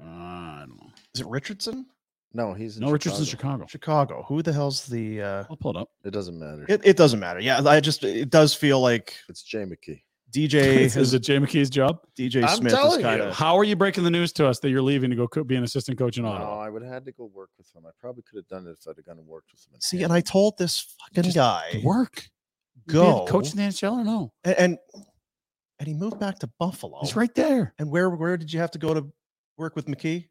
[SPEAKER 3] I don't know.
[SPEAKER 2] Is it Richardson?
[SPEAKER 4] No, he's in
[SPEAKER 3] No, Richardson's Chicago.
[SPEAKER 2] Chicago. Who the hell's the? Uh,
[SPEAKER 3] I'll pull it up.
[SPEAKER 4] It doesn't matter.
[SPEAKER 2] It, it doesn't matter. Yeah, I just it does feel like
[SPEAKER 4] it's Jay McKee.
[SPEAKER 2] DJ
[SPEAKER 3] is,
[SPEAKER 2] has,
[SPEAKER 3] it Jay McKee's job?
[SPEAKER 2] DJ
[SPEAKER 4] I'm
[SPEAKER 2] Smith is
[SPEAKER 4] telling
[SPEAKER 2] kind
[SPEAKER 4] you.
[SPEAKER 2] of
[SPEAKER 3] How are you breaking the news to us that you're leaving to go co- be an assistant coach in
[SPEAKER 4] No,
[SPEAKER 3] Ottawa?
[SPEAKER 4] I would have had to go work with him. I probably could have done it if I'd have gone and worked with him. in
[SPEAKER 2] see. And I told this fucking
[SPEAKER 3] Just
[SPEAKER 2] guy
[SPEAKER 3] Work. You being
[SPEAKER 2] go
[SPEAKER 3] a coach in the NHL or no?
[SPEAKER 2] and, and and he moved back to Buffalo.
[SPEAKER 3] He's right there.
[SPEAKER 2] And where where did you have to go to work with McKee?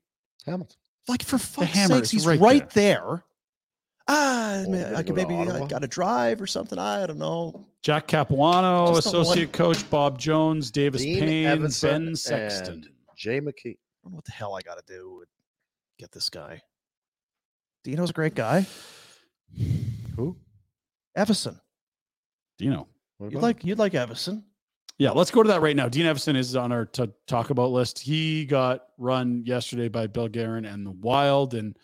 [SPEAKER 4] Hamilton.
[SPEAKER 2] Like for fuck's
[SPEAKER 3] hammer
[SPEAKER 2] sakes,
[SPEAKER 3] is
[SPEAKER 2] he's right,
[SPEAKER 3] right
[SPEAKER 2] there. Ah, I, mean,
[SPEAKER 4] gotta
[SPEAKER 2] I could
[SPEAKER 4] Oh, go to
[SPEAKER 2] maybe I
[SPEAKER 4] Ottawa?
[SPEAKER 2] got to drive or something. I don't know.
[SPEAKER 3] Jack Capuano,
[SPEAKER 2] Just don't want-
[SPEAKER 3] associate coach Bob Jones, Davis
[SPEAKER 4] Dean
[SPEAKER 3] Payne,
[SPEAKER 4] Evanson
[SPEAKER 3] Ben Sexton.
[SPEAKER 4] and Jay McKee.
[SPEAKER 2] I don't know what the hell I got to do with get this guy. Dino's a great guy.
[SPEAKER 4] Who?
[SPEAKER 2] Everson.
[SPEAKER 3] Dino.
[SPEAKER 4] What
[SPEAKER 2] You'd
[SPEAKER 4] about
[SPEAKER 2] like you'd like Everson.
[SPEAKER 3] Yeah, let's go to that right now. Dean Evison is on our to talk about list. He got run yesterday by Bill Guerin and the Wild, and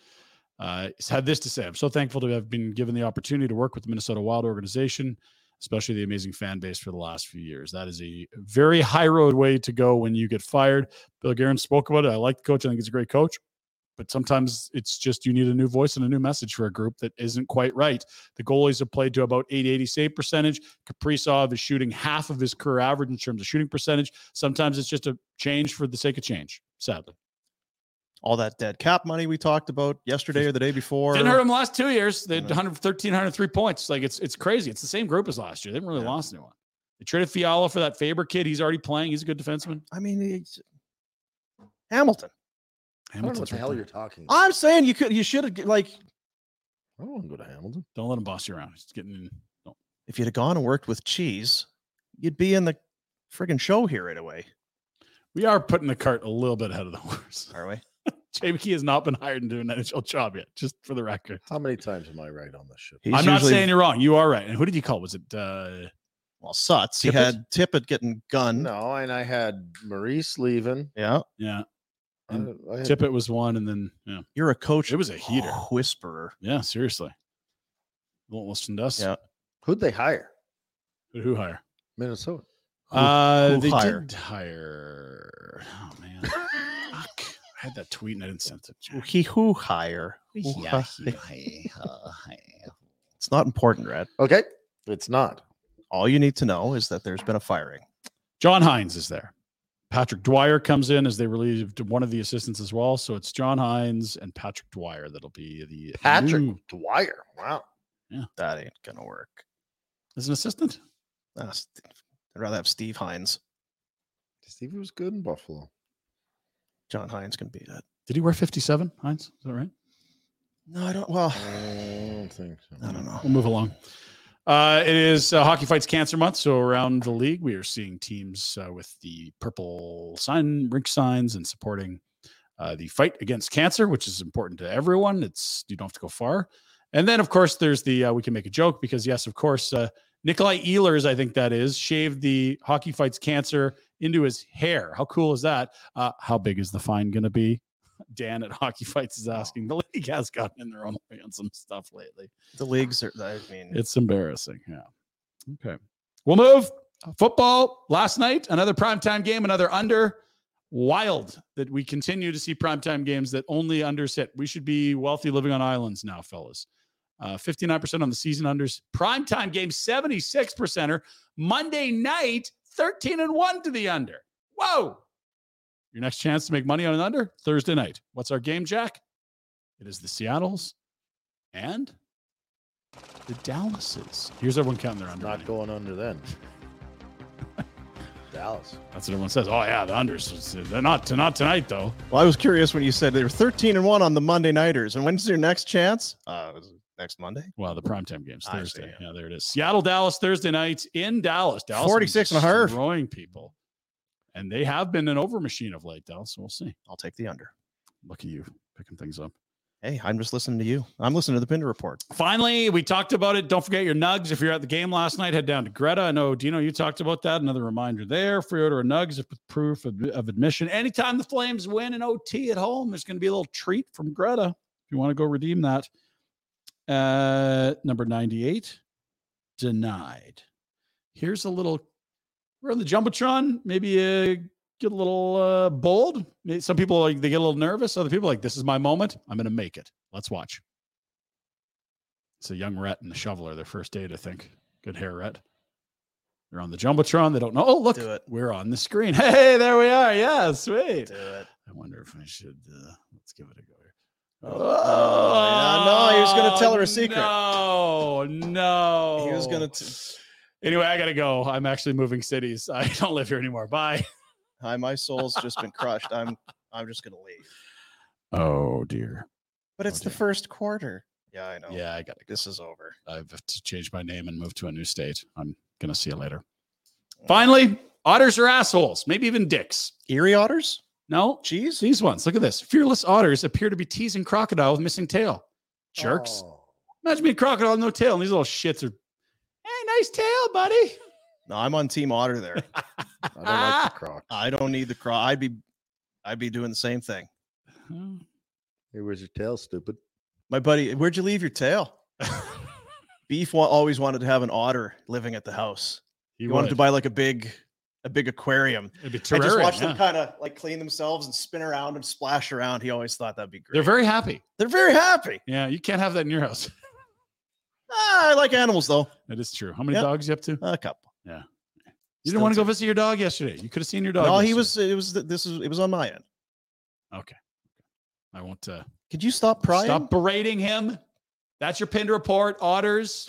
[SPEAKER 3] uh, he's had this to say: "I'm so thankful to have been given the opportunity to work with the Minnesota Wild organization, especially the amazing fan base for the last few years. That is a very high road way to go when you get fired." Bill Guerin spoke about it. I like the coach. I think he's a great coach, but sometimes it's just you need a new voice and a new message for a group that isn't quite right. The goalies have played to about 880 save percentage. Kaprizov is shooting half of his career average in terms of shooting percentage. Sometimes it's just a change for the sake of change, sadly.
[SPEAKER 2] All that dead cap money we talked about yesterday or the day before.
[SPEAKER 3] Didn't hurt them last two years. They had 100, 1,303 points. Like it's it's crazy. It's the same group as last year. They haven't really lost anyone. They traded Fiala for that Faber kid. He's already playing. He's a good defenseman.
[SPEAKER 2] I mean, it's- Hamilton.
[SPEAKER 4] I don't know what
[SPEAKER 3] Hamilton's
[SPEAKER 4] the
[SPEAKER 3] right
[SPEAKER 4] hell
[SPEAKER 3] there.
[SPEAKER 4] you're talking. about.
[SPEAKER 2] I'm saying you could you should have like
[SPEAKER 4] I don't want to go to Hamilton.
[SPEAKER 3] Don't let him boss you around. He's getting in. Don't.
[SPEAKER 2] if you'd have gone and worked with Cheese, you'd be in the friggin' show here right away.
[SPEAKER 3] We are putting the cart a little bit ahead of the horse.
[SPEAKER 2] Are we?
[SPEAKER 3] Jay McKee has not been hired into an NHL job yet, just for the record.
[SPEAKER 4] How many times am I right on this shit?
[SPEAKER 2] He's
[SPEAKER 3] I'm not
[SPEAKER 2] usually-
[SPEAKER 3] saying you're wrong. You are right. And who did you call? Was it uh
[SPEAKER 2] Well, Suts. He
[SPEAKER 3] Tippett?
[SPEAKER 2] had Tippett getting gunned.
[SPEAKER 4] No, and I had Maurice leaving.
[SPEAKER 2] Yeah.
[SPEAKER 3] yeah.
[SPEAKER 4] I,
[SPEAKER 3] And
[SPEAKER 4] I had,
[SPEAKER 3] Tippett was one and then yeah.
[SPEAKER 2] You're a coach.
[SPEAKER 3] It was a heater.
[SPEAKER 2] Whisperer.
[SPEAKER 3] Yeah, seriously. Won't listen to us.
[SPEAKER 2] Yeah.
[SPEAKER 4] who'd they hire?
[SPEAKER 3] But who hire?
[SPEAKER 4] Minnesota.
[SPEAKER 3] Uh
[SPEAKER 2] who
[SPEAKER 3] they
[SPEAKER 2] hired?
[SPEAKER 3] did hire. Oh man. Fuck. I had that tweet and I didn't send it.
[SPEAKER 2] Who
[SPEAKER 3] Jack.
[SPEAKER 2] He who hire. Who hi-
[SPEAKER 3] uh,
[SPEAKER 2] It's not important, Red.
[SPEAKER 4] Okay. It's not.
[SPEAKER 2] All you need to know is that there's been a firing.
[SPEAKER 3] John Hines is there. Patrick Dwyer comes in as they relieved one of the assistants as well. So it's John Hines and Patrick Dwyer that'll be the
[SPEAKER 4] Patrick
[SPEAKER 3] new-
[SPEAKER 4] Dwyer. Wow.
[SPEAKER 2] That ain't gonna work.
[SPEAKER 3] as an assistant.
[SPEAKER 2] Ah, Steve- I'd rather have Steve Hines.
[SPEAKER 4] Steve was good in Buffalo.
[SPEAKER 2] John Hines can be that.
[SPEAKER 3] Did he wear 57, Hines? Is that right?
[SPEAKER 2] No, I don't. Well,
[SPEAKER 4] I don't think so.
[SPEAKER 2] I don't know.
[SPEAKER 3] We'll move along. Uh, it is uh, Hockey Fights Cancer Month. So around the league, we are seeing teams uh, with the purple sign, rink signs, and supporting uh, the fight against cancer, which is important to everyone. It's you don't have to go far. And then, of course, there's the uh, we can make a joke because yes, of course, uh, Nikolai Ehlers, I think that is, shaved the Hockey Fights Cancer into his hair. How cool is that? Uh, how big is the fine going to be? Dan at Hockey Fights is asking. The league has gotten in their own way on some stuff lately.
[SPEAKER 2] The leagues are. I mean,
[SPEAKER 3] It's embarrassing. Yeah. Uh, Okay. We'll move. Football last night, another primetime game, another under. wild that we continue to see primetime games that only unders hit. We should be wealthy living on islands now, fellas. Uh, 59% on the season unders. Primetime game, 76%er. Monday night, 13 and 1 to the under. Whoa. Your next chance to make money on an under, Thursday night. What's our game, Jack? It is the Seattles and the Dallases. Here's everyone counting their under.
[SPEAKER 4] Not going under then. Dallas.
[SPEAKER 3] That's what everyone says. Oh yeah, the unders. They're not, not tonight though.
[SPEAKER 2] Well, I was curious when you said they were 13 and 1 on the Monday Nighters. And when's your next chance? Uh, next Monday.
[SPEAKER 3] Wow, the primetime games Thursday. yeah. there it is. Seattle, Dallas, Thursday night in Dallas. Dallas
[SPEAKER 2] 46 and a half.
[SPEAKER 3] throwing people, and they have been an over machine of late, Dallas. So we'll see.
[SPEAKER 2] I'll take the under.
[SPEAKER 3] Look at you picking things up.
[SPEAKER 2] Hey, I'm just listening to you. I'm listening to the Pinder Report.
[SPEAKER 3] Finally, we talked about it. Don't forget your nugs. If you're at the game last night, head down to Greta. I know Dino, you talked about that. Another reminder there. Free order of nugs with proof of, of admission. Anytime the Flames win an OT at home, there's going to be a little treat from Greta. If you want to go redeem that. Uh, number 98, denied. Here's a little, we're on the Jumbotron. Maybe uh, get a little uh, bold. Some people, like, they get a little nervous. Other people, like, this is my moment. I'm going to make it. Let's watch. It's a young Rhett and the Shoveler, their first date, I think. Good hair, Rhett. They're on the Jumbotron. They don't know. Oh, look,
[SPEAKER 2] Do it.
[SPEAKER 3] we're on the screen. Hey, there we are. Yeah, sweet.
[SPEAKER 2] Do it.
[SPEAKER 3] I wonder if I should, uh, let's give it a go here. Oh,
[SPEAKER 2] Oh, yeah, no, he was going to tell her a secret.
[SPEAKER 3] No, Oh, no.
[SPEAKER 2] He was gonna t-
[SPEAKER 3] anyway, I gotta go. I'm actually moving cities. I don't live here anymore. Bye.
[SPEAKER 2] Hi, my soul's just been crushed. I'm I'm just gonna leave.
[SPEAKER 3] Oh dear.
[SPEAKER 2] But it's the first quarter. Yeah, I know.
[SPEAKER 3] Yeah, I gotta.
[SPEAKER 2] This is over.
[SPEAKER 3] I've to change my name and move to a new state. I'm gonna see you later.
[SPEAKER 2] Mm.
[SPEAKER 3] Finally, otters are assholes. Maybe even dicks.
[SPEAKER 2] Erie otters?
[SPEAKER 3] No. Jeez. These ones. Look at this. Fearless otters appear to be teasing crocodile with missing tail. Jerks.
[SPEAKER 2] Oh.
[SPEAKER 3] Imagine being a crocodile with no tail, and these little shits are. Hey, nice tail, buddy.
[SPEAKER 2] No, I'm on Team Otter there. I don't
[SPEAKER 3] Ah!
[SPEAKER 2] like the croc. I don't need the croc. I'd be I'd be doing the same thing.
[SPEAKER 4] Hey, where's your tail, stupid?
[SPEAKER 2] My buddy, where'd you leave your tail? Beef wa- always wanted to have an otter living at the house. He, wanted to
[SPEAKER 3] would.
[SPEAKER 2] buy like a big a big aquarium.
[SPEAKER 3] It'd be
[SPEAKER 2] I just
[SPEAKER 3] terrarium,
[SPEAKER 2] watched
[SPEAKER 3] yeah.
[SPEAKER 2] them kind of like clean themselves and spin around and splash around. He always thought that'd be great.
[SPEAKER 3] They're very happy.
[SPEAKER 2] They're very happy.
[SPEAKER 3] Yeah, you can't have that in your house.
[SPEAKER 2] Ah, I like animals though.
[SPEAKER 3] That is true. How many
[SPEAKER 2] Yep.
[SPEAKER 3] dogs you up to?
[SPEAKER 2] A couple.
[SPEAKER 3] Yeah. You didn't want to go visit your dog yesterday. You could have seen your dog.
[SPEAKER 2] No, he
[SPEAKER 3] yesterday.
[SPEAKER 2] was. It was. This is. It was on my end.
[SPEAKER 3] Okay. I won't uh,
[SPEAKER 2] Could you stop prying?
[SPEAKER 3] stop berating him. That's your pinned report. Otters,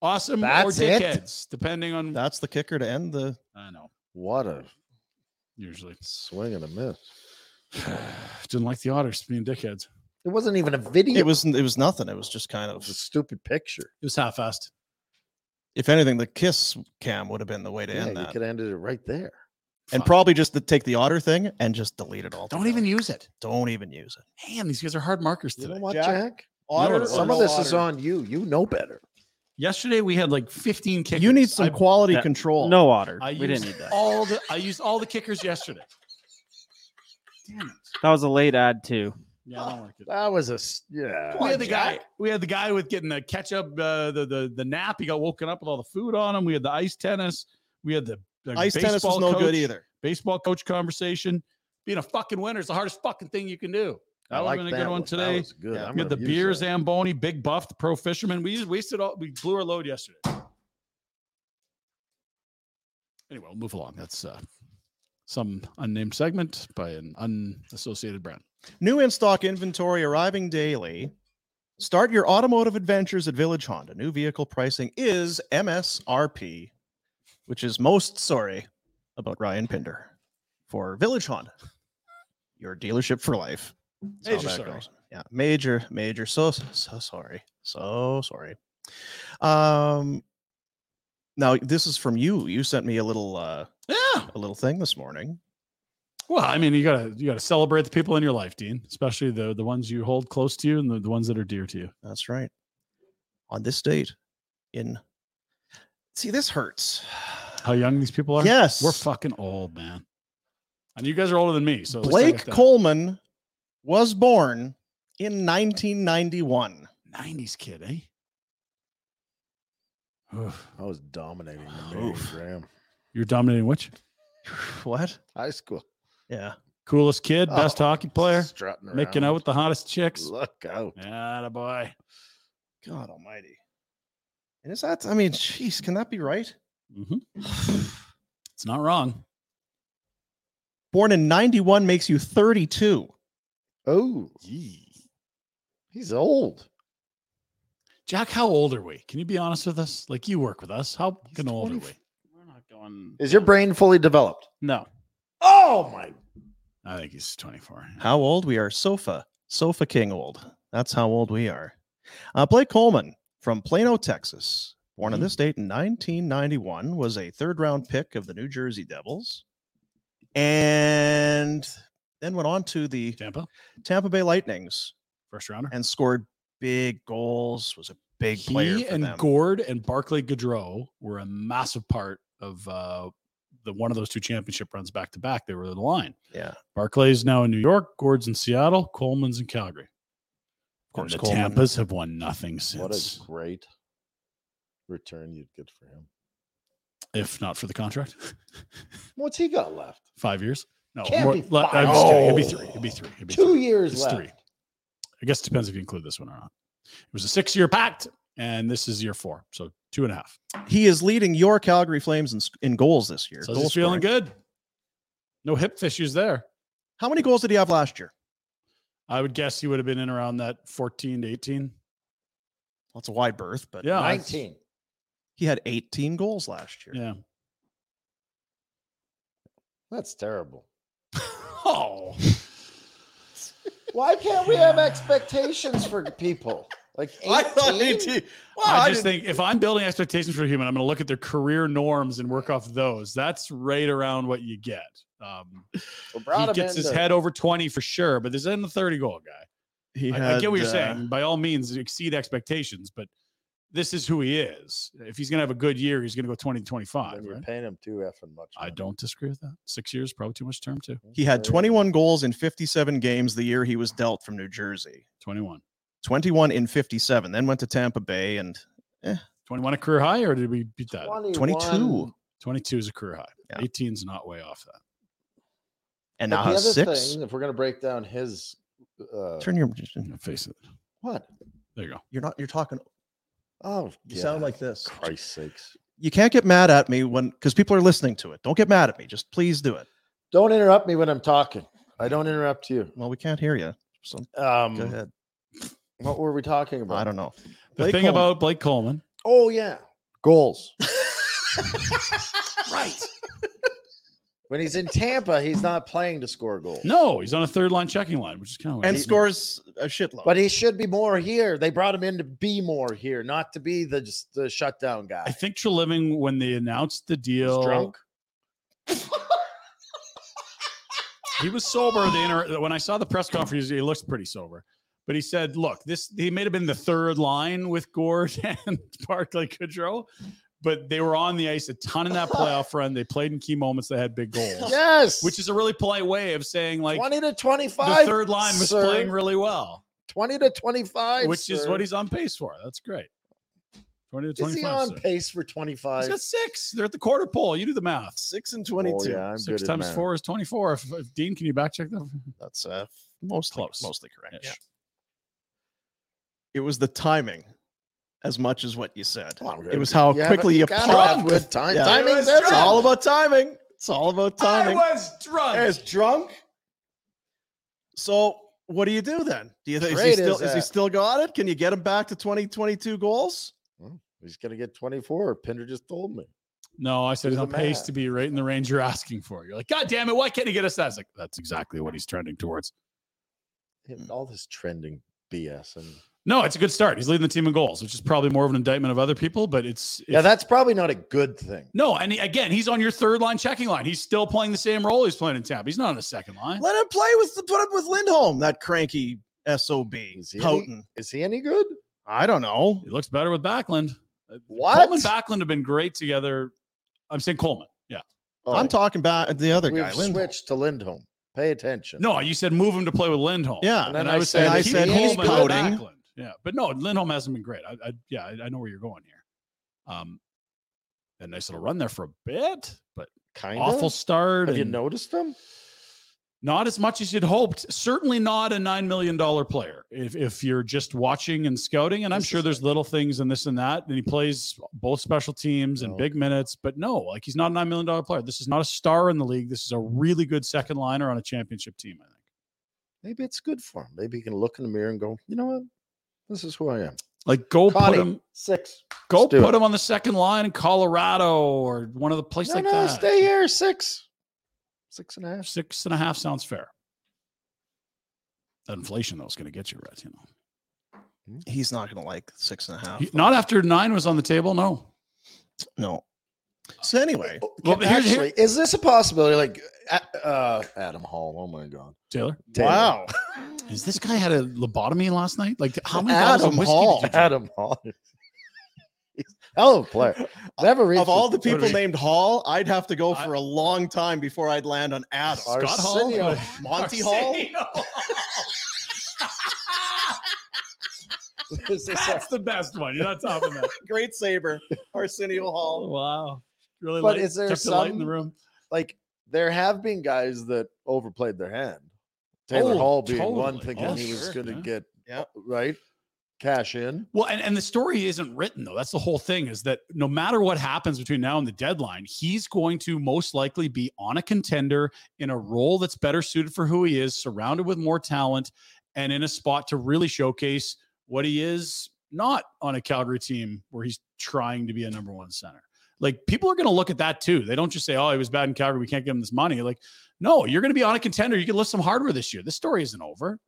[SPEAKER 3] awesome
[SPEAKER 2] That's
[SPEAKER 3] or
[SPEAKER 2] it?
[SPEAKER 3] dickheads, depending on.
[SPEAKER 2] That's the kicker to end the.
[SPEAKER 3] I know.
[SPEAKER 4] What a
[SPEAKER 3] Usually
[SPEAKER 4] swing and a miss.
[SPEAKER 3] didn't like the otters being dickheads.
[SPEAKER 4] It wasn't even a video.
[SPEAKER 2] It was. It was nothing. It was just kind of.
[SPEAKER 4] a stupid picture.
[SPEAKER 3] It was half-assed.
[SPEAKER 2] If anything, the kiss cam would have been the way to
[SPEAKER 4] Yeah,
[SPEAKER 2] end
[SPEAKER 4] you
[SPEAKER 2] that,
[SPEAKER 4] could have ended it right there.
[SPEAKER 2] and probably just to take the otter thing and just delete it all.
[SPEAKER 3] Don't even use it.
[SPEAKER 2] Don't even use it.
[SPEAKER 3] Damn, these guys are hard markers
[SPEAKER 4] You
[SPEAKER 3] today.
[SPEAKER 4] know what,
[SPEAKER 2] Jack,
[SPEAKER 4] Jack?
[SPEAKER 2] otter
[SPEAKER 4] Some
[SPEAKER 2] or
[SPEAKER 4] of
[SPEAKER 2] no
[SPEAKER 4] this is
[SPEAKER 2] otter?
[SPEAKER 4] on you. You know better.
[SPEAKER 3] Yesterday we had like 15 kickers.
[SPEAKER 2] You need some
[SPEAKER 3] I-
[SPEAKER 2] quality
[SPEAKER 14] that-
[SPEAKER 2] control.
[SPEAKER 14] No otter.
[SPEAKER 3] I
[SPEAKER 14] we
[SPEAKER 3] used
[SPEAKER 14] didn't need that.
[SPEAKER 3] all the I used all the kickers yesterday. Damn it.
[SPEAKER 14] That was a late ad too.
[SPEAKER 3] Yeah, I don't like it.
[SPEAKER 4] That was a s- yeah.
[SPEAKER 3] we had the guy. We had the guy with getting the ketchup, uh, the the the nap. He got woken up with all the food on him. We had the ice tennis. We had the, the
[SPEAKER 2] Ice tennis was
[SPEAKER 3] baseball
[SPEAKER 2] no
[SPEAKER 3] coach-
[SPEAKER 2] good either.
[SPEAKER 3] Baseball coach conversation. Being a fucking winner is the hardest fucking thing you can do. That
[SPEAKER 4] I
[SPEAKER 3] would
[SPEAKER 4] like
[SPEAKER 3] have been a
[SPEAKER 4] that
[SPEAKER 3] good one,
[SPEAKER 4] one. That
[SPEAKER 3] today.
[SPEAKER 4] was good. I'm
[SPEAKER 3] We had the
[SPEAKER 4] gonna use
[SPEAKER 3] beer
[SPEAKER 4] that.
[SPEAKER 3] Zamboni, big buff, the pro fisherman. We just wasted all. We blew our load yesterday. Anyway, we'll move along. That's uh, some unnamed segment by an unassociated brand.
[SPEAKER 2] New in stock inventory arriving daily. Start your automotive adventures at Village Honda. New vehicle pricing is MSRP, which is most sorry about Ryan Pinder for Village Honda, your dealership for life. That's how
[SPEAKER 3] Major
[SPEAKER 2] that
[SPEAKER 3] sorry.
[SPEAKER 2] goes. Yeah, major, major. So, so sorry. So sorry. Um, now this is from you. You sent me a little, uh,
[SPEAKER 3] Yeah.
[SPEAKER 2] a little thing this morning.
[SPEAKER 3] Well, I mean, you gotta you gotta celebrate the people in your life, Dean, especially the the ones you hold close to you and the, the ones that are dear to you.
[SPEAKER 2] That's right. On this date, in see, this hurts.
[SPEAKER 3] How young these people are?
[SPEAKER 2] Yes.
[SPEAKER 3] we're fucking old, man. And you guys are older than me, so at least I
[SPEAKER 2] Blake
[SPEAKER 3] got that.
[SPEAKER 2] Coleman was born in 1991.
[SPEAKER 3] '90s kid, eh? Oof.
[SPEAKER 4] I was dominating the
[SPEAKER 3] Oof.
[SPEAKER 4] Graham
[SPEAKER 3] You're dominating which?
[SPEAKER 2] What?
[SPEAKER 4] high school.
[SPEAKER 2] Yeah.
[SPEAKER 3] Coolest kid, best
[SPEAKER 4] Oh,
[SPEAKER 3] hockey player,
[SPEAKER 4] strutting
[SPEAKER 3] making
[SPEAKER 4] around.
[SPEAKER 3] out with the hottest chicks.
[SPEAKER 4] Look out.
[SPEAKER 3] Yeah, boy.
[SPEAKER 2] God Almighty. And is that? I mean, jeez, can that be right?
[SPEAKER 3] Mm-hmm. it's not wrong.
[SPEAKER 2] Born in '91 makes you 32.
[SPEAKER 4] Oh, he's old.
[SPEAKER 3] Jack, how old are we? Can you be honest with us? Like you work with us. How fucking old are we?
[SPEAKER 4] Is your brain fully developed?
[SPEAKER 3] No.
[SPEAKER 4] Oh my!
[SPEAKER 3] I think he's 24.
[SPEAKER 2] How old we are, sofa, sofa king old. That's how old we are. Uh, Blake Coleman from Plano, Texas, born on this
[SPEAKER 3] Mm.
[SPEAKER 2] date in 1991, was a third round pick of the New Jersey Devils, and then went on to the
[SPEAKER 3] Tampa
[SPEAKER 2] Tampa Bay Lightnings,
[SPEAKER 3] first rounder,
[SPEAKER 2] and scored big goals. Was a big player.
[SPEAKER 3] He
[SPEAKER 2] for
[SPEAKER 3] and
[SPEAKER 2] them.
[SPEAKER 3] Gord and Barclay Gaudreau were a massive part of uh, the one of those two championship runs back to back. They were the line.
[SPEAKER 2] Yeah.
[SPEAKER 3] Barclay's now in New York, Gord's in Seattle, Coleman's in Calgary. Of
[SPEAKER 4] course,
[SPEAKER 3] the
[SPEAKER 4] Coleman-
[SPEAKER 3] Tampas have won nothing since.
[SPEAKER 4] What a great return you'd get for him.
[SPEAKER 3] if not for the contract,
[SPEAKER 4] What's he got left?
[SPEAKER 3] five years. No,
[SPEAKER 4] Can't
[SPEAKER 3] more-
[SPEAKER 4] be
[SPEAKER 3] le-
[SPEAKER 4] five.
[SPEAKER 3] I'm just kidding.
[SPEAKER 2] Oh.
[SPEAKER 3] It'd be
[SPEAKER 4] No.
[SPEAKER 3] three. It'd be three. It'd be
[SPEAKER 4] Two
[SPEAKER 3] three.
[SPEAKER 4] years
[SPEAKER 3] It's
[SPEAKER 4] left.
[SPEAKER 3] three. I guess it depends if you include this one or not. It was a six-year pact, and this is year four, so two and a half.
[SPEAKER 2] He is leading your Calgary Flames in, s- in goals this year.
[SPEAKER 3] So
[SPEAKER 2] goal
[SPEAKER 3] he's feeling
[SPEAKER 2] scoring.
[SPEAKER 3] good. No hip issues there.
[SPEAKER 2] How many goals did he have last year?
[SPEAKER 3] I would guess he would have been in around that 14 to 18.
[SPEAKER 2] Well, it's a wide berth, but
[SPEAKER 3] Yeah, I-
[SPEAKER 2] He had 18 goals last year.
[SPEAKER 3] Yeah.
[SPEAKER 4] That's terrible.
[SPEAKER 3] oh.
[SPEAKER 4] Why can't we have expectations for people? Like 18?
[SPEAKER 3] I thought 18 I just
[SPEAKER 4] didn't-
[SPEAKER 3] think if I'm building expectations for a human, I'm going to look at their career norms and work off those. That's right around what you get. Um,
[SPEAKER 4] Well, brought
[SPEAKER 3] he
[SPEAKER 4] him
[SPEAKER 3] gets his
[SPEAKER 4] into-
[SPEAKER 3] head over 20 for sure, but this isn't a 30 goal guy.
[SPEAKER 2] He
[SPEAKER 3] I, I get what you're
[SPEAKER 2] had, uh,
[SPEAKER 3] saying. By all means, exceed expectations, but this is who he is. If he's going to have a good year, he's going to go 20 to 25.
[SPEAKER 4] You're
[SPEAKER 3] right?
[SPEAKER 4] paying him too effing much.
[SPEAKER 3] I don't disagree with that. Six years, probably too much term, too.
[SPEAKER 2] He had 21 goals in 57 games the year he was dealt from New Jersey.
[SPEAKER 3] 21.
[SPEAKER 2] 21 in 57. Then went to Tampa Bay and eh.
[SPEAKER 3] 21 a career high, or did we beat that?
[SPEAKER 2] 22.
[SPEAKER 3] 22 is a career high. 18 is not way off that.
[SPEAKER 2] And
[SPEAKER 4] But
[SPEAKER 2] now
[SPEAKER 4] the
[SPEAKER 2] has
[SPEAKER 4] other
[SPEAKER 2] six.
[SPEAKER 4] thing, if we're gonna break down his, uh,
[SPEAKER 2] Turn your
[SPEAKER 3] face it.
[SPEAKER 4] what?
[SPEAKER 3] There you go.
[SPEAKER 2] eh. You're not. You're talking.
[SPEAKER 4] Oh,
[SPEAKER 2] You sound like this.
[SPEAKER 4] Christ's sakes!
[SPEAKER 2] You can't get mad at me when because people are listening to it. Don't get mad at me. Just please do it.
[SPEAKER 4] Don't interrupt me when I'm talking. I don't interrupt you.
[SPEAKER 2] Well, we can't hear you. So
[SPEAKER 4] um,
[SPEAKER 2] go ahead.
[SPEAKER 4] What were we talking about?
[SPEAKER 2] I don't know.
[SPEAKER 3] The
[SPEAKER 4] Blake
[SPEAKER 3] thing
[SPEAKER 4] Coleman.
[SPEAKER 3] about Blake Coleman,
[SPEAKER 4] Oh yeah, goals.
[SPEAKER 3] right.
[SPEAKER 4] When he's in Tampa, he's not playing to score goals.
[SPEAKER 3] no, he's on a third line checking line, which is kind of
[SPEAKER 4] And
[SPEAKER 2] scores a shitload.
[SPEAKER 4] But he should be more here. They brought him in to be more here, not to be the just the shutdown
[SPEAKER 3] I
[SPEAKER 4] guy.
[SPEAKER 3] think Treliving, when they announced the deal,
[SPEAKER 4] drunk.
[SPEAKER 3] he was sober. They inter- when I saw the press conference, he looked pretty sober. But he said, "Look, this he may have been the third line with Gord and Barclay Goodrow, but they were on the ice a ton in that playoff run. They played in key moments. They had big goals.
[SPEAKER 4] Yes.
[SPEAKER 3] which is a really polite way of saying like
[SPEAKER 4] Twenty to twenty-five.
[SPEAKER 3] The third line was
[SPEAKER 4] sir.
[SPEAKER 3] playing really well,
[SPEAKER 4] Twenty to twenty-five,
[SPEAKER 3] which is
[SPEAKER 4] sir.
[SPEAKER 3] what he's on pace for. That's great. Twenty to
[SPEAKER 4] Is he
[SPEAKER 3] twenty-five.
[SPEAKER 4] on
[SPEAKER 3] sir.
[SPEAKER 4] pace for twenty-five?
[SPEAKER 3] He's got six. They're at the quarter pole. You do the math.
[SPEAKER 2] Six and
[SPEAKER 4] Oh, yeah, I'm
[SPEAKER 3] six
[SPEAKER 4] good at
[SPEAKER 3] times
[SPEAKER 4] math.
[SPEAKER 3] four is twenty-four. If, if- Dean, can you back check that?
[SPEAKER 2] That's uh, mostly
[SPEAKER 3] Close.
[SPEAKER 2] mostly correct.
[SPEAKER 3] Ish.
[SPEAKER 2] It was the timing. As much as what you said,
[SPEAKER 4] good.
[SPEAKER 2] it was how
[SPEAKER 4] You have-
[SPEAKER 2] quickly
[SPEAKER 4] you
[SPEAKER 2] you
[SPEAKER 4] gotta have
[SPEAKER 2] popped.
[SPEAKER 4] good time-
[SPEAKER 2] Yeah.
[SPEAKER 4] timing,
[SPEAKER 2] It's
[SPEAKER 4] that's
[SPEAKER 2] all
[SPEAKER 4] it.
[SPEAKER 2] about timing. It's all about timing.
[SPEAKER 3] drunk.
[SPEAKER 2] Is drunk. So what do you do then? Do you think is he
[SPEAKER 4] Trade
[SPEAKER 2] still
[SPEAKER 4] his
[SPEAKER 2] is he
[SPEAKER 4] ass.
[SPEAKER 2] still got it? Can you get him back to 2022 goals?
[SPEAKER 4] He's gonna get twenty-four. Pinder just told me.
[SPEAKER 3] No, I said he's
[SPEAKER 4] Do
[SPEAKER 3] on
[SPEAKER 4] the
[SPEAKER 3] pace
[SPEAKER 4] math.
[SPEAKER 3] to be right in the range you're asking for. You're like, God damn it, why can't he get us that? It's like, that's exactly what he's trending towards.
[SPEAKER 4] Him- All this trending BS and
[SPEAKER 3] No, it's a good start. He's leading the team in goals, which is probably more of an indictment of other people, but it's,
[SPEAKER 4] yeah,
[SPEAKER 3] it's-
[SPEAKER 4] that's probably not a good thing.
[SPEAKER 3] no. And he- again, he's on your third line checking line. He's still playing the same role he's playing in Tampa. He's not on the second line.
[SPEAKER 2] Let him play with put up with Lindholm, that cranky sob
[SPEAKER 4] he any-
[SPEAKER 2] potent.
[SPEAKER 4] Is he any good?
[SPEAKER 2] I don't know.
[SPEAKER 3] He looks better with Backlund.
[SPEAKER 4] What?
[SPEAKER 3] Coleman Backlund have been great together. I'm saying Coleman. Yeah.
[SPEAKER 2] I'm
[SPEAKER 4] Oh,
[SPEAKER 2] talking about the other
[SPEAKER 4] We've
[SPEAKER 2] guy, Lindholm.
[SPEAKER 4] switched to Lindholm. Pay attention.
[SPEAKER 3] No, you said move him to play with Lindholm.
[SPEAKER 2] Yeah. And
[SPEAKER 3] And,
[SPEAKER 4] then
[SPEAKER 3] I
[SPEAKER 4] I
[SPEAKER 3] was
[SPEAKER 4] said-
[SPEAKER 3] saying
[SPEAKER 4] I
[SPEAKER 3] keep
[SPEAKER 4] said he's
[SPEAKER 3] Coleman over
[SPEAKER 2] goading.
[SPEAKER 3] Backlund. Yeah. But no, Lindholm hasn't been great. I, I yeah, I, I know where you're going here. Um, a nice little run there for a bit, but
[SPEAKER 4] kind
[SPEAKER 3] awful start.
[SPEAKER 4] Have you
[SPEAKER 3] and
[SPEAKER 4] noticed him?
[SPEAKER 3] Not as much as you'd hoped. Certainly not a nine million dollar player. If if you're just watching and scouting, and I'm sure there's little things and this and that, and he plays both special teams and big minutes, but no, like he's not a nine million dollar player. This is not a star in the league. This is a really good second liner on a championship team. I think.
[SPEAKER 4] Maybe it's good for him. Maybe he can look in the mirror and go, you know what? This is who I am.
[SPEAKER 3] Like go
[SPEAKER 4] Caught
[SPEAKER 3] put
[SPEAKER 4] him.
[SPEAKER 3] him,
[SPEAKER 4] six.
[SPEAKER 3] Go
[SPEAKER 4] Let's do
[SPEAKER 3] put
[SPEAKER 4] it.
[SPEAKER 3] him on the second line in Colorado or one of the places
[SPEAKER 4] No,
[SPEAKER 3] like
[SPEAKER 4] no,
[SPEAKER 3] that.
[SPEAKER 4] stay here. Six. Six and a half.
[SPEAKER 3] Six and a half sounds fair. That inflation though is going to get you, Reds. You know,
[SPEAKER 2] He's not going to like six and a half.
[SPEAKER 3] He- not after nine was on the table. No,
[SPEAKER 2] no. So anyway,
[SPEAKER 3] Well, here's- here-
[SPEAKER 4] Oh, Actually, is this a possibility? Like uh, uh, Adam Hall. Oh my God.
[SPEAKER 3] Taylor.
[SPEAKER 4] Taylor. Wow.
[SPEAKER 3] is this guy had a lobotomy last night? Like how many bottles
[SPEAKER 4] Adam
[SPEAKER 3] of whiskey? Did
[SPEAKER 4] Hall.
[SPEAKER 3] you drink?
[SPEAKER 4] Adam Hall. Hell of a player. Never reached
[SPEAKER 2] of all
[SPEAKER 4] his
[SPEAKER 2] the people
[SPEAKER 4] potential.
[SPEAKER 2] named Hall, I'd have to go for a long time before I'd land on Adam.
[SPEAKER 4] Scott Hall? Arsenio.
[SPEAKER 2] Monty
[SPEAKER 3] Arsenio.
[SPEAKER 2] Hall.
[SPEAKER 3] That's the best one. You're not topping that.
[SPEAKER 2] Great saber, Arsenio Hall.
[SPEAKER 3] Wow, really?
[SPEAKER 4] but
[SPEAKER 3] light-
[SPEAKER 4] is there
[SPEAKER 3] kept it light in the
[SPEAKER 4] some-
[SPEAKER 3] room?
[SPEAKER 4] Like there have been guys that overplayed their hand. Taylor
[SPEAKER 3] Oh,
[SPEAKER 4] Hall being one,
[SPEAKER 3] totally.
[SPEAKER 4] thinking
[SPEAKER 3] Oh,
[SPEAKER 4] he was
[SPEAKER 3] sure,
[SPEAKER 4] going to
[SPEAKER 3] yeah.
[SPEAKER 4] get uh, right cash in.
[SPEAKER 3] Well, and, and the story isn't written though. That's the whole thing is that no matter what happens between now and the deadline, he's going to most likely be on a contender in a role that's better suited for who he is, surrounded with more talent, and in a spot to really showcase what he is not on a Calgary team where he's trying to be a number one center. Like people are going to look at that too. They don't just say, "Oh, he was bad in Calgary. We can't give him this money." Like, no, you're going to be on a contender. You can lift some hardware this year. This story isn't over.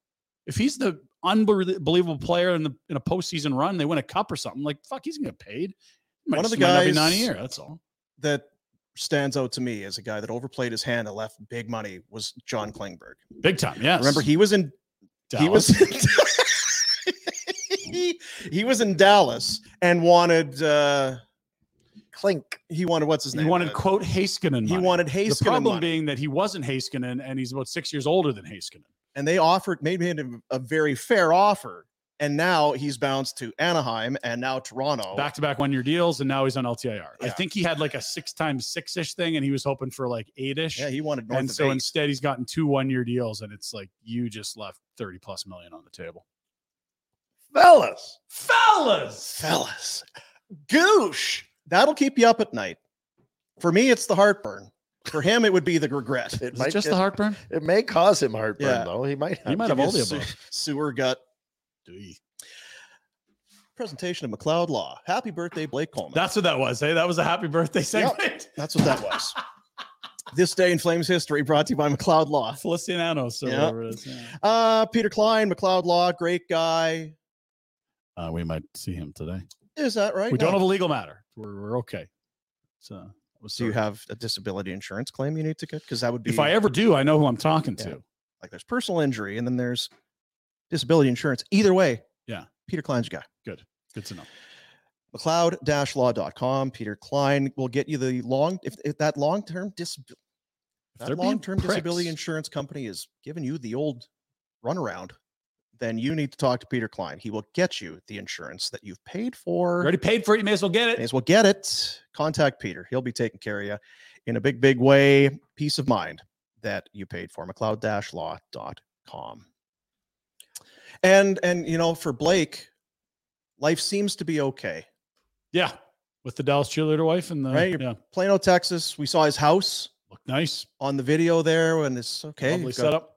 [SPEAKER 3] If he's the unbelievable player in the in a postseason run, they win a cup or something. Like, fuck, he's going to get paid. Might
[SPEAKER 2] One of
[SPEAKER 3] just-
[SPEAKER 2] the
[SPEAKER 3] might not be
[SPEAKER 2] guys-
[SPEAKER 3] nine a year. That's all.
[SPEAKER 2] That stands out to me as a guy that overplayed his hand and left big money was John Klingberg.
[SPEAKER 3] Big time. Yes.
[SPEAKER 2] Remember, he was in. He
[SPEAKER 3] Dallas.
[SPEAKER 2] was. he, he was in Dallas and wanted uh
[SPEAKER 4] Clink.
[SPEAKER 2] He wanted what's his
[SPEAKER 3] He
[SPEAKER 2] name?
[SPEAKER 3] wanted
[SPEAKER 2] Uh,
[SPEAKER 3] quote Haskinen.
[SPEAKER 2] He
[SPEAKER 3] money.
[SPEAKER 2] wanted
[SPEAKER 3] The
[SPEAKER 2] Haskinen
[SPEAKER 3] problem
[SPEAKER 2] money.
[SPEAKER 3] being that he wasn't Haskinen, and he's about six years older than Haskinen.
[SPEAKER 2] and they offered made him a very fair offer. And now he's bounced to Anaheim and now Toronto.
[SPEAKER 3] Back to back one year deals, and now he's on LTIR. I think he had like a six times six ish thing, and he was hoping for like eight ish.
[SPEAKER 2] Yeah, he wanted north
[SPEAKER 3] And
[SPEAKER 2] of
[SPEAKER 3] so
[SPEAKER 2] eight.
[SPEAKER 3] instead, he's gotten two one year deals, and it's like you just left 30 plus million on the table.
[SPEAKER 4] Fellas.
[SPEAKER 3] Fellas.
[SPEAKER 2] Fellas. Goosh. That'll keep you up at night. For me, it's the heartburn. For him, it would be the regret.
[SPEAKER 4] It might get- It may cause him heartburn
[SPEAKER 2] Yeah.
[SPEAKER 4] though. He might.
[SPEAKER 2] He might have
[SPEAKER 4] to
[SPEAKER 2] all
[SPEAKER 4] get
[SPEAKER 2] the
[SPEAKER 4] su-
[SPEAKER 2] above. Sewer gut. Presentation of McLeod Law. Happy birthday, Blake Coleman.
[SPEAKER 3] That's what that was. Hey, that was a happy birthday segment.
[SPEAKER 2] That's what that was. this day in Flames history brought to you by McLeod Law.
[SPEAKER 3] Feliciano, so
[SPEAKER 2] Yeah.
[SPEAKER 3] whatever it is. yeah.
[SPEAKER 2] Uh, Peter Klein, McLeod Law, great guy.
[SPEAKER 3] Uh, we might see him today.
[SPEAKER 2] Is that right?
[SPEAKER 3] we
[SPEAKER 2] No.
[SPEAKER 3] don't have a legal matter. We're, we're okay. So
[SPEAKER 2] Do you have a disability insurance claim you need to get? Because that would be
[SPEAKER 3] if I ever do, I know who I'm talking
[SPEAKER 2] Yeah.
[SPEAKER 3] to.
[SPEAKER 2] like there's personal injury and then there's disability insurance. Either way,
[SPEAKER 3] Yeah.
[SPEAKER 2] Peter Klein's your guy.
[SPEAKER 3] Good. Good to know.
[SPEAKER 2] McLeod law.com. Peter Klein will get you the long, if, if that long term disability.
[SPEAKER 3] they're
[SPEAKER 2] That
[SPEAKER 3] being
[SPEAKER 2] long term disability
[SPEAKER 3] pricks.
[SPEAKER 2] insurance company is giving you the old runaround, then you need to talk to Peter Klein. He will get you the insurance that you've paid for.
[SPEAKER 3] You already paid for it. You may as well get it.
[SPEAKER 2] May as well get it. Contact Peter. He'll be taking care of you in a big, big way. Peace of mind that you paid for. McLeod law.com. And, and, you know, for Blake, life seems to be okay,
[SPEAKER 3] Yeah. With the Dallas cheerleader wife and the
[SPEAKER 2] right? You're
[SPEAKER 3] yeah.
[SPEAKER 2] Plano, Texas. We saw his house.
[SPEAKER 3] Looked nice.
[SPEAKER 2] On the video there, and it's okay.
[SPEAKER 3] Lovely
[SPEAKER 2] you've got
[SPEAKER 3] setup.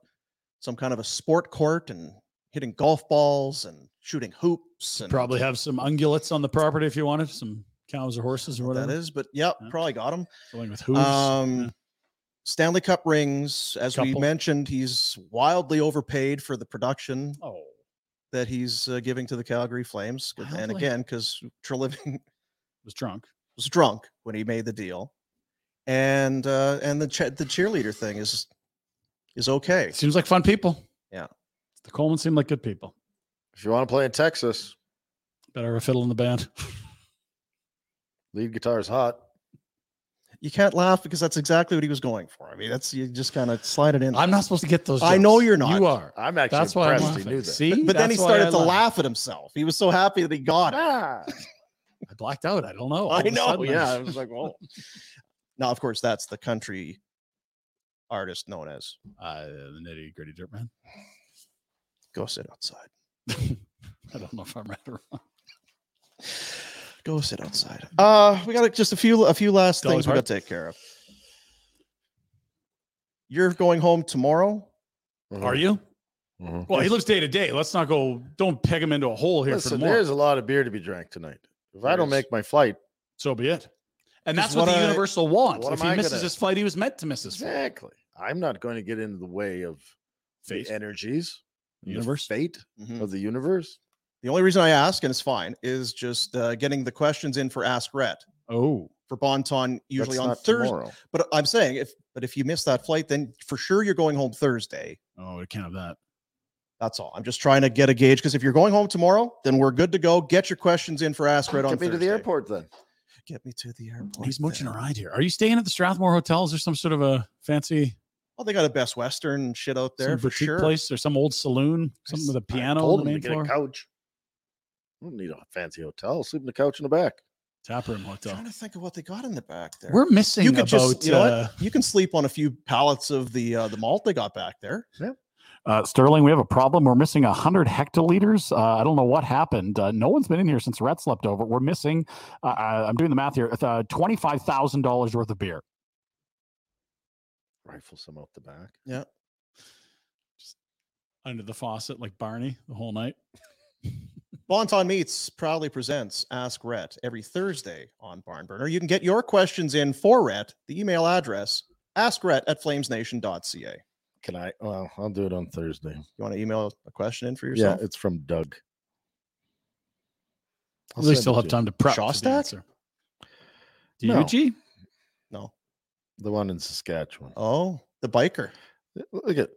[SPEAKER 2] Some kind of a sport court and hitting golf balls and shooting hoops. And
[SPEAKER 3] Probably have some ungulates on the property if you wanted, some cows or horses or whatever.
[SPEAKER 2] that is, but yep, probably got him.
[SPEAKER 3] Going with hooves.
[SPEAKER 2] Um, Stanley Cup rings, as we
[SPEAKER 3] Couple.
[SPEAKER 2] mentioned, he's wildly overpaid for the production
[SPEAKER 3] Oh.
[SPEAKER 2] that he's uh, giving to the Calgary Flames. 'cause- And
[SPEAKER 3] Wildly?
[SPEAKER 2] again, because Treliving
[SPEAKER 3] was drunk,
[SPEAKER 2] was drunk when he made the deal, and uh, and the che- the cheerleader thing is is okay.
[SPEAKER 3] Seems like fun people.
[SPEAKER 2] Yeah,
[SPEAKER 3] The Coleman seemed like good people.
[SPEAKER 4] If you want to play in Texas,
[SPEAKER 3] better have a fiddle in the band.
[SPEAKER 4] lead guitar is hot.
[SPEAKER 2] you can't laugh because that's exactly what he was going for. I mean, that's you just kind of slide it in.
[SPEAKER 3] I'm not supposed to get those.
[SPEAKER 2] I know
[SPEAKER 3] jokes.
[SPEAKER 2] you're not.
[SPEAKER 3] You are.
[SPEAKER 4] I'm actually
[SPEAKER 3] That's why I'm
[SPEAKER 4] impressed he
[SPEAKER 3] laughing.
[SPEAKER 4] knew that.
[SPEAKER 3] See,
[SPEAKER 2] But, but then he
[SPEAKER 3] That's why
[SPEAKER 2] started
[SPEAKER 3] I
[SPEAKER 2] to
[SPEAKER 3] laugh.
[SPEAKER 2] laugh at himself. He was so happy that he got it.
[SPEAKER 4] Ah!
[SPEAKER 3] I blacked out. I don't know. All
[SPEAKER 2] I
[SPEAKER 3] of a
[SPEAKER 2] know.
[SPEAKER 3] sudden,
[SPEAKER 2] Yeah, I was like, well. Now, of course, that's the country artist known as?
[SPEAKER 3] Uh, the nitty gritty dirt man.
[SPEAKER 2] Go sit outside.
[SPEAKER 3] I don't know if I'm right or wrong.
[SPEAKER 2] Go sit outside. Uh, we got just a few a few last
[SPEAKER 3] Dolly
[SPEAKER 2] things we got
[SPEAKER 3] Parton?
[SPEAKER 2] to take care of. You're going home tomorrow. Mm-hmm.
[SPEAKER 3] Are you?
[SPEAKER 4] Mm-hmm.
[SPEAKER 3] Well, he lives day to day. Let's not go. Don't peg him into a hole here for
[SPEAKER 4] Listen,
[SPEAKER 3] tomorrow.
[SPEAKER 4] there's a lot of beer to be drank tonight. If I
[SPEAKER 3] There
[SPEAKER 4] don't
[SPEAKER 3] is.
[SPEAKER 4] make my flight,
[SPEAKER 3] so be it. And that's
[SPEAKER 4] Just
[SPEAKER 3] what,
[SPEAKER 4] what
[SPEAKER 3] the
[SPEAKER 4] I-
[SPEAKER 3] Universal wants.
[SPEAKER 4] what
[SPEAKER 3] If
[SPEAKER 4] am
[SPEAKER 3] he
[SPEAKER 4] I
[SPEAKER 3] misses
[SPEAKER 4] gonna-
[SPEAKER 3] his flight, he was meant to miss his flight.
[SPEAKER 4] Exactly. I'm not going to get into the way of
[SPEAKER 3] Fate.
[SPEAKER 4] the energies, and the
[SPEAKER 2] Universe.
[SPEAKER 4] fate
[SPEAKER 3] Mm-hmm.
[SPEAKER 4] of the universe.
[SPEAKER 2] The only reason I ask, and it's fine, is just uh, getting the questions in for Ask Ret.
[SPEAKER 3] Oh,
[SPEAKER 2] for Bonton usually
[SPEAKER 4] That's
[SPEAKER 2] on
[SPEAKER 4] not
[SPEAKER 2] Thursday.
[SPEAKER 4] tomorrow.
[SPEAKER 2] But I'm saying if but if you miss that flight, then for sure you're going home Thursday.
[SPEAKER 3] Oh, I can't have that.
[SPEAKER 2] That's all. I'm just trying to get a gauge because if you're going home tomorrow, then we're good to go. Get your questions in for Ask Red on
[SPEAKER 4] Get me to the
[SPEAKER 2] Thursday.
[SPEAKER 4] airport then.
[SPEAKER 2] Get me to the airport.
[SPEAKER 3] He's mooching around here. Are you staying at the Strathmore Hotel? Is there some sort of a fancy
[SPEAKER 2] Oh, they got a Best Western and shit out there
[SPEAKER 3] some
[SPEAKER 2] for
[SPEAKER 3] boutique
[SPEAKER 2] sure.
[SPEAKER 3] place or some old saloon? Something with a piano
[SPEAKER 4] told
[SPEAKER 3] on the
[SPEAKER 4] him to
[SPEAKER 3] main
[SPEAKER 4] get a
[SPEAKER 3] floor?
[SPEAKER 4] couch. I don't need a fancy hotel. I'll sleep in the couch in the back.
[SPEAKER 3] Taproom hotel.
[SPEAKER 2] trying to think of what they got in the back there.
[SPEAKER 3] We're missing
[SPEAKER 2] You could
[SPEAKER 3] about,
[SPEAKER 2] just you know
[SPEAKER 3] uh,
[SPEAKER 2] what? You can sleep on a few pallets of the uh, the malt they got back there.
[SPEAKER 4] Yeah.
[SPEAKER 3] Uh, Sterling, we have a problem. We're missing 100 hectoliters. Uh, I don't know what happened. Uh, no one's been in here since Rhett slept over. We're missing, uh, uh, I'm doing the math here, uh, $25,000 worth of beer.
[SPEAKER 4] Rifle some out the back.
[SPEAKER 2] Yeah.
[SPEAKER 3] Under the faucet, like Barney, the whole night.
[SPEAKER 2] Bonton Meats proudly presents Ask Rhett every Thursday on Barnburner. You can get your questions in for Rhett. The email address askret at flamesnation.ca.
[SPEAKER 4] Can I? Well, I'll do it on Thursday. You
[SPEAKER 2] want to email a question in for yourself?
[SPEAKER 4] Yeah, it's from Doug.
[SPEAKER 3] At least you'll have time to prep for the
[SPEAKER 4] Shostak?
[SPEAKER 3] answer. DUG?
[SPEAKER 2] No.
[SPEAKER 4] The one in Saskatchewan.
[SPEAKER 2] Oh, the biker.
[SPEAKER 4] Look at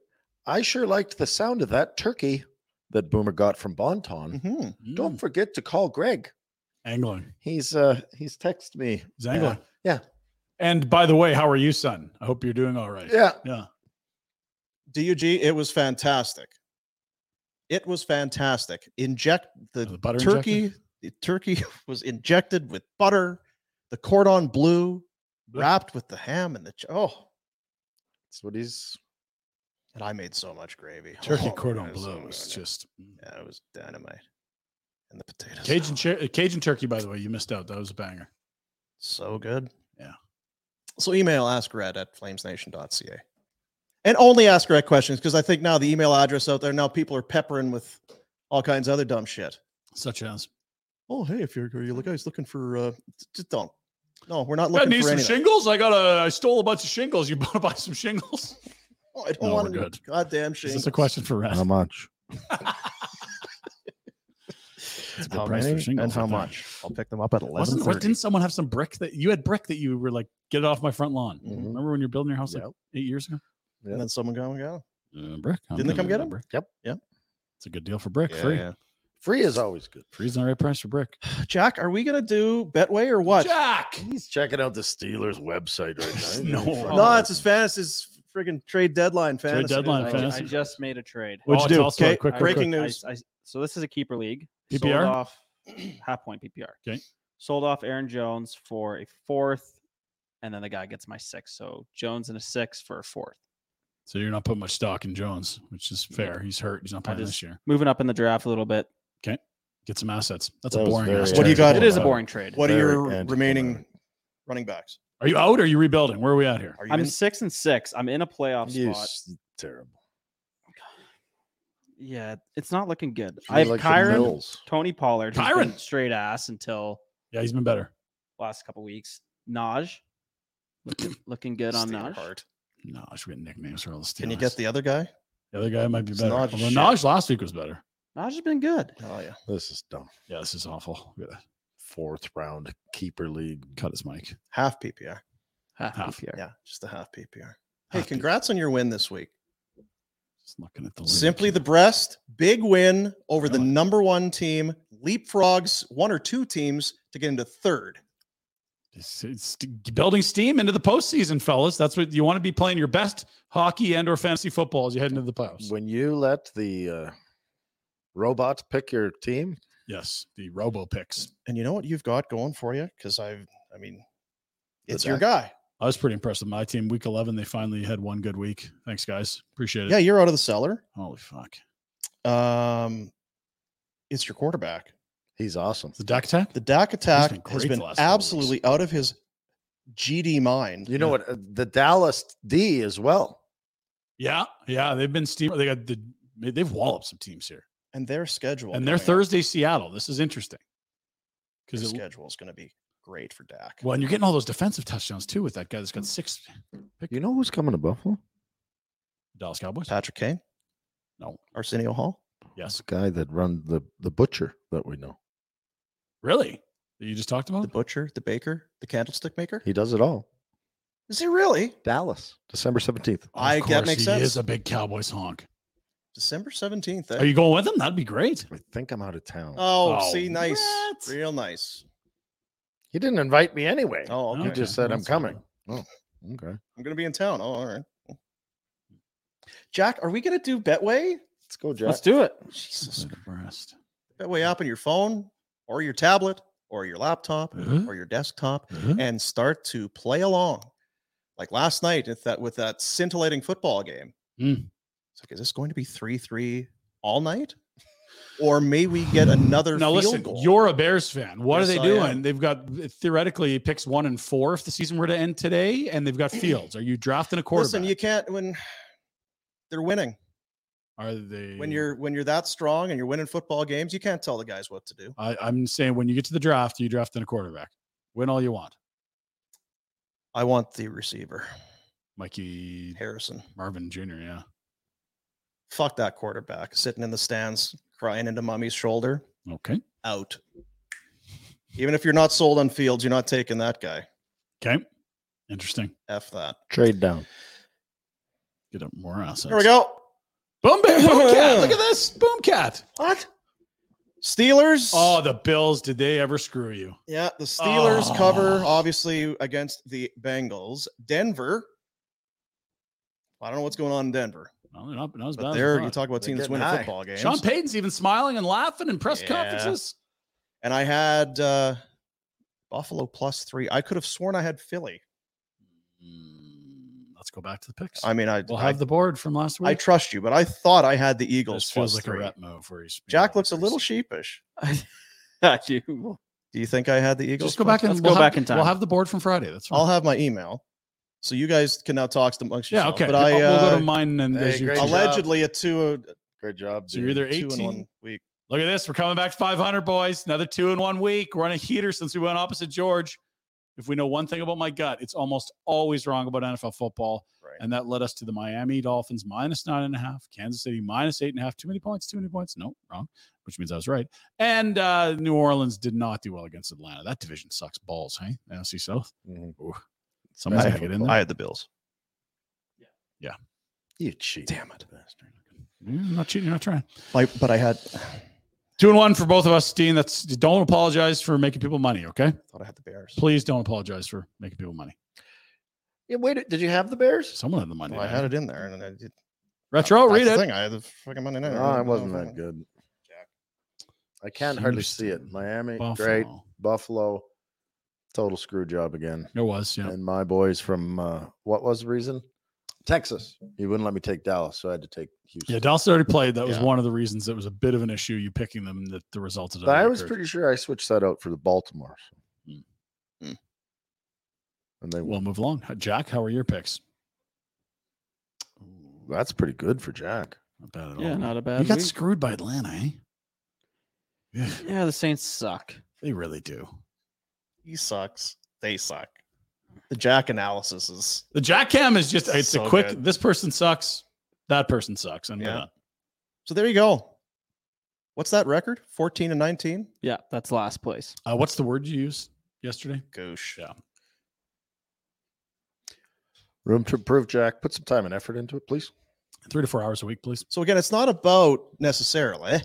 [SPEAKER 4] I sure liked the sound of that turkey that Boomer got from Bonton.
[SPEAKER 2] Mm-hmm.
[SPEAKER 4] Don't forget to call Greg.
[SPEAKER 3] Mm. Angling.
[SPEAKER 4] He's uh he's texted me.
[SPEAKER 3] He's angling.
[SPEAKER 4] Yeah.
[SPEAKER 3] And by the way, how are you, son? I hope you're doing all right.
[SPEAKER 4] Yeah.
[SPEAKER 3] Yeah.
[SPEAKER 2] DUG, it was fantastic. It was fantastic. Inject the,
[SPEAKER 3] butter
[SPEAKER 2] turkey. The turkey was injected with butter, the cordon bleu, wrapped with the ham and the ch- oh.
[SPEAKER 4] That's what he's.
[SPEAKER 2] And I made so much gravy.
[SPEAKER 3] Turkey
[SPEAKER 2] Oh,
[SPEAKER 3] cordon
[SPEAKER 2] it was so
[SPEAKER 3] bleu was just mm.
[SPEAKER 2] good. Yeah, it was dynamite. And the potatoes.
[SPEAKER 3] Cajun cher- uh, Cajun turkey. By the way, you missed out. That was a banger.
[SPEAKER 2] So good.
[SPEAKER 3] Yeah.
[SPEAKER 2] So email askred at flamesnation.ca. And only ask red questions because I think now the email address out there, now people are peppering with all kinds of other dumb shit.
[SPEAKER 3] Such as
[SPEAKER 2] Oh, hey, if you're, you guys looking for, uh, just don't. No, we're not
[SPEAKER 3] I
[SPEAKER 2] looking
[SPEAKER 3] need
[SPEAKER 2] for
[SPEAKER 3] some
[SPEAKER 2] anything.
[SPEAKER 3] shingles. I got a. I stole a bunch of shingles. You want to buy some shingles?
[SPEAKER 2] Oh, I don't
[SPEAKER 3] No,
[SPEAKER 2] want
[SPEAKER 3] we're
[SPEAKER 2] any
[SPEAKER 3] good.
[SPEAKER 2] goddamn
[SPEAKER 3] Is
[SPEAKER 2] shit.
[SPEAKER 3] this a question for Red?
[SPEAKER 4] How much?
[SPEAKER 3] It's a good
[SPEAKER 2] How
[SPEAKER 3] price for
[SPEAKER 2] many
[SPEAKER 3] shingles
[SPEAKER 2] and how
[SPEAKER 3] right there.
[SPEAKER 2] much? I'll pick them up at eleven
[SPEAKER 3] Wasn't what,
[SPEAKER 2] thirty.
[SPEAKER 3] didn't someone have some brick that you had brick that you were like, get it off my front lawn? Remember when you're building your house like eight years ago?
[SPEAKER 2] Mm-hmm. And then someone come and got
[SPEAKER 3] Uh, brick. I'm
[SPEAKER 2] Didn't they
[SPEAKER 3] gonna
[SPEAKER 2] come
[SPEAKER 3] get
[SPEAKER 2] get
[SPEAKER 3] a
[SPEAKER 2] them?
[SPEAKER 3] brick.
[SPEAKER 4] Yep.
[SPEAKER 2] Yep.
[SPEAKER 3] It's a good deal for brick.
[SPEAKER 2] Yeah,
[SPEAKER 3] free.
[SPEAKER 2] yeah.
[SPEAKER 4] Free is always good.
[SPEAKER 3] Free's the right price for brick.
[SPEAKER 2] Jack, are we gonna do Betway or what?
[SPEAKER 3] Jack.
[SPEAKER 4] He's checking out the Steelers website right now.
[SPEAKER 3] No.
[SPEAKER 2] No, it's his fantasy, his friggin' trade deadline fantasy.
[SPEAKER 15] I, I just made a trade. Oh,
[SPEAKER 2] What'd you do?
[SPEAKER 15] it's also a
[SPEAKER 2] Okay, quick, breaking
[SPEAKER 15] I-
[SPEAKER 2] news.
[SPEAKER 15] I- I- so this is a keeper league.
[SPEAKER 2] PPR?
[SPEAKER 15] Sold off half point PPR.
[SPEAKER 3] Okay.
[SPEAKER 15] Sold off Aaron Jones for a fourth, and then the guy gets my six. So Jones and a six for a fourth.
[SPEAKER 3] So you're not putting much stock in Jones, which is fair. He's hurt. He's not
[SPEAKER 15] I
[SPEAKER 3] playing
[SPEAKER 15] just-
[SPEAKER 3] this year.
[SPEAKER 15] Moving up in the draft a little bit.
[SPEAKER 3] Okay. Get some assets. That's
[SPEAKER 15] That
[SPEAKER 3] a
[SPEAKER 15] was
[SPEAKER 3] boring.
[SPEAKER 15] very
[SPEAKER 3] ass
[SPEAKER 15] What do you
[SPEAKER 3] trade.
[SPEAKER 15] got- It is a boring trade.
[SPEAKER 2] What are
[SPEAKER 15] Very
[SPEAKER 2] your
[SPEAKER 15] anticlimactic.
[SPEAKER 2] remaining running backs?
[SPEAKER 3] Are you out? Or are you rebuilding? Where are we at here?
[SPEAKER 2] Are you
[SPEAKER 15] I'm
[SPEAKER 2] in-
[SPEAKER 15] six and six. I'm in a playoff
[SPEAKER 4] You
[SPEAKER 15] spot.
[SPEAKER 4] s- terrible.
[SPEAKER 15] Yeah, it's not looking good.
[SPEAKER 4] Feel
[SPEAKER 15] I have
[SPEAKER 4] like the
[SPEAKER 15] Kyron,
[SPEAKER 4] Mills.
[SPEAKER 15] Tony Pollard, who's been
[SPEAKER 3] Kyron!
[SPEAKER 15] straight ass until
[SPEAKER 3] Yeah, he's been better.
[SPEAKER 15] last couple weeks. Naj, looking, looking good on Naj.
[SPEAKER 3] No, I should get nicknames for all the Steelers.
[SPEAKER 2] Can you get the other guy?
[SPEAKER 3] The other guy might be
[SPEAKER 2] It's
[SPEAKER 3] better.
[SPEAKER 2] Naj
[SPEAKER 3] Although
[SPEAKER 2] is shit.
[SPEAKER 3] Naj last week was better.
[SPEAKER 15] Naj has been good.
[SPEAKER 2] Oh yeah.
[SPEAKER 4] This is dumb.
[SPEAKER 3] Yeah, this is awful. Look at that.
[SPEAKER 4] Fourth round keeper league.
[SPEAKER 3] Cut his mic.
[SPEAKER 2] Half PPR.
[SPEAKER 15] Half,
[SPEAKER 3] PPR.
[SPEAKER 2] Yeah, just a half PPR. Hey, congrats on your win this week.
[SPEAKER 3] Just looking at the
[SPEAKER 2] Simply the breast, big win over the number one team, leapfrogs one or two teams to get into third.
[SPEAKER 3] It's, it's building steam into the postseason, fellas. That's what you want to be playing your best hockey and or fantasy football as you head into the playoffs.
[SPEAKER 4] When you let the uh, robots pick your team,
[SPEAKER 3] Yes, the Robo picks.
[SPEAKER 2] And you know what you've got going for you? Because I've, I mean,
[SPEAKER 4] The
[SPEAKER 2] it's your
[SPEAKER 4] Dak-
[SPEAKER 2] guy.
[SPEAKER 3] I was pretty impressed with my team. Week 11, they finally had one good week. Thanks, guys. Appreciate it.
[SPEAKER 2] Yeah, you're out of the cellar.
[SPEAKER 3] Holy fuck.
[SPEAKER 2] Um, it's your quarterback.
[SPEAKER 4] He's awesome.
[SPEAKER 3] The Dak attack?
[SPEAKER 2] The Dak attack
[SPEAKER 4] been
[SPEAKER 2] has
[SPEAKER 4] great
[SPEAKER 2] been
[SPEAKER 4] the last couple
[SPEAKER 2] absolutely out of his GD mind.
[SPEAKER 4] You know what? Uh, The Dallas D as well.
[SPEAKER 3] Yeah, yeah, they've been steam. They got the they've walloped some teams here,
[SPEAKER 2] and their schedule
[SPEAKER 3] and their
[SPEAKER 2] coming up,
[SPEAKER 3] Thursday Seattle. This is interesting
[SPEAKER 2] their
[SPEAKER 3] because
[SPEAKER 2] schedule is going to be great for Dak.
[SPEAKER 3] well, and you're getting all those defensive touchdowns too with that guy that's got six
[SPEAKER 4] You know who's coming to Buffalo?
[SPEAKER 3] Dallas Cowboys.
[SPEAKER 2] Patrick Kane.
[SPEAKER 3] No,
[SPEAKER 2] Arsenio Hall.
[SPEAKER 3] Yes.
[SPEAKER 4] The guy that run the the butcher that we know.
[SPEAKER 3] Really? That you just talked about
[SPEAKER 2] the butcher, the baker, the candlestick maker.
[SPEAKER 4] He does it all.
[SPEAKER 2] Is he really?
[SPEAKER 4] Dallas, December seventeenth.
[SPEAKER 2] I
[SPEAKER 3] Of
[SPEAKER 2] that
[SPEAKER 3] course
[SPEAKER 2] makes
[SPEAKER 3] he
[SPEAKER 2] sense.
[SPEAKER 3] Is a big Cowboys honk.
[SPEAKER 2] December seventeenth. eh?
[SPEAKER 3] Are you going with him? That'd be great.
[SPEAKER 4] I think I'm out of town.
[SPEAKER 2] Oh, see, nice, real nice.
[SPEAKER 4] He didn't invite me anyway.
[SPEAKER 2] Oh,
[SPEAKER 4] He
[SPEAKER 2] okay.
[SPEAKER 4] just said I'm
[SPEAKER 2] That's
[SPEAKER 4] coming. Oh, okay.
[SPEAKER 2] I'm going to be in town. Oh, all right. Jack, are we going to do Betway?
[SPEAKER 4] Let's go,
[SPEAKER 2] Jack. do it.
[SPEAKER 3] Jesus Christ.
[SPEAKER 2] Betway app on your phone or your tablet or your laptop or your desktop and start to play along. Like last night with that with that scintillating football game. It's like, is this going to be 3 3 all night? Or may we get another
[SPEAKER 3] Now
[SPEAKER 2] field
[SPEAKER 3] listen,
[SPEAKER 2] goal?
[SPEAKER 3] you're a Bears fan. What
[SPEAKER 2] Yes,
[SPEAKER 3] are they
[SPEAKER 2] I am.
[SPEAKER 3] doing? They've got theoretically picks one and four if the season were to end today, and they've got Fields. Are you drafting a quarterback?
[SPEAKER 2] Listen, you can't when they're winning.
[SPEAKER 3] Are they
[SPEAKER 2] When you're when you're that strong and you're winning football games, you can't tell the guys what to do.
[SPEAKER 3] I, I'm saying when you get to the draft, you draft in a quarterback. Win all you want.
[SPEAKER 2] I want the receiver.
[SPEAKER 3] Mikey
[SPEAKER 2] Harrison.
[SPEAKER 3] Marvin Jr. Yeah.
[SPEAKER 2] Fuck that quarterback sitting in the stands crying into mommy's shoulder.
[SPEAKER 3] Okay.
[SPEAKER 2] Out. Even if you're not sold on Fields, you're not taking that guy.
[SPEAKER 3] Okay. Interesting.
[SPEAKER 2] F that.
[SPEAKER 4] Trade down.
[SPEAKER 3] Get up more assets.
[SPEAKER 2] There we go.
[SPEAKER 3] Boom, bam, boom, cat. Oh, Look at this. Boom, cat.
[SPEAKER 2] What? Steelers.
[SPEAKER 3] Oh, the Bills. Did they ever screw you?
[SPEAKER 2] Yeah, the Steelers cover obviously against the Bengals. Denver. I don't know what's going on in Denver.
[SPEAKER 3] Well, they're not, not as
[SPEAKER 2] But
[SPEAKER 3] bad as I
[SPEAKER 2] there,
[SPEAKER 3] thought.
[SPEAKER 2] you talk about
[SPEAKER 3] They're
[SPEAKER 2] teams
[SPEAKER 3] getting
[SPEAKER 2] winning
[SPEAKER 3] high.
[SPEAKER 2] football games.
[SPEAKER 3] Sean Payton's even smiling and laughing in press
[SPEAKER 2] Yeah.
[SPEAKER 3] conferences.
[SPEAKER 2] and I had uh, Buffalo plus three. I could have sworn I had Philly.
[SPEAKER 3] Hmm, Let's go back to the picks.
[SPEAKER 2] I mean, I
[SPEAKER 3] we'll
[SPEAKER 2] I,
[SPEAKER 3] have the board from last week.
[SPEAKER 2] I trust you, but I thought I had the Eagles.
[SPEAKER 3] This feels
[SPEAKER 2] plus
[SPEAKER 3] like
[SPEAKER 2] three.
[SPEAKER 3] a rep move where he's
[SPEAKER 2] Jack looks a little sheepish. I do. Do you think I had the Eagles?
[SPEAKER 3] just go
[SPEAKER 2] plus-
[SPEAKER 3] back and
[SPEAKER 2] Let's
[SPEAKER 3] we'll
[SPEAKER 2] go
[SPEAKER 3] have-
[SPEAKER 2] back in time.
[SPEAKER 3] We'll have the board from Friday. That's fine.
[SPEAKER 2] I'll have my email, so you guys can now talk amongst
[SPEAKER 3] Yeah,
[SPEAKER 2] yourselves.
[SPEAKER 3] okay.
[SPEAKER 2] But I
[SPEAKER 3] I'll-
[SPEAKER 2] uh,
[SPEAKER 3] we'll go to mine and
[SPEAKER 2] hey,
[SPEAKER 3] as you
[SPEAKER 2] great
[SPEAKER 3] choose.
[SPEAKER 2] allegedly a two.
[SPEAKER 4] Great job.
[SPEAKER 3] uh, So you're either
[SPEAKER 2] two in
[SPEAKER 3] 18.
[SPEAKER 2] one week.
[SPEAKER 3] Look at this. We're coming back to 500, boys. Another two in one week. We're on a heater since we went opposite George. If we know one thing about my gut, it's almost always wrong about NFL football.
[SPEAKER 2] Right.
[SPEAKER 3] And that led us to the Miami Dolphins minus nine and a half, Kansas City minus eight and a half. Too many points, too many points. No, wrong, which means I was right. And uh, New Orleans did not do well against Atlanta. That division sucks balls, hey? NFC South. Ooh. Somebody's
[SPEAKER 2] Mm-hmm. I-
[SPEAKER 3] got to get in there.
[SPEAKER 2] I had the Bills.
[SPEAKER 3] Yeah.
[SPEAKER 4] You cheat. Damn
[SPEAKER 2] it.
[SPEAKER 3] You're not cheating. You're not trying.
[SPEAKER 2] Like, but I had.
[SPEAKER 3] Two and one for both of us, Dean. That's don't apologize for making people money. Okay.
[SPEAKER 2] Thought I had the Bears.
[SPEAKER 3] Please don't apologize for making people money.
[SPEAKER 4] Yeah, wait, did you have the Bears?
[SPEAKER 3] Someone had the money.
[SPEAKER 2] Well, I had it in there, and I did.
[SPEAKER 3] Retro,
[SPEAKER 2] That's
[SPEAKER 3] read
[SPEAKER 2] the
[SPEAKER 3] it.
[SPEAKER 2] Thing. I had the fucking Monday night.
[SPEAKER 4] No,
[SPEAKER 2] I
[SPEAKER 4] it
[SPEAKER 2] don't know
[SPEAKER 4] wasn't
[SPEAKER 2] if I-
[SPEAKER 4] that good. I can't hardly see it. Miami, great.
[SPEAKER 3] Buffalo.
[SPEAKER 4] Buffalo, total screw job again.
[SPEAKER 3] There was, yeah.
[SPEAKER 4] And my boys from uh, what was the reason? Texas. He wouldn't let me take Dallas, so I had to take Houston.
[SPEAKER 3] Yeah, Dallas had already played. That was one of the reasons that was a bit of an issue. You picking them that the result of
[SPEAKER 4] But I was pretty sure I switched that out for the Baltimore. so. And
[SPEAKER 3] Mm.
[SPEAKER 4] they
[SPEAKER 3] Hmm. We'll move along. Jack, how are your picks?
[SPEAKER 4] that's pretty good for Jack.
[SPEAKER 3] Not bad at
[SPEAKER 15] Yeah,
[SPEAKER 3] all.
[SPEAKER 15] not a
[SPEAKER 3] You
[SPEAKER 15] bad
[SPEAKER 3] got
[SPEAKER 15] week.
[SPEAKER 3] screwed by Atlanta, eh?
[SPEAKER 15] Yeah, the Saints suck.
[SPEAKER 3] They really do.
[SPEAKER 2] He sucks. They suck. The Jack analysis is
[SPEAKER 3] The Jack Cam is just it's
[SPEAKER 2] So
[SPEAKER 3] a quick
[SPEAKER 2] good.
[SPEAKER 3] this person sucks, that person sucks. And we're
[SPEAKER 2] Yeah.
[SPEAKER 3] done.
[SPEAKER 2] so. There you go. What's that record? Fourteen and nineteen.
[SPEAKER 15] Yeah, that's last place.
[SPEAKER 3] Uh, what's the word you used yesterday?
[SPEAKER 2] Goosh.
[SPEAKER 3] Yeah.
[SPEAKER 4] Room to improve, Jack. Put some time and effort into it, please.
[SPEAKER 3] Three to four hours a week, please.
[SPEAKER 2] So again, it's not about necessarily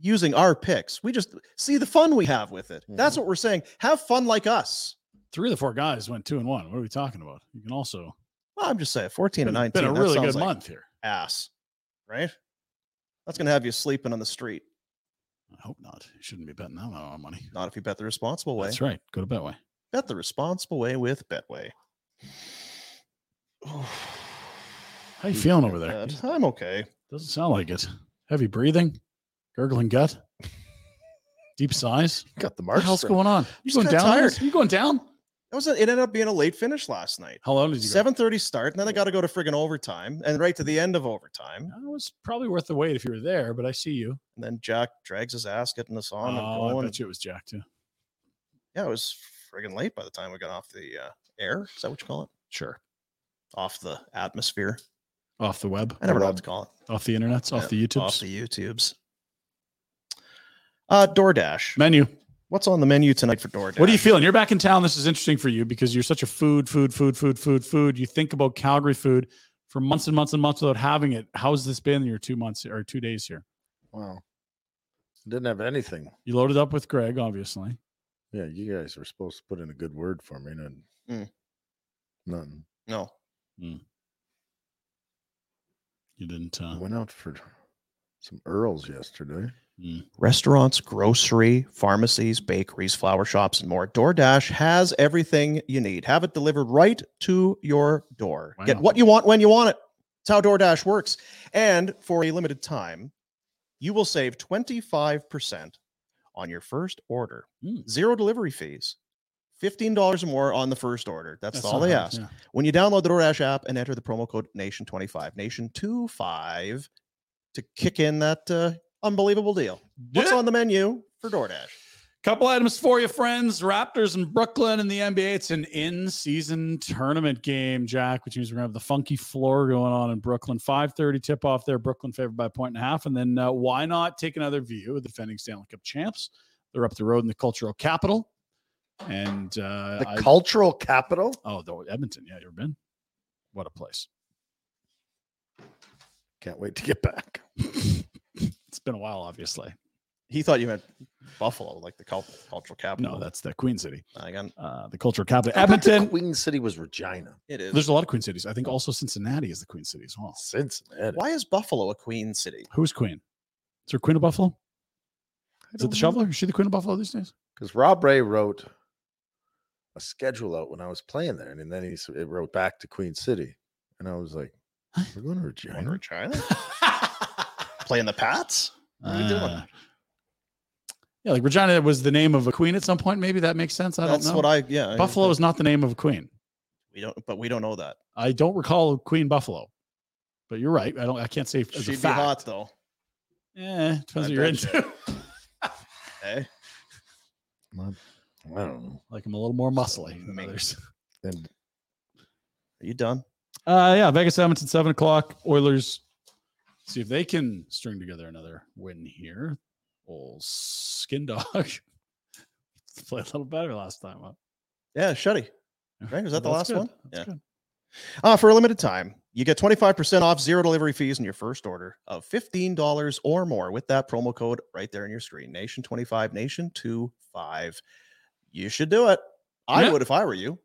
[SPEAKER 2] using our picks. We just see the fun we have with it.
[SPEAKER 4] Mm-hmm.
[SPEAKER 2] That's what we're saying. Have fun like us.
[SPEAKER 3] Three of the four guys went two and one. What are we talking about? You can also
[SPEAKER 2] Well, I'm just saying, fourteen and nineteen.
[SPEAKER 3] Been- been a
[SPEAKER 2] that
[SPEAKER 3] really
[SPEAKER 2] sounds
[SPEAKER 3] good
[SPEAKER 2] like
[SPEAKER 3] month here.
[SPEAKER 2] Ass, right? That's gonna have you sleeping on the street.
[SPEAKER 3] I hope not. You shouldn't be betting that amount of money.
[SPEAKER 2] Not if you bet the responsible way.
[SPEAKER 3] That's right. Go to Betway.
[SPEAKER 2] Bet the responsible way with Betway.
[SPEAKER 3] How you feeling over there?
[SPEAKER 2] Uh, I'm okay.
[SPEAKER 3] Doesn't sound like it. Heavy breathing, gurgling gut, deep sighs.
[SPEAKER 2] Got the
[SPEAKER 3] What the hell's
[SPEAKER 2] Markstrom.
[SPEAKER 3] going on? You
[SPEAKER 2] Just
[SPEAKER 3] going
[SPEAKER 2] got
[SPEAKER 3] down?
[SPEAKER 2] tired.
[SPEAKER 3] You going down?
[SPEAKER 2] That was a, it. Ended up being a late finish last night.
[SPEAKER 3] How long did you? go?
[SPEAKER 2] Seven thirty start, and then I got to go to friggin' overtime, and right to the end of overtime.
[SPEAKER 3] That was probably worth the wait if you were there, but I see you.
[SPEAKER 2] And then Jack drags his ass getting us on.
[SPEAKER 3] Oh, I
[SPEAKER 2] and going.
[SPEAKER 3] bet you it was Jack too.
[SPEAKER 2] Yeah, it was friggin' late by the time we got off the uh, air. Is that what you call it?
[SPEAKER 3] Sure.
[SPEAKER 2] Off the atmosphere.
[SPEAKER 3] Off the web.
[SPEAKER 2] I never know what to call it.
[SPEAKER 3] Off the internets. Off
[SPEAKER 2] Yeah,
[SPEAKER 3] the YouTubes.
[SPEAKER 2] Off the YouTubes. Uh, DoorDash
[SPEAKER 3] menu.
[SPEAKER 2] What's on the menu tonight for DoorDash?
[SPEAKER 3] What are you feeling? You're back in town. This is interesting for you because you're such a food, food, food, food, food, food. You think about Calgary food for months and months and months without having it. How's this been your two months or two days here?
[SPEAKER 4] Wow. Didn't have anything.
[SPEAKER 3] You loaded up with Greg, obviously.
[SPEAKER 4] Yeah, you guys were supposed to put in a good word for me, and
[SPEAKER 2] Mm.
[SPEAKER 4] nothing.
[SPEAKER 2] No.
[SPEAKER 3] Hmm. You didn't. Uh...
[SPEAKER 4] Went out for some Earls yesterday.
[SPEAKER 3] Hmm.
[SPEAKER 2] Restaurants, grocery, pharmacies, bakeries, flower shops, and more. DoorDash has everything you need. Have it delivered right to your door. Get
[SPEAKER 3] Wow.
[SPEAKER 2] what you want when you want it. It's how DoorDash works. And for a limited time, you will save 25% on your first order.
[SPEAKER 3] Hmm.
[SPEAKER 2] Zero delivery fees. $15 or more on the first order. That's,
[SPEAKER 3] That's
[SPEAKER 2] all
[SPEAKER 3] not
[SPEAKER 2] they
[SPEAKER 3] bad,
[SPEAKER 2] ask.
[SPEAKER 3] yeah.
[SPEAKER 2] When you download the DoorDash app and enter the promo code NATION25, NATION25 to kick in that uh, unbelievable deal. What's on the menu for DoorDash?
[SPEAKER 3] Couple items for you, friends. Raptors in Brooklyn in the NBA. It's an in-season tournament game, Jack, which means we're gonna have the funky floor going on in Brooklyn. 5:30 tip-off there. Brooklyn favored by a point and a half. And then uh, why not take another view of the defending Stanley Cup champs? They're up the road in the cultural capital. And uh,
[SPEAKER 4] The
[SPEAKER 3] I-
[SPEAKER 4] cultural capital.
[SPEAKER 3] Oh, the Edmonton. Yeah, you ever been? What a place.
[SPEAKER 4] Can't wait to get back.
[SPEAKER 3] It's been a while, obviously.
[SPEAKER 2] He thought you meant Buffalo, like the cult- cultural capital.
[SPEAKER 3] No, that's the Queen City. Uh, the cultural
[SPEAKER 4] I
[SPEAKER 3] capital.
[SPEAKER 4] thought the
[SPEAKER 3] Edmonton.
[SPEAKER 4] Queen City was Regina.
[SPEAKER 2] It is.
[SPEAKER 3] There's a lot of Queen cities. I think also Cincinnati is the Queen city as well.
[SPEAKER 4] Cincinnati.
[SPEAKER 2] Why is Buffalo a queen city?
[SPEAKER 3] Who's Queen? Is there a Queen of Buffalo? Is it the Shoveler? Is she the Queen of Buffalo these days?
[SPEAKER 4] Because Rob Ray wrote a schedule out when I was playing there, and then he s- it wrote back to Queen City, and I was like, "We're going to Regina."
[SPEAKER 3] Uh,
[SPEAKER 2] Regina. Playing the Pats. What are you doing?
[SPEAKER 3] Ah. Yeah, like Regina was the name of a queen at some point. Maybe that makes sense. I
[SPEAKER 2] That's
[SPEAKER 3] don't know.
[SPEAKER 2] what I- yeah, I-
[SPEAKER 3] Buffalo is not the name of a queen.
[SPEAKER 2] We don't, but we don't know that.
[SPEAKER 3] I don't recall Queen Buffalo, but you're right. I don't. I can't say. As
[SPEAKER 2] She'd
[SPEAKER 3] a
[SPEAKER 2] be
[SPEAKER 3] fact.
[SPEAKER 2] hot though.
[SPEAKER 3] Yeah, depends
[SPEAKER 2] I
[SPEAKER 3] what you're
[SPEAKER 2] bet you.
[SPEAKER 3] into.
[SPEAKER 2] Hey,
[SPEAKER 4] I don't know.
[SPEAKER 3] Like I'm a little more muscly than others.
[SPEAKER 4] And
[SPEAKER 2] are you done?
[SPEAKER 3] Uh, yeah, Vegas Edmonton seven o'clock. Oilers. See if they can string together another win here. Old skin dog played a little better last time up.
[SPEAKER 2] Yeah, Shuddy. Right? Was that the last
[SPEAKER 3] That's good.
[SPEAKER 2] one?
[SPEAKER 3] That's
[SPEAKER 2] yeah. Uh, for a limited time, you get 25% off zero delivery fees in your first order of $15 or more with that promo code right there in your screen. Nation25, Nation25. You should do it. I
[SPEAKER 3] Yeah.
[SPEAKER 2] would if I were you.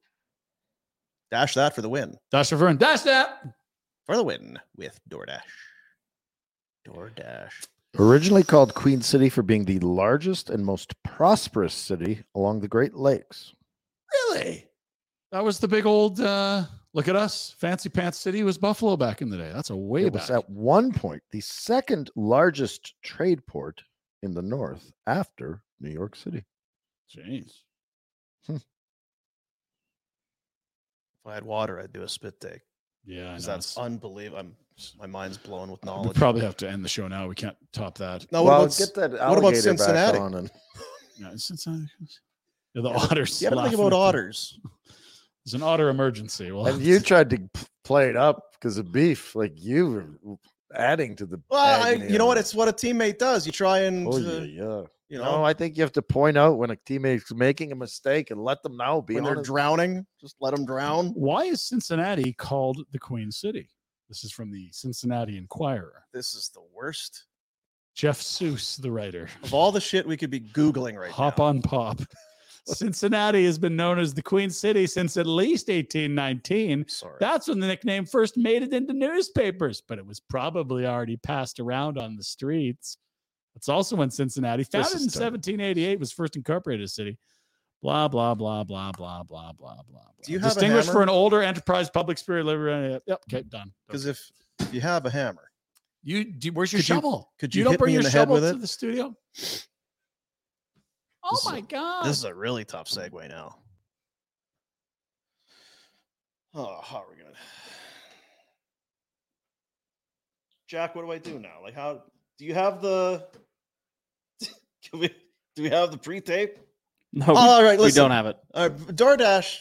[SPEAKER 2] Dash that for the win.
[SPEAKER 3] Dash Reverend, dash that
[SPEAKER 2] for the win with DoorDash. DoorDash.
[SPEAKER 4] Originally called Queen City for being the largest and most prosperous city along the Great Lakes.
[SPEAKER 3] Really? That was the big old uh look at us. Fancy Pants City was Buffalo back in the day. That's a way
[SPEAKER 4] it
[SPEAKER 3] back.
[SPEAKER 4] was at one point the second largest trade port in the north after New York City.
[SPEAKER 3] Jeez.
[SPEAKER 2] If Hmm. I had water, I'd do a spit take.
[SPEAKER 3] Yeah, I
[SPEAKER 2] because
[SPEAKER 3] know,
[SPEAKER 2] that's unbelievable. I'm my mind's blown with
[SPEAKER 3] We
[SPEAKER 2] knowledge.
[SPEAKER 3] probably have to end the show now. We can't top that.
[SPEAKER 2] Now, what Well, about get that what about alligator back Cincinnati? on and-
[SPEAKER 3] Yeah, Cincinnati. Yeah, the
[SPEAKER 2] You gotta-
[SPEAKER 3] otters.
[SPEAKER 2] you gotta think
[SPEAKER 3] laughing
[SPEAKER 2] about
[SPEAKER 3] at the-
[SPEAKER 2] otters.
[SPEAKER 3] There's an otter emergency. Well,
[SPEAKER 4] and you tried to p- play it up because of beef. Like you were adding to the.
[SPEAKER 2] Well, I,
[SPEAKER 4] agony
[SPEAKER 2] you know
[SPEAKER 4] of
[SPEAKER 2] what?
[SPEAKER 4] it.
[SPEAKER 2] It's what a teammate does. You try and
[SPEAKER 4] Oh,
[SPEAKER 2] uh,
[SPEAKER 4] yeah, yeah.
[SPEAKER 2] you
[SPEAKER 4] No,
[SPEAKER 2] know.
[SPEAKER 4] I think you have to point out when a teammate's making a mistake and let them know. Be
[SPEAKER 2] When they're
[SPEAKER 4] honest.
[SPEAKER 2] drowning, just let them drown.
[SPEAKER 3] Why is Cincinnati called the Queen City? This is from the Cincinnati Inquirer.
[SPEAKER 2] This is the worst
[SPEAKER 3] Jeff Seuss, the writer.
[SPEAKER 2] of all the shit we could be googling right
[SPEAKER 3] Hop on pop. Cincinnati has been known as the Queen City since at least 1819.
[SPEAKER 2] Sorry.
[SPEAKER 3] That's when the nickname first made it into newspapers, but it was probably already passed around on the streets. It's also when Cincinnati, founded in
[SPEAKER 4] is terrible.
[SPEAKER 3] 1788, was first incorporated as a city. Blah blah blah blah blah blah blah blah.
[SPEAKER 2] Do you have
[SPEAKER 3] Distinguished
[SPEAKER 2] a
[SPEAKER 3] for
[SPEAKER 2] hammer?
[SPEAKER 3] an older enterprise public spirit library. Yep. Okay. Done.
[SPEAKER 2] Because if if you have a hammer,
[SPEAKER 3] you do, where's your
[SPEAKER 2] Could you-
[SPEAKER 3] shovel?
[SPEAKER 2] could you
[SPEAKER 3] don't
[SPEAKER 2] hit
[SPEAKER 3] bring
[SPEAKER 2] me in
[SPEAKER 3] your
[SPEAKER 2] the head
[SPEAKER 3] shovel
[SPEAKER 2] with
[SPEAKER 3] to
[SPEAKER 2] it?
[SPEAKER 3] the studio? Oh
[SPEAKER 2] This is
[SPEAKER 3] my
[SPEAKER 2] a-
[SPEAKER 3] god!
[SPEAKER 2] this is a really tough segue now. Oh, how are we gonna? Jack, what do I do now? Like, how do you have the? Can we? Do we have the pre-tape?
[SPEAKER 15] No,
[SPEAKER 2] Oh,
[SPEAKER 15] we-
[SPEAKER 2] all right,
[SPEAKER 15] we
[SPEAKER 2] listen.
[SPEAKER 15] don't have it.
[SPEAKER 2] All right, DoorDash.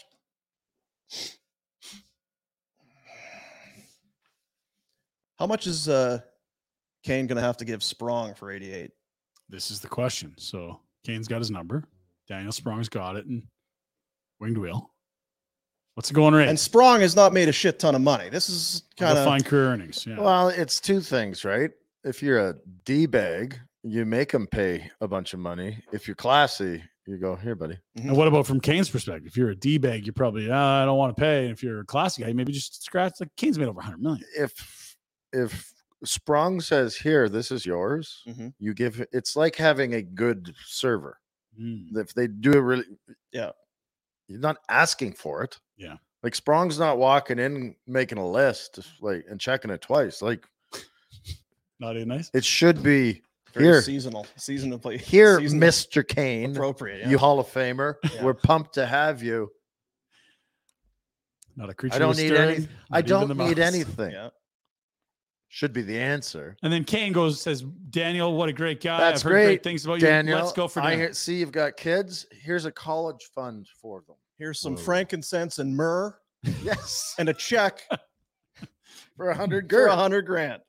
[SPEAKER 2] How much is uh, Kane going to have to give Sprong for 88?
[SPEAKER 3] This is the question. So Kane's got his number. Daniel Sprong's got it, and winged wheel. What's the going rate?
[SPEAKER 2] And Sprong has not made a shit ton of money. This is kind of
[SPEAKER 3] fine career earnings. Yeah.
[SPEAKER 4] Well, it's two things, right? If you're a d bag, you make them pay a bunch of money. If you're classy, you go here, buddy.
[SPEAKER 3] And what about from Kane's perspective? If you're a D bag, you're probably "Ah, I don't want to pay. And if you're a classic guy, maybe just scratch. Like Kane's made over 100 million.
[SPEAKER 4] If if Sprung says here, this is yours,
[SPEAKER 3] Mm-hmm.
[SPEAKER 4] you give. It's like having a good server.
[SPEAKER 3] Mm.
[SPEAKER 4] If they do a really,
[SPEAKER 2] yeah,
[SPEAKER 4] you're not asking for it.
[SPEAKER 3] Yeah.
[SPEAKER 4] Like Sprong's not walking in making a list like and checking it twice. Like
[SPEAKER 3] Not even nice.
[SPEAKER 4] it should be
[SPEAKER 2] very
[SPEAKER 4] here.
[SPEAKER 2] seasonal, seasonally.
[SPEAKER 4] Here,
[SPEAKER 2] seasonal.
[SPEAKER 4] Mr. Kane,
[SPEAKER 2] appropriate, yeah.
[SPEAKER 4] you Hall of Famer. We're pumped to have you.
[SPEAKER 3] Not a creature.
[SPEAKER 4] I don't
[SPEAKER 3] was
[SPEAKER 4] need
[SPEAKER 3] stirring,
[SPEAKER 4] any.
[SPEAKER 3] not
[SPEAKER 4] I
[SPEAKER 3] even the
[SPEAKER 4] don't need
[SPEAKER 3] mouse.
[SPEAKER 4] anything. Should be the answer.
[SPEAKER 3] And then Kane goes says, Daniel, what a great guy.
[SPEAKER 4] That's
[SPEAKER 3] I've heard
[SPEAKER 4] great.
[SPEAKER 3] great things about
[SPEAKER 4] Daniel,
[SPEAKER 3] you. Let's go for
[SPEAKER 4] I
[SPEAKER 3] dinner.
[SPEAKER 4] hear, see you've got kids. Here's a college fund for them.
[SPEAKER 2] Here's some frankincense and myrrh.
[SPEAKER 4] Yes.
[SPEAKER 2] and a check
[SPEAKER 4] for a hundred
[SPEAKER 2] for a
[SPEAKER 4] grand.
[SPEAKER 2] hundred grand,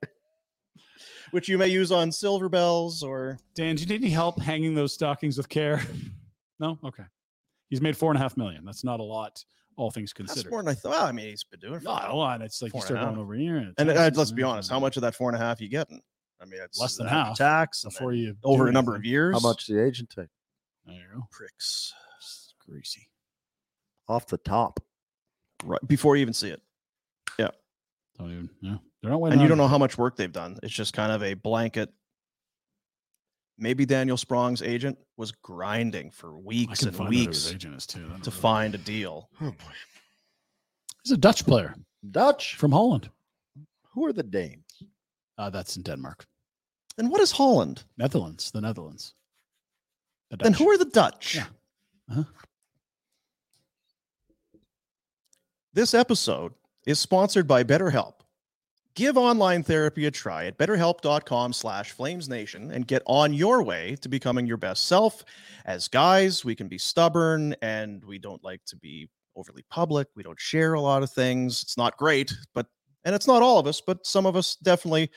[SPEAKER 2] which you may use on silver bells or
[SPEAKER 3] Dan, do you need any help hanging those stockings with care? no? Okay. He's made four and a half million. That's not a lot, all things
[SPEAKER 2] that's
[SPEAKER 3] considered.
[SPEAKER 2] more than I thought. Well, I mean, he's been doing it for
[SPEAKER 3] Not a lot. It's like you
[SPEAKER 2] four and a
[SPEAKER 3] start going
[SPEAKER 2] half.
[SPEAKER 3] over here.
[SPEAKER 2] And uh, let's be honest, how much of that four and a half you getting? I mean, it's uh,
[SPEAKER 3] Less than
[SPEAKER 2] after
[SPEAKER 3] half
[SPEAKER 2] tax and
[SPEAKER 3] before
[SPEAKER 2] then
[SPEAKER 3] you do
[SPEAKER 2] over a number of
[SPEAKER 3] anything.
[SPEAKER 2] years.
[SPEAKER 4] How much the agent take?
[SPEAKER 3] There you go.
[SPEAKER 2] Pricks
[SPEAKER 3] greasy
[SPEAKER 4] off the top?
[SPEAKER 2] Right before you even see it. Yeah.
[SPEAKER 3] Don't even. Yeah. They're not waiting
[SPEAKER 2] and you don't
[SPEAKER 3] on-
[SPEAKER 2] know how much work they've done. It's just kind of a blanket. Maybe Daniel Sprong's agent was grinding for weeks
[SPEAKER 3] can
[SPEAKER 2] and
[SPEAKER 3] find out who his
[SPEAKER 2] weeks
[SPEAKER 3] agent is, too. That'll
[SPEAKER 2] to find a deal.
[SPEAKER 4] Oh boy.
[SPEAKER 3] He's a Dutch player.
[SPEAKER 4] Dutch
[SPEAKER 3] from Holland.
[SPEAKER 4] Who are the Danes?
[SPEAKER 3] Uh, that's in Denmark.
[SPEAKER 2] And what is Holland?
[SPEAKER 3] Netherlands. The Netherlands. The
[SPEAKER 2] Then
[SPEAKER 3] Dutch.
[SPEAKER 2] who are the Dutch?
[SPEAKER 3] Uh-huh.
[SPEAKER 2] This episode is sponsored by BetterHelp. Give online therapy a try at betterhelp.com slash flamesnation and get on your way to becoming your best self. As guys, we can be stubborn and we don't like to be overly public. We don't share a lot of things. It's not great, but and it's not all of us, but some of us definitely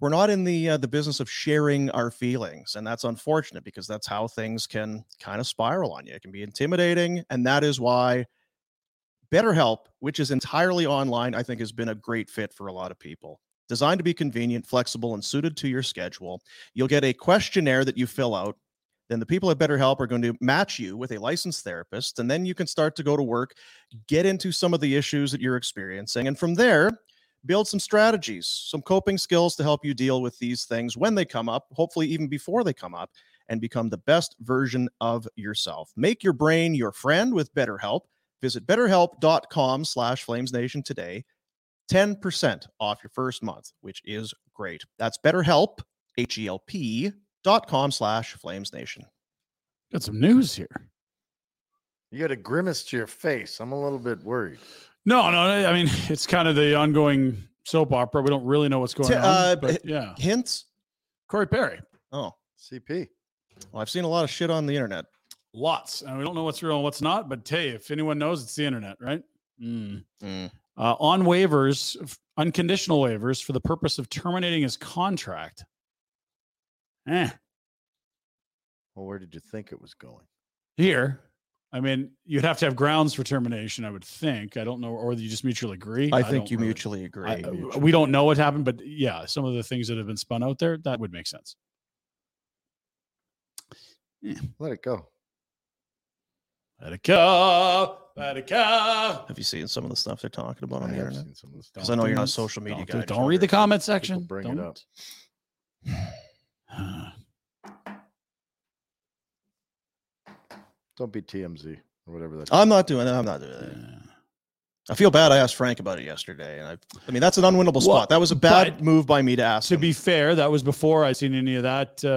[SPEAKER 2] we're not in the uh, the business of sharing our feelings and that's unfortunate because that's how things can kind of spiral on you. It can be intimidating and that is why BetterHelp, which is entirely online, I think has been a great fit for a lot of people. Designed to be convenient, flexible, and suited to your schedule, you'll get a questionnaire that you fill out. Then the people at BetterHelp are going to match you with a licensed therapist, and then you can start to go to work, get into some of the issues that you're experiencing, and from there, build some strategies, some coping skills to help you deal with these things when they come up, hopefully, even before they come up, and become the best version of yourself. Make your brain your friend with BetterHelp. Visit betterhelp.com slash flamesnation today. 10% off your first month, which is great. That's betterhelp, H-E-L-P dot com slash flamesnation.
[SPEAKER 3] Got some news here.
[SPEAKER 4] You got a grimace to your face. I'm a little bit worried.
[SPEAKER 3] No, no. I mean, it's kind of the ongoing soap opera. We don't really know what's going
[SPEAKER 2] T-
[SPEAKER 3] on.
[SPEAKER 2] uh,
[SPEAKER 3] but
[SPEAKER 2] h-
[SPEAKER 3] yeah.
[SPEAKER 2] Hints?
[SPEAKER 3] Corey Perry.
[SPEAKER 2] Oh.
[SPEAKER 4] CP.
[SPEAKER 2] Well, I've seen a lot of shit on the internet.
[SPEAKER 3] Lots. And we don't know what's real and what's not. But hey, if anyone knows, it's the internet, right? Mm. Uh, on waivers, f- unconditional waivers for the purpose of terminating his contract. Eh.
[SPEAKER 4] Well, where did you think it was going?
[SPEAKER 3] Here. I mean, you'd have to have grounds for termination, I would think. I don't know, or you just mutually agree.
[SPEAKER 2] I, think
[SPEAKER 3] don't
[SPEAKER 2] you
[SPEAKER 3] really-
[SPEAKER 2] mutually agree.
[SPEAKER 3] I- we don't know what happened, but yeah, some of the things that have been spun out there that would make sense.
[SPEAKER 4] Let it go.
[SPEAKER 3] Let it go. Let it go.
[SPEAKER 2] Have you seen some of the stuff they're talking about on
[SPEAKER 3] I
[SPEAKER 2] the
[SPEAKER 3] have
[SPEAKER 2] internet?
[SPEAKER 3] seen some of the stuff.
[SPEAKER 2] Because I know you're not a
[SPEAKER 3] Don't-
[SPEAKER 2] social media
[SPEAKER 3] don't do
[SPEAKER 2] guy.
[SPEAKER 3] it. Don't read the comment section.
[SPEAKER 4] Bring
[SPEAKER 3] Don't.
[SPEAKER 4] it up. Don't be TMZ or whatever that.
[SPEAKER 2] I'm not doing that. I'm not doing that. I feel bad. I asked Frank about it yesterday, and I, I mean that's an unwinnable spot.
[SPEAKER 3] Well,
[SPEAKER 2] that was a bad
[SPEAKER 3] but-
[SPEAKER 2] move by me to ask.
[SPEAKER 3] To be fair, that was before I seen any of that uh,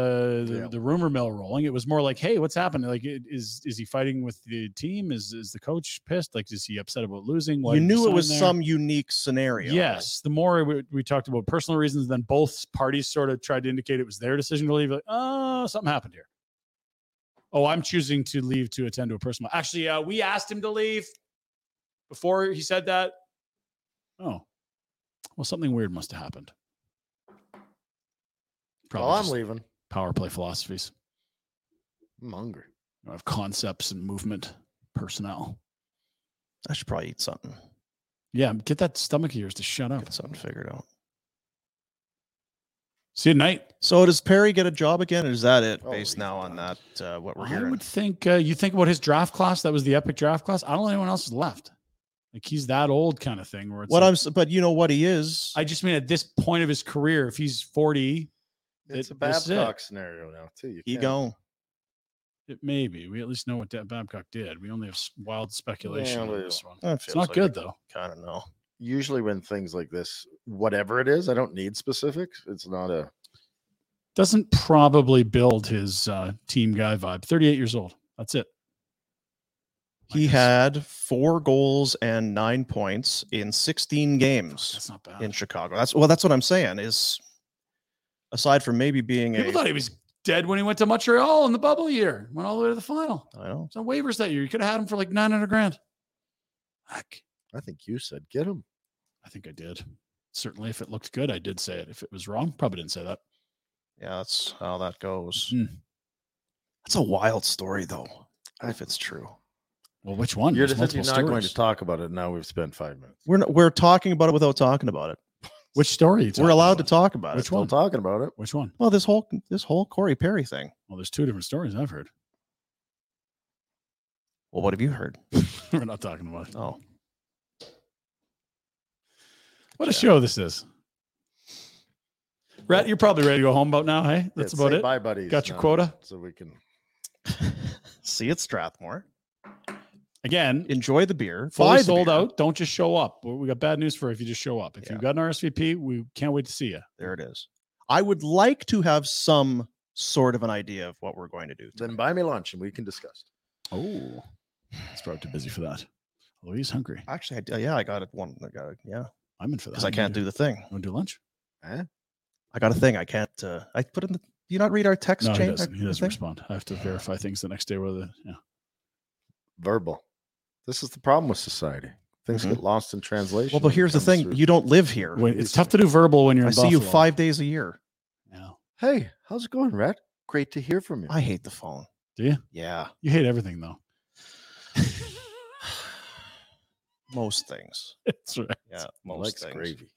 [SPEAKER 3] the, the rumor mill rolling. It was more like, "Hey, what's happening? Like, it- is is he fighting with the team? Is is the coach pissed? Like, is he upset about losing?" Why
[SPEAKER 2] you
[SPEAKER 3] did
[SPEAKER 2] knew it
[SPEAKER 3] sign
[SPEAKER 2] was
[SPEAKER 3] there?
[SPEAKER 2] some unique scenario.
[SPEAKER 3] Yes, the more we, we talked about personal reasons, then both parties sort of tried to indicate it was their decision to leave. Like, oh, something happened here. Oh, I'm choosing to leave to attend to a personal. Actually, uh, we asked him to leave before he said that. Oh, well, something weird must have happened.
[SPEAKER 4] well, I'm
[SPEAKER 3] just
[SPEAKER 4] leaving.
[SPEAKER 3] Power play philosophies.
[SPEAKER 4] I'm hungry.
[SPEAKER 3] I have concepts and movement, personnel.
[SPEAKER 2] I should probably eat something.
[SPEAKER 3] Yeah, get that stomach of yours to shut up. Get
[SPEAKER 2] something figured out.
[SPEAKER 3] See you tonight.
[SPEAKER 2] So does Perry get a job again, or is that it? Based now on that, uh, what we're
[SPEAKER 3] I
[SPEAKER 2] hearing.
[SPEAKER 3] would think uh, you think about his draft class. That was the epic draft class. I don't know anyone else is left. Like he's that old kind of thing. Where it's
[SPEAKER 2] What
[SPEAKER 3] like-
[SPEAKER 2] I'm, s- but you know what he is.
[SPEAKER 3] I just mean at this point of his career, if he's forty,
[SPEAKER 4] It's
[SPEAKER 3] it-
[SPEAKER 4] a
[SPEAKER 3] this is it.
[SPEAKER 4] Babcock scenario now too. You
[SPEAKER 3] He
[SPEAKER 4] can't-
[SPEAKER 3] gone. It may be. We at least know what Da- Babcock did. We only have s- wild speculation on
[SPEAKER 4] well,
[SPEAKER 3] this one.
[SPEAKER 4] that
[SPEAKER 3] It's
[SPEAKER 4] feels
[SPEAKER 3] not
[SPEAKER 4] like
[SPEAKER 3] good
[SPEAKER 4] a-
[SPEAKER 3] though.
[SPEAKER 2] Kind of know.
[SPEAKER 4] Usually when things like this, whatever it is, I don't need specifics. It's not a
[SPEAKER 3] Doesn't probably build his uh, team guy vibe. Thirty-eight years old. That's it.
[SPEAKER 2] He had four goals and nine points in 16 games in Chicago. That's well, that's what I'm saying. Is aside from maybe being
[SPEAKER 3] People
[SPEAKER 2] a,
[SPEAKER 3] thought he was dead when he went to Montreal in the bubble year. Went all the way to the final.
[SPEAKER 2] I know.
[SPEAKER 3] It's on waivers that year. You could have had him for like nine hundred grand.
[SPEAKER 4] I think you said get him.
[SPEAKER 3] I think I did. Certainly, if it looked good, I did say it. If it was wrong, probably didn't say that. Mm-hmm.
[SPEAKER 2] yeah, that's how that goes.
[SPEAKER 3] That's
[SPEAKER 2] a wild story, though. If it's true,
[SPEAKER 3] Well, which one?
[SPEAKER 4] You're
[SPEAKER 3] There's
[SPEAKER 4] just
[SPEAKER 3] multiple
[SPEAKER 4] not going
[SPEAKER 3] stories.
[SPEAKER 4] to talk about it. Now we've spent five minutes.
[SPEAKER 2] we're not, we're talking about it without talking about it.
[SPEAKER 3] Which story?
[SPEAKER 2] We're allowed to talk about
[SPEAKER 3] Which
[SPEAKER 2] it.
[SPEAKER 3] one?
[SPEAKER 4] Talking about it.
[SPEAKER 3] Which one?
[SPEAKER 2] Well, this whole this whole Corey Perry thing.
[SPEAKER 3] Well, there's two different stories I've heard.
[SPEAKER 2] Well, what have you heard?
[SPEAKER 3] We're not talking about it.
[SPEAKER 2] Oh,
[SPEAKER 3] what a show this is. Rhett, you're probably ready to go home about now. Hey, that's
[SPEAKER 4] Yeah,
[SPEAKER 3] about
[SPEAKER 4] say
[SPEAKER 3] it.
[SPEAKER 4] Bye, buddies.
[SPEAKER 3] Got your
[SPEAKER 4] now,
[SPEAKER 3] quota.
[SPEAKER 4] So we can.
[SPEAKER 2] See you at Strathmore.
[SPEAKER 3] Again,
[SPEAKER 2] enjoy the beer.
[SPEAKER 3] Fully
[SPEAKER 2] Buy the
[SPEAKER 3] sold
[SPEAKER 2] beer.
[SPEAKER 3] out. Don't just show up. We- We got bad news for if you just show up. If you've got an RSVP, we can't wait to see you.
[SPEAKER 2] There it is. I would like to have some sort of an idea of what we're going to do.
[SPEAKER 4] Then buy me lunch and we can discuss.
[SPEAKER 3] Oh, it's probably too busy for that. Although he's hungry.
[SPEAKER 2] Actually, I, d- yeah, I got it. One, I got it. Yeah,
[SPEAKER 3] I'm in for that.
[SPEAKER 2] because I can't do the thing.
[SPEAKER 3] Want to do lunch?
[SPEAKER 4] Eh?
[SPEAKER 2] I got a thing. I can't. Uh, I put in the. Do you not read our text
[SPEAKER 3] No,
[SPEAKER 2] chain?
[SPEAKER 3] he
[SPEAKER 2] Our-
[SPEAKER 3] doesn't. He
[SPEAKER 2] our
[SPEAKER 3] doesn't
[SPEAKER 2] thing?
[SPEAKER 3] respond. I have to verify things the next day whether yeah.
[SPEAKER 4] Verbal. This is the problem with society. Things
[SPEAKER 3] Mm-hmm.
[SPEAKER 4] get lost in translation.
[SPEAKER 2] Well, but
[SPEAKER 4] when it
[SPEAKER 2] here's the
[SPEAKER 4] comes
[SPEAKER 2] thing.
[SPEAKER 4] through-
[SPEAKER 2] You don't live here.
[SPEAKER 3] Wait, it's tough to do verbal when you're
[SPEAKER 2] I
[SPEAKER 3] in
[SPEAKER 2] see you
[SPEAKER 3] Buffalo.
[SPEAKER 2] five days a year.
[SPEAKER 4] Hey, how's it going, Red? Great to hear from you.
[SPEAKER 2] I hate the phone.
[SPEAKER 3] Do you?
[SPEAKER 2] Yeah,
[SPEAKER 3] You hate everything though.
[SPEAKER 2] most things.
[SPEAKER 3] That's right.
[SPEAKER 2] Yeah,
[SPEAKER 3] He
[SPEAKER 2] most
[SPEAKER 3] likes
[SPEAKER 2] things.
[SPEAKER 3] gravy.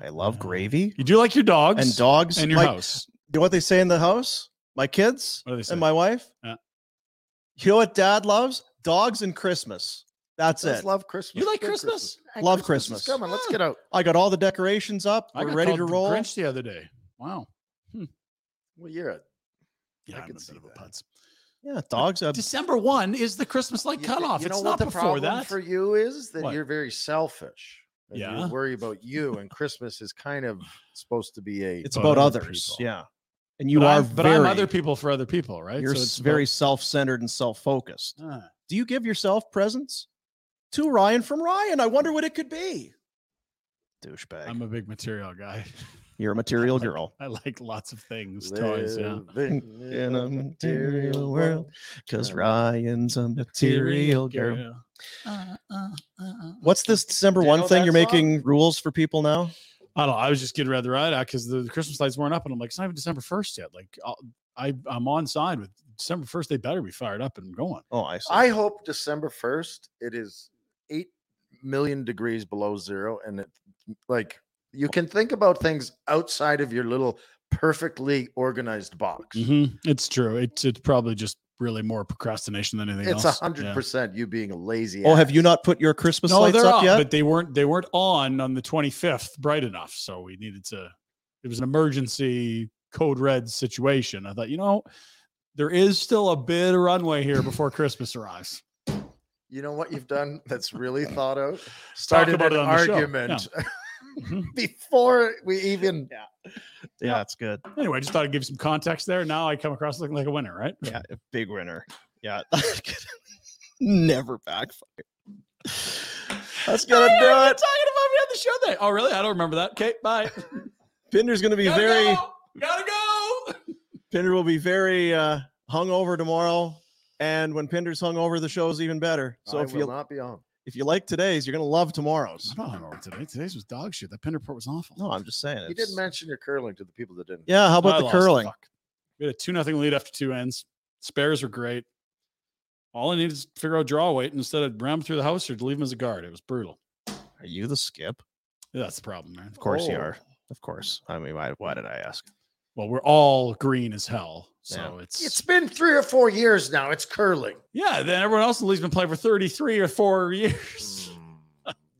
[SPEAKER 2] I love gravy.
[SPEAKER 3] You do like your dogs
[SPEAKER 2] and dogs
[SPEAKER 3] and your
[SPEAKER 2] my-
[SPEAKER 3] house.
[SPEAKER 2] You know what they say in the house? My kids
[SPEAKER 3] What do they say?
[SPEAKER 2] and my wife.
[SPEAKER 3] Yeah.
[SPEAKER 2] You know what Dad loves? Dogs and Christmas. That's
[SPEAKER 4] Let's
[SPEAKER 2] it.
[SPEAKER 4] love Christmas.
[SPEAKER 3] You like
[SPEAKER 4] Good
[SPEAKER 3] Christmas?
[SPEAKER 2] Love
[SPEAKER 4] is
[SPEAKER 2] Christmas.
[SPEAKER 4] Coming.
[SPEAKER 3] Ah.
[SPEAKER 4] Let's get out.
[SPEAKER 2] I got all the decorations up.
[SPEAKER 3] I
[SPEAKER 2] We're
[SPEAKER 3] got
[SPEAKER 2] ready
[SPEAKER 3] called
[SPEAKER 2] to
[SPEAKER 3] the
[SPEAKER 2] roll.
[SPEAKER 3] Grinch the other day. Wow. Hmm.
[SPEAKER 4] Well, you're a.
[SPEAKER 3] Yeah,
[SPEAKER 4] I
[SPEAKER 3] I am
[SPEAKER 4] can
[SPEAKER 3] a bit of a putz.
[SPEAKER 2] Yeah, dogs. Have,
[SPEAKER 3] December one is the Christmas light
[SPEAKER 4] You-
[SPEAKER 3] cutoff.
[SPEAKER 4] You know
[SPEAKER 3] it's
[SPEAKER 4] what
[SPEAKER 3] not
[SPEAKER 4] the
[SPEAKER 3] before
[SPEAKER 4] problem
[SPEAKER 3] that.
[SPEAKER 4] for you is that
[SPEAKER 3] What?
[SPEAKER 4] you're very selfish. and
[SPEAKER 3] Yeah.
[SPEAKER 4] You worry about you, and Christmas is kind of supposed to be a.
[SPEAKER 2] it's about others.
[SPEAKER 4] people.
[SPEAKER 2] Yeah. And you
[SPEAKER 3] but
[SPEAKER 2] are
[SPEAKER 3] I'm, but
[SPEAKER 2] very,
[SPEAKER 3] I'm other people for other people, right?
[SPEAKER 2] you're
[SPEAKER 3] So
[SPEAKER 2] s-
[SPEAKER 3] it's
[SPEAKER 2] very
[SPEAKER 3] about-
[SPEAKER 2] self-centered and self-focused.
[SPEAKER 3] Ah.
[SPEAKER 2] Do you give yourself presents? To Ryan from Ryan. I wonder what it could be. Douchebag.
[SPEAKER 3] I'm a big material guy.
[SPEAKER 2] You're a material girl.
[SPEAKER 3] I like lots of things, toys. Yeah.
[SPEAKER 4] Living
[SPEAKER 2] in a material world, because
[SPEAKER 4] Yeah.
[SPEAKER 2] Ryan's a material girl. Uh, What's this December
[SPEAKER 3] Do you
[SPEAKER 2] one
[SPEAKER 3] know
[SPEAKER 2] thing?
[SPEAKER 3] that
[SPEAKER 2] You're
[SPEAKER 3] song?
[SPEAKER 2] making rules for people now.
[SPEAKER 3] I don't know. I was just getting rather right out because the, the Christmas lights weren't up, and I'm like, it's not even December first yet. Like, I'll, I I'm on side with December first. They better be fired up and going.
[SPEAKER 2] Oh, I see.
[SPEAKER 4] I hope December first it is eight million degrees below zero, and it like you can think about things outside of your little perfectly organized box.
[SPEAKER 3] Mhm. It's true. It's it's probably just really more procrastination than anything
[SPEAKER 4] It's a
[SPEAKER 3] else.
[SPEAKER 4] hundred
[SPEAKER 3] Yeah.
[SPEAKER 4] percent you being a lazy.
[SPEAKER 2] Oh, have
[SPEAKER 4] ass.
[SPEAKER 2] you not put your Christmas
[SPEAKER 3] No,
[SPEAKER 2] lights
[SPEAKER 3] they're
[SPEAKER 2] up
[SPEAKER 3] up,
[SPEAKER 2] yet?
[SPEAKER 3] but they weren't they weren't on on the 25th bright enough. So we needed to. It was an emergency code red situation. I thought, you know, there is still a bit of runway here before Christmas arrives.
[SPEAKER 4] You know what you've done that's really thought out? Started
[SPEAKER 3] about
[SPEAKER 4] an
[SPEAKER 3] it on the show. Mm-hmm.
[SPEAKER 4] argument before we even.
[SPEAKER 3] Yeah, it's good. Anyway, I just thought I'd give you some context there. Now I come across looking like a winner, right? Yeah, a big winner. Yeah.
[SPEAKER 2] Never backfire. That's
[SPEAKER 3] I
[SPEAKER 2] gonna
[SPEAKER 3] don't
[SPEAKER 2] do
[SPEAKER 3] know what
[SPEAKER 2] it.
[SPEAKER 3] talking about me on the show there. Oh, really? I don't remember that. Okay, bye.
[SPEAKER 2] Pinder's gonna be
[SPEAKER 3] Gotta
[SPEAKER 2] very.
[SPEAKER 3] go. Gotta go.
[SPEAKER 2] Pinder will be very uh, hungover tomorrow, and when Pinder's hungover, the show's even better. So
[SPEAKER 4] I
[SPEAKER 2] if
[SPEAKER 4] will
[SPEAKER 2] you
[SPEAKER 4] not be on.
[SPEAKER 2] if you like today's, you're gonna love tomorrow's.
[SPEAKER 3] I'm not hungover today. Today's was dog shit. That pin report was awful.
[SPEAKER 2] No, I'm just saying.
[SPEAKER 4] You didn't mention your curling to the people that didn't.
[SPEAKER 2] Yeah, how about
[SPEAKER 3] I
[SPEAKER 2] the
[SPEAKER 3] lost.
[SPEAKER 2] curling?
[SPEAKER 3] Fuck. We had a two nothing lead after two ends. Spares were great. All I needed is to figure out draw weight and instead of ram through the house or to leave him as a guard. It was brutal.
[SPEAKER 2] Are you the skip?
[SPEAKER 3] Yeah, that's the problem, man. Oh.
[SPEAKER 2] Of course you are. Of course. I mean, why, why did I ask?
[SPEAKER 3] Well, we're all green as hell. So it's
[SPEAKER 4] It's been three or four years now. It's curling.
[SPEAKER 3] yeah. Then everyone else in the league's been playing for thirty three or four years.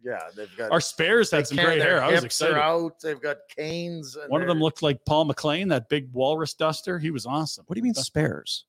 [SPEAKER 4] Yeah, they've got
[SPEAKER 3] Our spares had
[SPEAKER 4] they
[SPEAKER 3] some
[SPEAKER 4] can-
[SPEAKER 3] great
[SPEAKER 4] their
[SPEAKER 3] hair. I was
[SPEAKER 4] hips are
[SPEAKER 3] excited.
[SPEAKER 4] Out. They've got canes. and
[SPEAKER 3] One of
[SPEAKER 4] they're-
[SPEAKER 3] them looked like Paul McLean, that big walrus duster. He was awesome.
[SPEAKER 2] What do you mean
[SPEAKER 3] That's-
[SPEAKER 2] spares?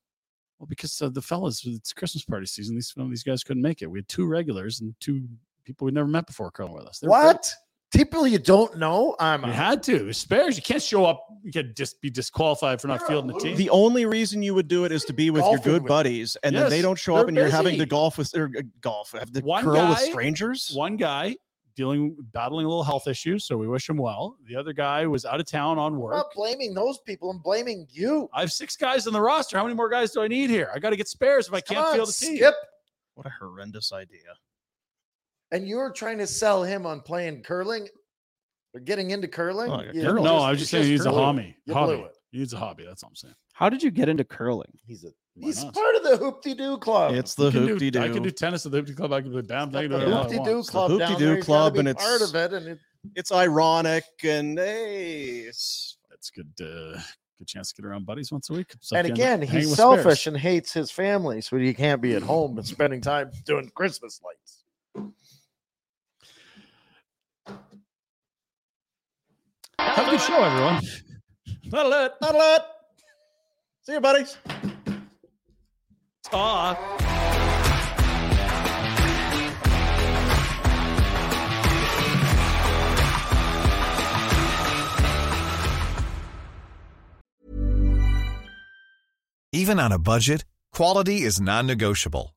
[SPEAKER 3] Well, because uh, the fellas, it's Christmas party season. These some of these guys couldn't make it. We had two regulars and two people we'd never met before coming with us. They were great.
[SPEAKER 4] What? People you don't know. I'm.
[SPEAKER 3] You had to spares. You can't show up. You can just be disqualified for not fielding the team.
[SPEAKER 2] The only reason you would do it is to be with your
[SPEAKER 3] Golfing
[SPEAKER 2] good
[SPEAKER 3] with-
[SPEAKER 2] buddies, and then they
[SPEAKER 3] Yes,
[SPEAKER 2] don't show
[SPEAKER 3] they're
[SPEAKER 2] up, and you're having to
[SPEAKER 3] busy.
[SPEAKER 2] golf with or uh, golf, have to
[SPEAKER 3] One
[SPEAKER 2] curl with
[SPEAKER 3] guy-
[SPEAKER 2] strangers.
[SPEAKER 3] One guy dealing battling a little health issue, so we wish him well. The other guy was out of town on
[SPEAKER 4] I'm
[SPEAKER 3] work.
[SPEAKER 4] not blaming those people. I'm blaming you.
[SPEAKER 3] I have six guys on the roster. How many more guys do I need here? I got to get spares if I
[SPEAKER 4] Come
[SPEAKER 3] can't
[SPEAKER 4] on,
[SPEAKER 3] field the team.
[SPEAKER 4] Skip.
[SPEAKER 2] What a horrendous idea.
[SPEAKER 4] And you were trying to sell him on playing curling or getting into curling.
[SPEAKER 3] Oh, yeah,
[SPEAKER 4] You
[SPEAKER 3] curling. No, I was
[SPEAKER 4] you
[SPEAKER 3] just saying he's a
[SPEAKER 4] blew it.
[SPEAKER 3] hobby.
[SPEAKER 4] You
[SPEAKER 3] Hobby.
[SPEAKER 4] blew it.
[SPEAKER 3] He needs a hobby. That's all I'm saying.
[SPEAKER 15] How did you get into curling?
[SPEAKER 4] He's a He's part of the hoopty doo club.
[SPEAKER 2] It's the
[SPEAKER 3] You can do-
[SPEAKER 2] hoopty doo.
[SPEAKER 3] I can do tennis at the hoopty club. I can play bam. I can do
[SPEAKER 4] the
[SPEAKER 3] it all I
[SPEAKER 4] hoopty
[SPEAKER 3] want.
[SPEAKER 4] doo
[SPEAKER 3] So-
[SPEAKER 4] club.
[SPEAKER 2] hoopty
[SPEAKER 4] down
[SPEAKER 2] doo
[SPEAKER 4] there. You gotta
[SPEAKER 2] club
[SPEAKER 4] be
[SPEAKER 2] and it's-
[SPEAKER 4] part of it. And it,
[SPEAKER 2] It's ironic, and hey, it's,
[SPEAKER 3] That's good. Uh, good chance to get around buddies once a week. So
[SPEAKER 4] and
[SPEAKER 3] if you
[SPEAKER 4] again,
[SPEAKER 3] end up hanging
[SPEAKER 4] he's
[SPEAKER 3] with spares.
[SPEAKER 4] selfish and hates his family, so he can't be at home and spending time doing Christmas lights.
[SPEAKER 3] Have a good show, everyone. Not a lot.
[SPEAKER 2] Not a lot. See you, buddies.
[SPEAKER 3] Ah.
[SPEAKER 16] Even on a budget, quality is non-negotiable.